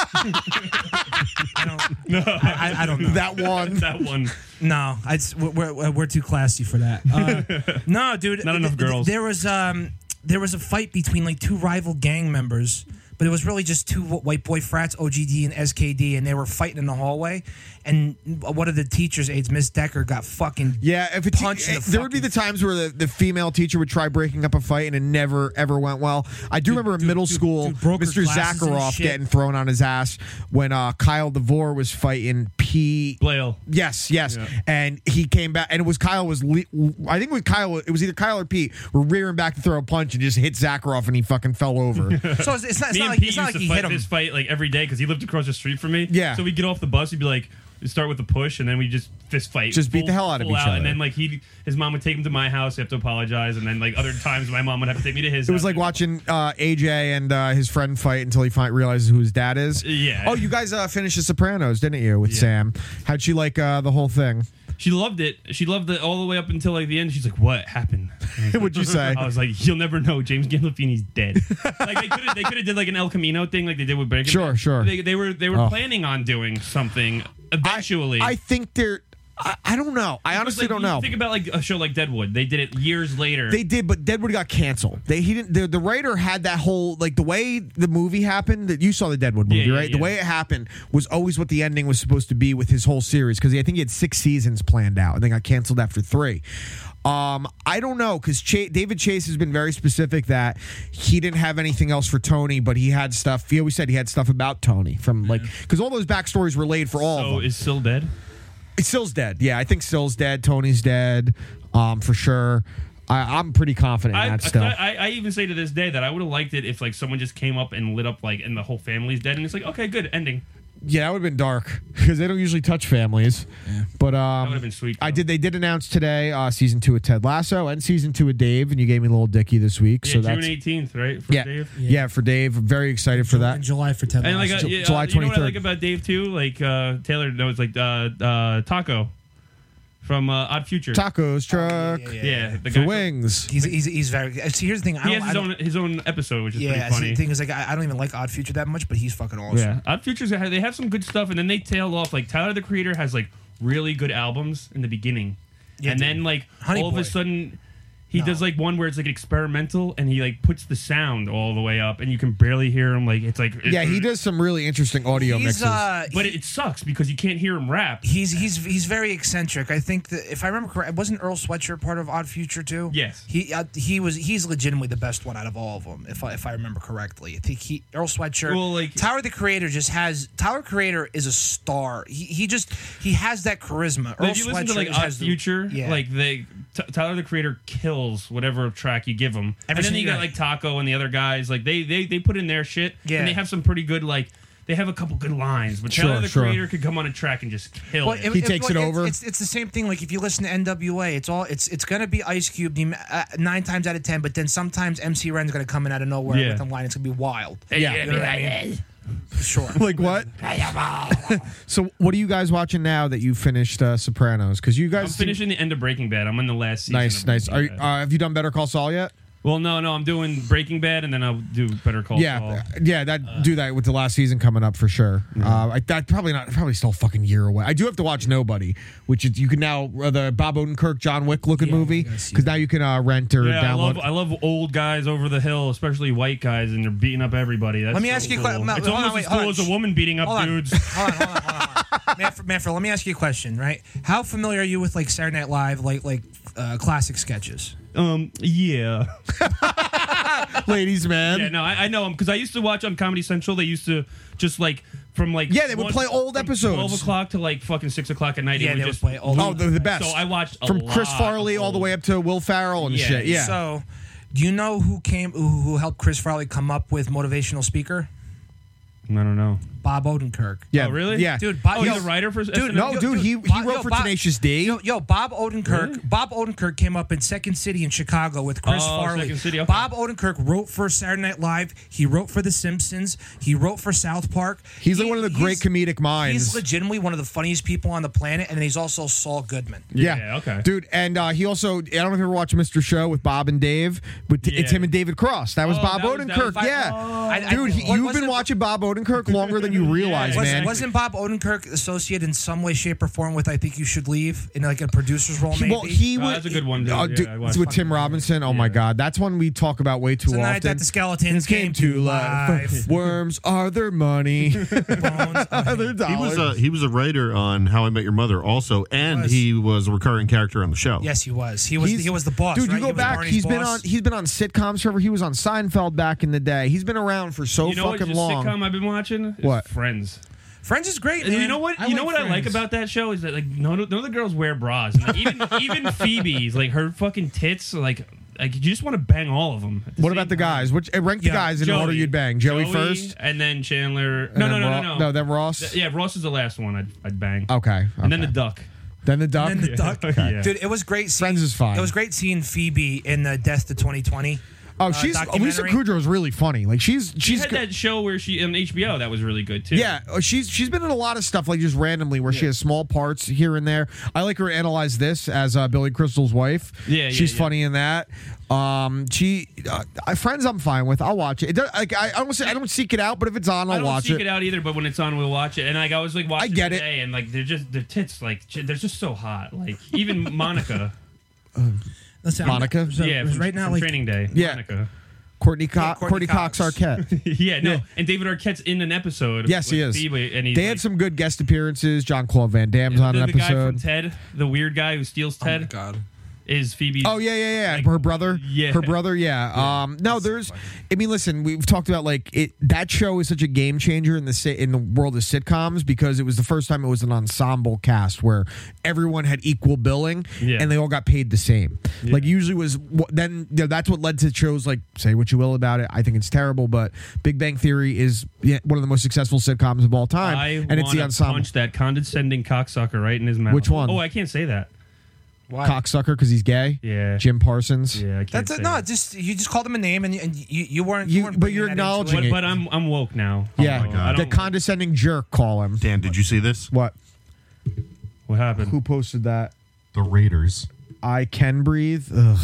Speaker 1: I don't. No, I, I, I don't know.
Speaker 2: that one.
Speaker 4: That one.
Speaker 1: No, I just, we're, we're, we're too classy for that. Uh, no, dude.
Speaker 4: Not enough
Speaker 1: th-
Speaker 4: girls.
Speaker 1: There was um there was a fight between like two rival gang members, but it was really just two wh- white boy frats, OGD and SKD, and they were fighting in the hallway. And one of the teachers' aides, Miss Decker, got fucking
Speaker 2: Yeah, if it
Speaker 1: punched. in the
Speaker 2: there would be the times where the, the female teacher would try breaking up a fight and it never ever went well. I do remember in middle school,
Speaker 1: dude broke her
Speaker 2: Mr.
Speaker 1: glasses and
Speaker 2: Zakharov
Speaker 1: shit.
Speaker 2: getting thrown on his ass when uh, Kyle DeVore was fighting P.
Speaker 4: Blail.
Speaker 2: Yes, yes, and he came back, and it was Kyle was le- I think with Kyle it was either Kyle or Pete were rearing back to throw a punch and just hit Zakharov and he fucking fell over.
Speaker 1: fucking- So it's, it's not, it's
Speaker 4: me
Speaker 1: not
Speaker 4: and
Speaker 1: like
Speaker 4: Pete
Speaker 1: it's
Speaker 4: used
Speaker 1: not like
Speaker 4: to
Speaker 1: he
Speaker 4: fight
Speaker 1: hit him.
Speaker 4: this fight like every day because he lived across the street from me.
Speaker 2: Yeah.
Speaker 4: So we'd get off the bus, he'd be like, we'd start with a push, and then we just fist fight,
Speaker 2: Just beat the hell out of
Speaker 4: full
Speaker 2: each
Speaker 4: And
Speaker 2: other.
Speaker 4: then like he, his mom would take him to my house, he'd have to apologize, and then like other times my mom would have to take me to his.
Speaker 2: It was like watching uh, AJ and uh, his friend fight until he find, realizes who his dad is.
Speaker 4: Yeah.
Speaker 2: Oh, you guys uh, finished The Sopranos, didn't you, with Sam? How'd you like uh, the whole thing?
Speaker 4: She loved it. She loved it all the way up until like the end. She's like, "What happened?" And I was like-
Speaker 8: What'd you say?
Speaker 4: I was like, "You'll never know. James Gandolfini's dead." like they could have they could have did like an El Camino thing, like they did with Breaking.
Speaker 8: Sure,
Speaker 4: Bad.
Speaker 8: sure.
Speaker 4: They, they were they were
Speaker 8: Oh.
Speaker 4: planning on doing something eventually.
Speaker 2: I think they're. I, I don't know. I
Speaker 4: Because,
Speaker 2: honestly
Speaker 4: like,
Speaker 2: don't
Speaker 4: you
Speaker 2: know.
Speaker 4: Think about like a show like Deadwood. They did it years later.
Speaker 2: They did, but Deadwood got canceled. They he didn't. The, the writer had that whole like the way the movie happened. That you saw the Deadwood movie,
Speaker 4: Yeah, yeah,
Speaker 2: right?
Speaker 4: yeah.
Speaker 2: The way it happened was always what the ending was supposed to be with his whole series because I think he had six seasons planned out and they got canceled after three. Um, I don't know because Ch- David Chase has been very specific that he didn't have anything else for Tony, but he had stuff. He always said he had stuff about Tony from like because all those backstories were laid for all. of
Speaker 4: so
Speaker 2: them.
Speaker 4: is still dead.
Speaker 2: Sill's dead. Yeah, I think Sill's dead. Tony's dead, um, for sure. I, I'm pretty confident in
Speaker 4: I,
Speaker 2: that still.
Speaker 4: I, I even say to this day that I would have liked it if like someone just came up and lit up like and the whole family's dead and it's like okay good ending
Speaker 2: yeah, that would have been dark because they don't usually touch families. But um,
Speaker 4: would've been sweet,
Speaker 2: I
Speaker 4: though.
Speaker 2: did. They did announce today uh, season two of Ted Lasso and season two of Dave, and you gave me a little dicky this week.
Speaker 4: yeah
Speaker 2: so
Speaker 4: June
Speaker 2: that's
Speaker 4: eighteenth right for
Speaker 2: yeah,
Speaker 4: Dave
Speaker 2: yeah, for Dave. Very excited for that.
Speaker 1: in July for Ted.
Speaker 4: and like
Speaker 1: Lasso.
Speaker 4: uh,
Speaker 2: Ju-
Speaker 4: yeah,
Speaker 2: July
Speaker 4: uh, you know what I
Speaker 2: 23rd.
Speaker 4: like about Dave too like uh, Taylor knows like uh, uh, Taco from uh, Odd Future
Speaker 2: Tacos truck
Speaker 4: yeah,
Speaker 2: for
Speaker 4: the guy from-
Speaker 2: wings.
Speaker 1: he's, he's he's very. Uh, See, here's the thing. I
Speaker 4: he
Speaker 1: don't,
Speaker 4: has his
Speaker 1: I don't,
Speaker 4: own his own episode which is
Speaker 1: yeah, see,
Speaker 4: pretty
Speaker 1: the
Speaker 4: funny
Speaker 1: thing is, like, I, I don't even like Odd Future that much, but he's fucking awesome.
Speaker 2: Yeah.
Speaker 4: Odd Futures they have some good stuff and then they tail off like Tyler the Creator has like really good albums in the beginning
Speaker 1: dude.
Speaker 4: and then like
Speaker 1: Honey
Speaker 4: all
Speaker 1: Boy.
Speaker 4: of a sudden. He does like one where it's like experimental, and he like puts the sound all the way up, and you can barely hear him. Like it's like
Speaker 2: Yeah, he does some really interesting audio
Speaker 1: He's
Speaker 2: mixes.
Speaker 1: uh,
Speaker 4: but it, it sucks because you can't hear him rap.
Speaker 1: he's he's he's very eccentric. I think that if I remember correct, wasn't Earl Sweatshirt part of Odd Future too?
Speaker 4: Yes.
Speaker 1: He uh, he was he's legitimately the best one out of all of them. If I, if I remember correctly, I think he Earl Sweatshirt.
Speaker 4: Well, like-
Speaker 1: Tyler the Creator just has Tyler Creator is a star. He, he just he has that charisma. Earl
Speaker 4: But if you
Speaker 1: Sweatshirt
Speaker 4: listen to like
Speaker 1: just
Speaker 4: Odd
Speaker 1: has the-
Speaker 4: Future,
Speaker 1: yeah.
Speaker 4: like they T- Tyler the Creator kills whatever track you give him,
Speaker 1: Every
Speaker 4: and then
Speaker 1: single
Speaker 4: you got
Speaker 1: guy.
Speaker 4: like Taco and the other guys. Like they they they put in their shit,
Speaker 1: Yeah.
Speaker 4: and they have some pretty good like they have a couple good lines. But
Speaker 2: Sure,
Speaker 4: Tyler the
Speaker 2: sure.
Speaker 4: Creator could come on a track and just kill
Speaker 1: Well,
Speaker 4: it.
Speaker 1: it-
Speaker 2: He
Speaker 1: it-
Speaker 2: takes
Speaker 1: well,
Speaker 2: it
Speaker 1: it's-
Speaker 2: over.
Speaker 1: It's, it's the same thing. Like if you listen to NWA, it's all it's it's gonna be Ice Cube the- uh, nine times out of ten, but then sometimes MC Ren's gonna come in out of nowhere
Speaker 4: Yeah.
Speaker 1: with a line. It's gonna be wild.
Speaker 4: yeah,
Speaker 1: You know what I mean? Sure.
Speaker 2: like what? so what are you guys watching now that you finished uh, Sopranos? Because you guys
Speaker 4: I'm
Speaker 2: seem-
Speaker 4: finishing the end of Breaking Bad. I'm in the last season.
Speaker 2: Nice,
Speaker 4: of
Speaker 2: nice. Are,
Speaker 4: Breaking
Speaker 2: you-
Speaker 4: Bad.
Speaker 2: uh, have you done Better Call Saul yet?
Speaker 4: well, no, no. I'm doing Breaking Bad, and then I'll do Better Call
Speaker 2: yeah,
Speaker 4: Saul.
Speaker 2: yeah. That do that with the last season coming up for sure. Uh, I, that probably not. Probably still a fucking year away. I do have to watch Nobody, which is you can now uh, the Bob Odenkirk, John Wick looking movie because now you can uh, rent or
Speaker 4: Yeah, I
Speaker 2: download.
Speaker 4: love I love old guys over the hill, especially white guys, and they're beating up everybody. That's
Speaker 1: Let me
Speaker 4: so
Speaker 1: ask you a
Speaker 4: cool.
Speaker 1: que- Ma-
Speaker 4: It's
Speaker 1: hold on,
Speaker 4: almost
Speaker 1: wait,
Speaker 4: as
Speaker 1: hold
Speaker 4: cool
Speaker 1: on.
Speaker 4: as a woman beating up
Speaker 1: Hold on.
Speaker 4: dudes.
Speaker 1: Hold on, hold on, hold on. Hold on. Manfred, Manfred, let me ask you a question, right? How familiar are you with like Saturday Night Live, like like uh, classic sketches?
Speaker 4: Um, yeah,
Speaker 2: Ladies, man.
Speaker 4: yeah.
Speaker 2: Yeah,
Speaker 4: No, I, I know them because I used to watch on Comedy Central. They used to just like from like
Speaker 2: Yeah, they would play old
Speaker 4: from
Speaker 2: episodes.
Speaker 4: twelve o'clock to like fucking six o'clock at night.
Speaker 1: Yeah,
Speaker 4: it would
Speaker 1: they would
Speaker 4: just
Speaker 1: play old-
Speaker 2: Oh, they're the best.
Speaker 4: So I watched a
Speaker 2: from Chris
Speaker 4: lot
Speaker 2: Farley
Speaker 4: of
Speaker 2: all the
Speaker 4: old-
Speaker 2: way up to Will Farrell and
Speaker 4: Yeah,
Speaker 2: shit. Yeah.
Speaker 1: So, do you know who came who, who helped Chris Farley come up with motivational speaker?
Speaker 4: I don't know.
Speaker 1: Bob Odenkirk.
Speaker 2: yeah.
Speaker 4: Oh, really?
Speaker 2: Yeah.
Speaker 1: Dude, Bob,
Speaker 4: Oh, he's
Speaker 1: yo,
Speaker 4: a writer for
Speaker 1: dude,
Speaker 4: SNL?
Speaker 2: no,
Speaker 1: yo,
Speaker 2: dude, he, he
Speaker 1: Bob-
Speaker 2: wrote
Speaker 1: yo,
Speaker 2: for
Speaker 1: Bob-
Speaker 2: Tenacious D.
Speaker 1: Yo, yo, Bob Odenkirk. Bob Odenkirk came up in Second City in Chicago with Chris
Speaker 4: Oh,
Speaker 1: Farley.
Speaker 4: Second City, okay.
Speaker 1: Bob Odenkirk wrote for Saturday Night Live. He wrote for The Simpsons. He wrote for South Park.
Speaker 2: He's like
Speaker 1: He-
Speaker 2: one of the great
Speaker 1: he's-
Speaker 2: comedic minds.
Speaker 1: He's legitimately one of the funniest people on the planet, and he's also Saul Goodman.
Speaker 2: Yeah.
Speaker 4: Yeah, okay.
Speaker 2: Dude, and uh, he also, I don't know if you ever watched Mr. Show with Bob and Dave, but t- it's
Speaker 4: Yeah.
Speaker 2: him and David Cross. That was
Speaker 4: Oh,
Speaker 2: Bob
Speaker 4: that was- that
Speaker 2: Odenkirk.
Speaker 4: was Bob-
Speaker 2: yeah.
Speaker 4: Oh.
Speaker 1: I- I-
Speaker 2: Dude, he-
Speaker 1: what-
Speaker 2: you've
Speaker 1: wasn't-
Speaker 2: been watching Bob Odenkirk longer than you realize,
Speaker 4: Was-
Speaker 2: man.
Speaker 1: Wasn't, wasn't Bob Odenkirk associated in some way, shape, or form with "I Think You Should Leave" in like a producer's role?
Speaker 2: He-
Speaker 1: maybe.
Speaker 2: well, he
Speaker 4: Oh,
Speaker 2: was
Speaker 4: that's a good one, dude.
Speaker 2: Oh,
Speaker 4: Yeah,
Speaker 2: dude,
Speaker 4: I watched
Speaker 2: with
Speaker 4: fucking
Speaker 2: Tim Robinson. Oh my God, that's one we talk about way too
Speaker 1: Tonight
Speaker 2: often.
Speaker 1: that the skeletons came to life.
Speaker 2: Worms are their money,
Speaker 1: Bones.
Speaker 2: are their
Speaker 3: He was
Speaker 4: uh,
Speaker 2: dollars.
Speaker 3: a he was a writer on How I Met Your Mother also, and he was a recurring character on the show.
Speaker 1: yes, he was. He was.
Speaker 2: He's-
Speaker 1: He was the boss.
Speaker 2: Dude,
Speaker 1: right?
Speaker 2: you go
Speaker 1: He was
Speaker 2: back.
Speaker 1: Barney's
Speaker 2: He's been on.
Speaker 1: boss.
Speaker 2: He's been on sitcoms forever. He was on Seinfeld back in the day. He's been around for so
Speaker 4: You know what?
Speaker 2: fucking
Speaker 4: Just
Speaker 2: long.
Speaker 4: sitcom I've been watching. Is
Speaker 2: What?
Speaker 4: Friends.
Speaker 1: Friends is great.
Speaker 4: And
Speaker 1: Man.
Speaker 4: you know what?
Speaker 9: I
Speaker 4: you
Speaker 9: like
Speaker 4: know what I like
Speaker 9: Friends.
Speaker 4: about that show is that like no, no, none of the girls wear bras. And, like, even even Phoebe's like her fucking tits are, like like you just want to bang all of them.
Speaker 2: What about the guys? Which eh, rank the guys in order you'd bang? Joey, first.
Speaker 4: and then Chandler. No,
Speaker 2: and
Speaker 4: no,
Speaker 2: then
Speaker 4: no,
Speaker 2: Ro-
Speaker 4: no, no,
Speaker 2: then Ross.
Speaker 4: Th- yeah, Ross is the last one I'd, I'd bang.
Speaker 2: Okay,
Speaker 4: And then the
Speaker 2: okay.
Speaker 4: duck.
Speaker 2: Then the duck.
Speaker 1: And the duck.
Speaker 4: Okay.
Speaker 1: Dude, it was great. Seeing,
Speaker 2: Friends is fine.
Speaker 1: It was great seeing Phoebe in the Death to 2020.
Speaker 2: Oh,
Speaker 1: uh,
Speaker 2: she's Lisa
Speaker 1: documentary.
Speaker 2: Kudrow's really funny. Like she's
Speaker 4: She
Speaker 2: she's
Speaker 4: had that show where she on HBO that was really good too.
Speaker 2: yeah, uh, she's she's been in a lot of stuff like just randomly where she has small parts here and there. I like her to analyze this as uh, Billy Crystal's wife.
Speaker 4: Yeah, yeah,
Speaker 2: she's
Speaker 4: yeah.
Speaker 2: funny in that. Um, she uh, I- friends I'm fine with. I'll watch it. it does, like I, I don't say, I don't seek it out, but if it's on, I'll
Speaker 4: I don't
Speaker 2: watch
Speaker 4: seek
Speaker 2: it.
Speaker 4: it. out either, but when it's on, we'll watch it. And like I was like watching
Speaker 2: get it.
Speaker 4: today, and like they're just their tits, like j- they're just so hot. Like even Monica,
Speaker 6: Listen,
Speaker 2: Monica?
Speaker 6: I'm, so,
Speaker 4: yeah, from,
Speaker 6: right now,
Speaker 4: from
Speaker 6: like
Speaker 4: Training Day,
Speaker 2: Yeah.
Speaker 4: Monica.
Speaker 2: Courtney, Co-
Speaker 6: Yeah,
Speaker 2: Courtney
Speaker 6: Courtney
Speaker 2: Cox.
Speaker 6: Cox.
Speaker 2: Arquette.
Speaker 4: yeah, no, and David Arquette's in an episode.
Speaker 2: Yes, he
Speaker 4: with
Speaker 2: is.
Speaker 4: Phoebe, and he's
Speaker 2: They
Speaker 4: like,
Speaker 2: had some good guest appearances. John Claude Van Damme's on
Speaker 4: the,
Speaker 2: an
Speaker 4: the guy from
Speaker 2: episode.
Speaker 4: Ted, the weird guy who steals
Speaker 1: Oh my
Speaker 4: Ted,
Speaker 1: God.
Speaker 4: is Phoebe.
Speaker 2: Oh yeah, yeah, yeah.
Speaker 4: Like,
Speaker 2: her brother.
Speaker 4: yeah.
Speaker 2: Her brother, yeah. Um no, there's I mean, listen, we've talked about like it that show is such a game changer in the si- in the world of sitcoms because it was the first time it was an ensemble cast where everyone had equal billing
Speaker 4: Yeah.
Speaker 2: and they all got paid the same. Like usually was wh- then you know, that's what led to shows like say what you will about it. I think it's terrible, but Big Bang Theory is yeah, one of the most successful sitcoms of all time
Speaker 4: I
Speaker 2: and it's the
Speaker 4: wanna
Speaker 2: ensemble
Speaker 4: punch that condescending cocksucker right in his mouth.
Speaker 2: Which one?
Speaker 4: Oh, I can't say that.
Speaker 2: cocksucker cuz he's gay.
Speaker 4: Yeah.
Speaker 2: Jim Parsons.
Speaker 4: Yeah, I can't.
Speaker 1: That's
Speaker 4: say
Speaker 1: a, no.
Speaker 4: that.
Speaker 1: Just you just called him a name, and you, and you, you weren't.
Speaker 2: You-
Speaker 1: weren't
Speaker 2: but you're
Speaker 1: bringing that into
Speaker 2: acknowledging
Speaker 1: it.
Speaker 4: But, but I'm I'm woke now. Oh
Speaker 2: Yeah,
Speaker 3: God.
Speaker 4: I
Speaker 2: the
Speaker 4: don't-
Speaker 2: condescending jerk call him.
Speaker 3: Dan, did you see this?
Speaker 2: What?
Speaker 4: What happened?
Speaker 2: Who posted that?
Speaker 3: The Raiders.
Speaker 2: I can breathe. Ugh.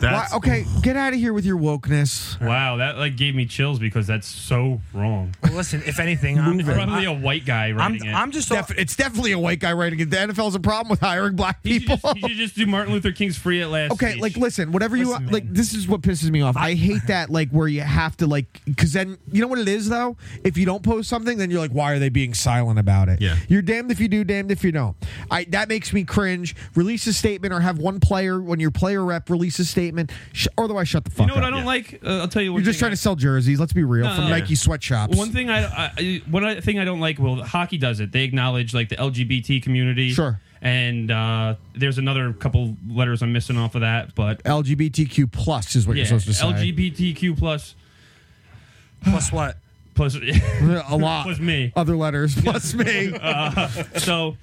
Speaker 2: Why,
Speaker 3: That's
Speaker 2: okay, get out of here with your wokeness.
Speaker 4: Wow, that like gave me chills because that's so wrong.
Speaker 1: Well, listen, if anything, I'm,
Speaker 4: Probably a white guy
Speaker 1: I'm,
Speaker 4: writing it.
Speaker 1: I'm just
Speaker 2: Def- it's definitely a white guy writing it. The NFL's a problem with hiring black
Speaker 4: he, should
Speaker 2: people.
Speaker 4: just, he should just do Martin Luther King's "Free at Last."
Speaker 2: Okay,
Speaker 4: speech.
Speaker 2: like listen, whatever you
Speaker 1: Listen,
Speaker 2: like.
Speaker 1: man.
Speaker 2: This is what pisses me off. I hate that, like where you have to like, because then you know what it is though. If you don't post something, then you're like, why are they being silent about it?
Speaker 3: Yeah.
Speaker 2: you're damned if you do, damned if you don't. I that makes me cringe. Release a statement or have one player when your player rep release a statement, sh- or otherwise shut the fuck
Speaker 4: you know what
Speaker 2: up.
Speaker 4: I don't like? Uh, I'll tell you. One
Speaker 2: you're just
Speaker 4: thing
Speaker 2: trying to sell jerseys. Let's be real.
Speaker 4: No,
Speaker 2: from
Speaker 4: no, no.
Speaker 2: Nike sweatshops.
Speaker 4: One thing I, I one other thing I don't like. Well, hockey does it. They acknowledge like the LGBT community.
Speaker 2: Sure.
Speaker 4: And uh, there's another couple letters I'm missing off of that, but
Speaker 2: LGBTQ plus is what
Speaker 4: yeah,
Speaker 2: you're supposed to say.
Speaker 4: LGBTQ plus
Speaker 1: plus what?
Speaker 4: plus
Speaker 2: a lot.
Speaker 4: plus me.
Speaker 2: Other letters plus me.
Speaker 4: So,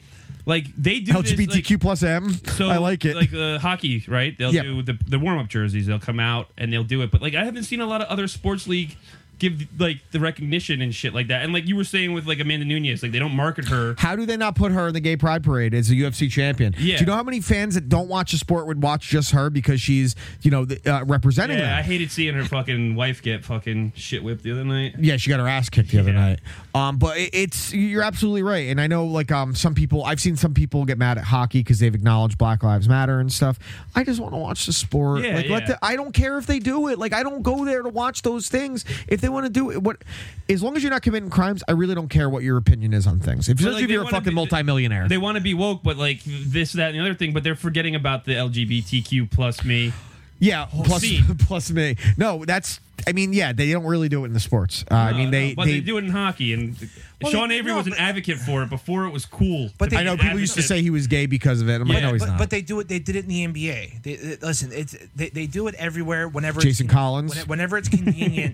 Speaker 4: like they do this, like-
Speaker 2: LGBTQ plus M.
Speaker 4: So
Speaker 2: I like it.
Speaker 4: Like uh, hockey, right? They'll
Speaker 2: Yeah.
Speaker 4: do the, the warm up jerseys. They'll come out and they'll do it. But like I haven't seen a lot of other sports league give like the recognition and shit like that. And like you were saying with like Amanda Nunez, like they don't market her.
Speaker 2: How do they not put her in the gay pride parade as a UFC champion?
Speaker 4: Yeah.
Speaker 2: Do you know how many fans that don't watch a sport would watch just her because she's, you know, the, uh, representing
Speaker 4: Yeah, I
Speaker 2: them?
Speaker 4: hated seeing her fucking wife get fucking shit whipped the other night.
Speaker 2: yeah, she got her ass kicked the other
Speaker 4: Yeah.
Speaker 2: night. Um, but it, it's you're absolutely right, and I know like um some people I've seen some people get mad at hockey because they've acknowledged Black Lives Matter and stuff. I just want to watch the sport.
Speaker 4: Yeah,
Speaker 2: like let
Speaker 4: yeah.
Speaker 2: the, I don't care if they do it. Like I don't go there to watch those things. If they want to do it, what as long as you're not committing crimes, I really don't care what your opinion is on things. If, especially
Speaker 4: like,
Speaker 2: if
Speaker 4: they
Speaker 2: you're a
Speaker 4: wanna
Speaker 2: fucking
Speaker 4: be-
Speaker 2: multimillionaire,
Speaker 4: They want to be woke, but like this, that, and the other thing. But they're forgetting about the LGBTQ plus me.
Speaker 2: Yeah, plus
Speaker 4: scene.
Speaker 2: plus me. No, that's. I mean, yeah, they don't really do it in the sports. Uh, I mean,
Speaker 4: Uh,
Speaker 2: they
Speaker 4: but
Speaker 2: they,
Speaker 4: they, do it in hockey, and
Speaker 1: Well,
Speaker 4: Sean
Speaker 1: they-
Speaker 4: Avery
Speaker 1: no,
Speaker 4: was an
Speaker 1: but-
Speaker 4: advocate for it before it was cool.
Speaker 1: But
Speaker 4: to
Speaker 1: they-
Speaker 4: be
Speaker 2: I know
Speaker 4: an
Speaker 2: people used to
Speaker 4: advocate.
Speaker 2: say he was gay because of it. I'm like,
Speaker 4: Yeah,
Speaker 2: no, he's
Speaker 4: It's
Speaker 1: But,
Speaker 2: not.
Speaker 1: but they do it. They did it in the NBA. They, they- listen, it's they, they do it everywhere. Whenever it's
Speaker 2: Jason
Speaker 1: con-
Speaker 2: Collins.
Speaker 1: when- whenever it's convenient.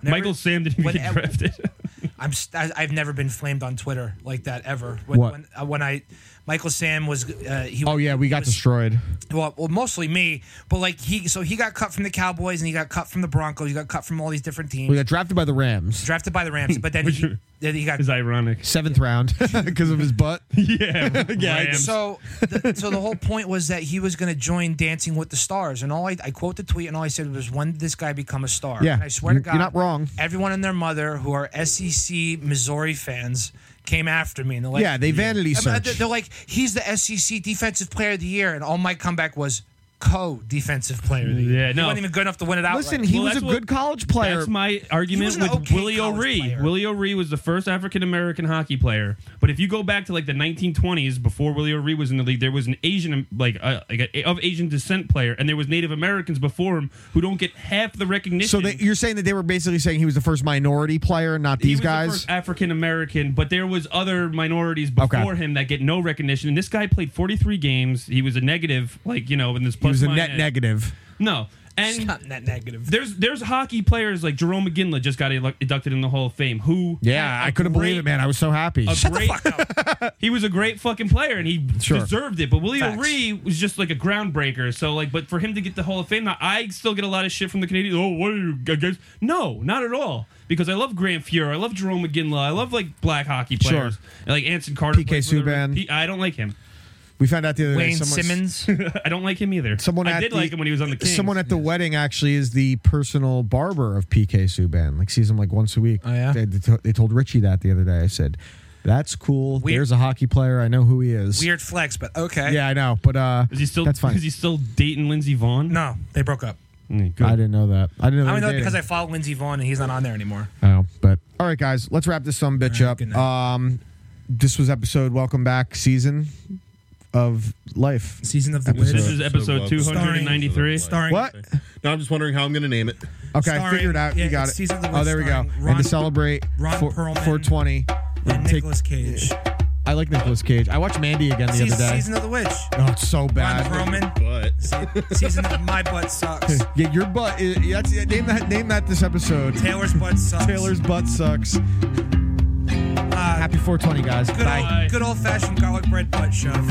Speaker 1: Whenever-
Speaker 4: Michael Sam didn't even get
Speaker 1: whenever-
Speaker 4: drafted.
Speaker 1: I'm st- I, am i have never been flamed on Twitter like that ever. When
Speaker 2: What?
Speaker 1: when, uh, when I Michael Sam was uh, he.
Speaker 2: oh yeah, we got
Speaker 1: was-
Speaker 2: destroyed.
Speaker 1: well, well, mostly me, but like he, so he got cut from the Cowboys and he got cut from the Broncos. He got cut from all these different teams.
Speaker 2: We got drafted by the Rams,
Speaker 1: drafted by the Rams, but then he, then he got
Speaker 4: It's ironic.
Speaker 2: seventh round, because of his butt.
Speaker 4: Yeah, yeah.
Speaker 1: So, the, so the whole point was that he was going to join Dancing with the Stars, and all I, I quote the tweet, and all I said was, "When did this guy become a star?"
Speaker 2: Yeah,
Speaker 1: and I swear
Speaker 2: you're-
Speaker 1: to God,
Speaker 2: you're not wrong.
Speaker 1: Everyone and their mother who are SEC Missouri fans came after me, and they're like,
Speaker 2: Yeah, they vanity
Speaker 1: I mean,
Speaker 2: search.
Speaker 1: they're- They're like, "He's the SEC Defensive Player of the Year," and all my comeback was. Co defensive player. of the year."
Speaker 4: Yeah, no.
Speaker 1: He wasn't even good enough to win it outright.
Speaker 2: Listen, he
Speaker 4: Well,
Speaker 2: was a
Speaker 4: that's
Speaker 2: good
Speaker 4: what-
Speaker 2: college player.
Speaker 4: That's my argument
Speaker 1: was an
Speaker 4: with
Speaker 1: okay
Speaker 4: Willie
Speaker 1: college
Speaker 4: O'Ree.
Speaker 1: player.
Speaker 4: Willie O'Ree was the first African American hockey player. But if you go back to like the 1920s, before Willie O'Ree was in the league, there was an Asian, like, uh, like a, of Asian descent player, and there was Native Americans before him who don't get half the recognition.
Speaker 2: so they, you're saying that they were basically saying he was the first minority player, not
Speaker 4: He
Speaker 2: these
Speaker 4: was the
Speaker 2: guys.
Speaker 4: first African American, but there was other minorities before
Speaker 2: Okay.
Speaker 4: him that get no recognition. And this guy played 43 games. He was a negative, like you know, in this
Speaker 2: He
Speaker 4: plus
Speaker 2: was a net
Speaker 4: minus-
Speaker 2: negative.
Speaker 4: No, And
Speaker 1: Not that negative.
Speaker 4: there's there's hockey players like Jerome McGinley just got elec- inducted in the Hall of Fame. Who?
Speaker 2: Yeah,
Speaker 4: had
Speaker 2: I
Speaker 4: a
Speaker 2: couldn't believe
Speaker 4: great-
Speaker 2: it, man. I was so happy.
Speaker 4: a great, he was a great fucking player and he
Speaker 2: Sure.
Speaker 4: deserved it. But William
Speaker 1: Facts.
Speaker 4: Ree was just like a groundbreaker. So like, but for him to get the Hall of Fame, now I still get a lot of shit from the Canadians. Oh, what are you against? No, not at all. Because I love Grant Fuhr, I love Jerome McGinley, I love like black hockey players,
Speaker 2: Sure.
Speaker 4: And, like Anson Carter,
Speaker 2: PK
Speaker 4: played for the-
Speaker 2: Subban.
Speaker 4: P- I don't like him.
Speaker 2: we found out the other day
Speaker 1: Wayne
Speaker 2: someone-
Speaker 1: Simmons.
Speaker 4: I don't like him either.
Speaker 2: Someone
Speaker 4: I
Speaker 2: at
Speaker 4: did
Speaker 2: the-
Speaker 4: like him when he was on the Kings.
Speaker 2: Someone at the wedding actually is the personal barber of PK Subban. Like sees him like once a week.
Speaker 1: Oh, yeah?
Speaker 2: They, they to- they told Richie that the other day. I said, "That's cool.
Speaker 1: Weird-
Speaker 2: There's a hockey player. I know who he is."
Speaker 1: Weird flex, but okay.
Speaker 2: Yeah, I know. But uh,
Speaker 4: is he still?
Speaker 2: That's fine.
Speaker 4: Is he still dating Lindsey Vaughn?
Speaker 1: No, they broke up.
Speaker 4: Mm, good.
Speaker 2: I didn't know that. I didn't
Speaker 1: I
Speaker 2: know. they
Speaker 1: only know
Speaker 2: were
Speaker 1: that because I
Speaker 2: dating.
Speaker 1: follow Lindsey Vaughn and he's not on there anymore.
Speaker 2: Oh, but all right, guys. Let's wrap this some bitch
Speaker 1: All right, good
Speaker 2: up.
Speaker 1: night.
Speaker 2: Um, this was episode Welcome Back season of life.
Speaker 1: Season of the
Speaker 2: Episode.
Speaker 4: This
Speaker 1: Wiz.
Speaker 4: is episode two hundred and ninety three.
Speaker 1: Starring
Speaker 2: What?
Speaker 3: Now I'm just wondering how I'm going to name it.
Speaker 2: Okay, I
Speaker 1: Starring-
Speaker 2: figured out.
Speaker 1: yeah,
Speaker 2: you got
Speaker 1: it's
Speaker 2: it.
Speaker 1: Season of the
Speaker 2: Oh,
Speaker 1: Witch
Speaker 2: there we go.
Speaker 1: starring
Speaker 2: and
Speaker 1: Ron-
Speaker 2: to celebrate
Speaker 1: Ron
Speaker 2: four-
Speaker 1: Perlman
Speaker 2: 420.
Speaker 1: and
Speaker 2: Take-
Speaker 1: Nicolas Cage.
Speaker 2: I like Nicolas Cage. I watched Mandy again the
Speaker 1: Season,
Speaker 2: other day.
Speaker 1: season of the Witch.
Speaker 2: oh, it's so
Speaker 1: Ron
Speaker 2: bad.
Speaker 1: Perlman.
Speaker 3: But
Speaker 1: Se- season of My Butt Sucks.
Speaker 2: Yeah, your butt. Is, yeah, that's, yeah, name that. Name that. This episode.
Speaker 1: Taylor's Butt Sucks.
Speaker 2: Taylor's butt sucks.
Speaker 1: Uh,
Speaker 2: Happy 420, guys.
Speaker 1: good
Speaker 2: Bye.
Speaker 1: old, good old fashioned garlic bread butt shove.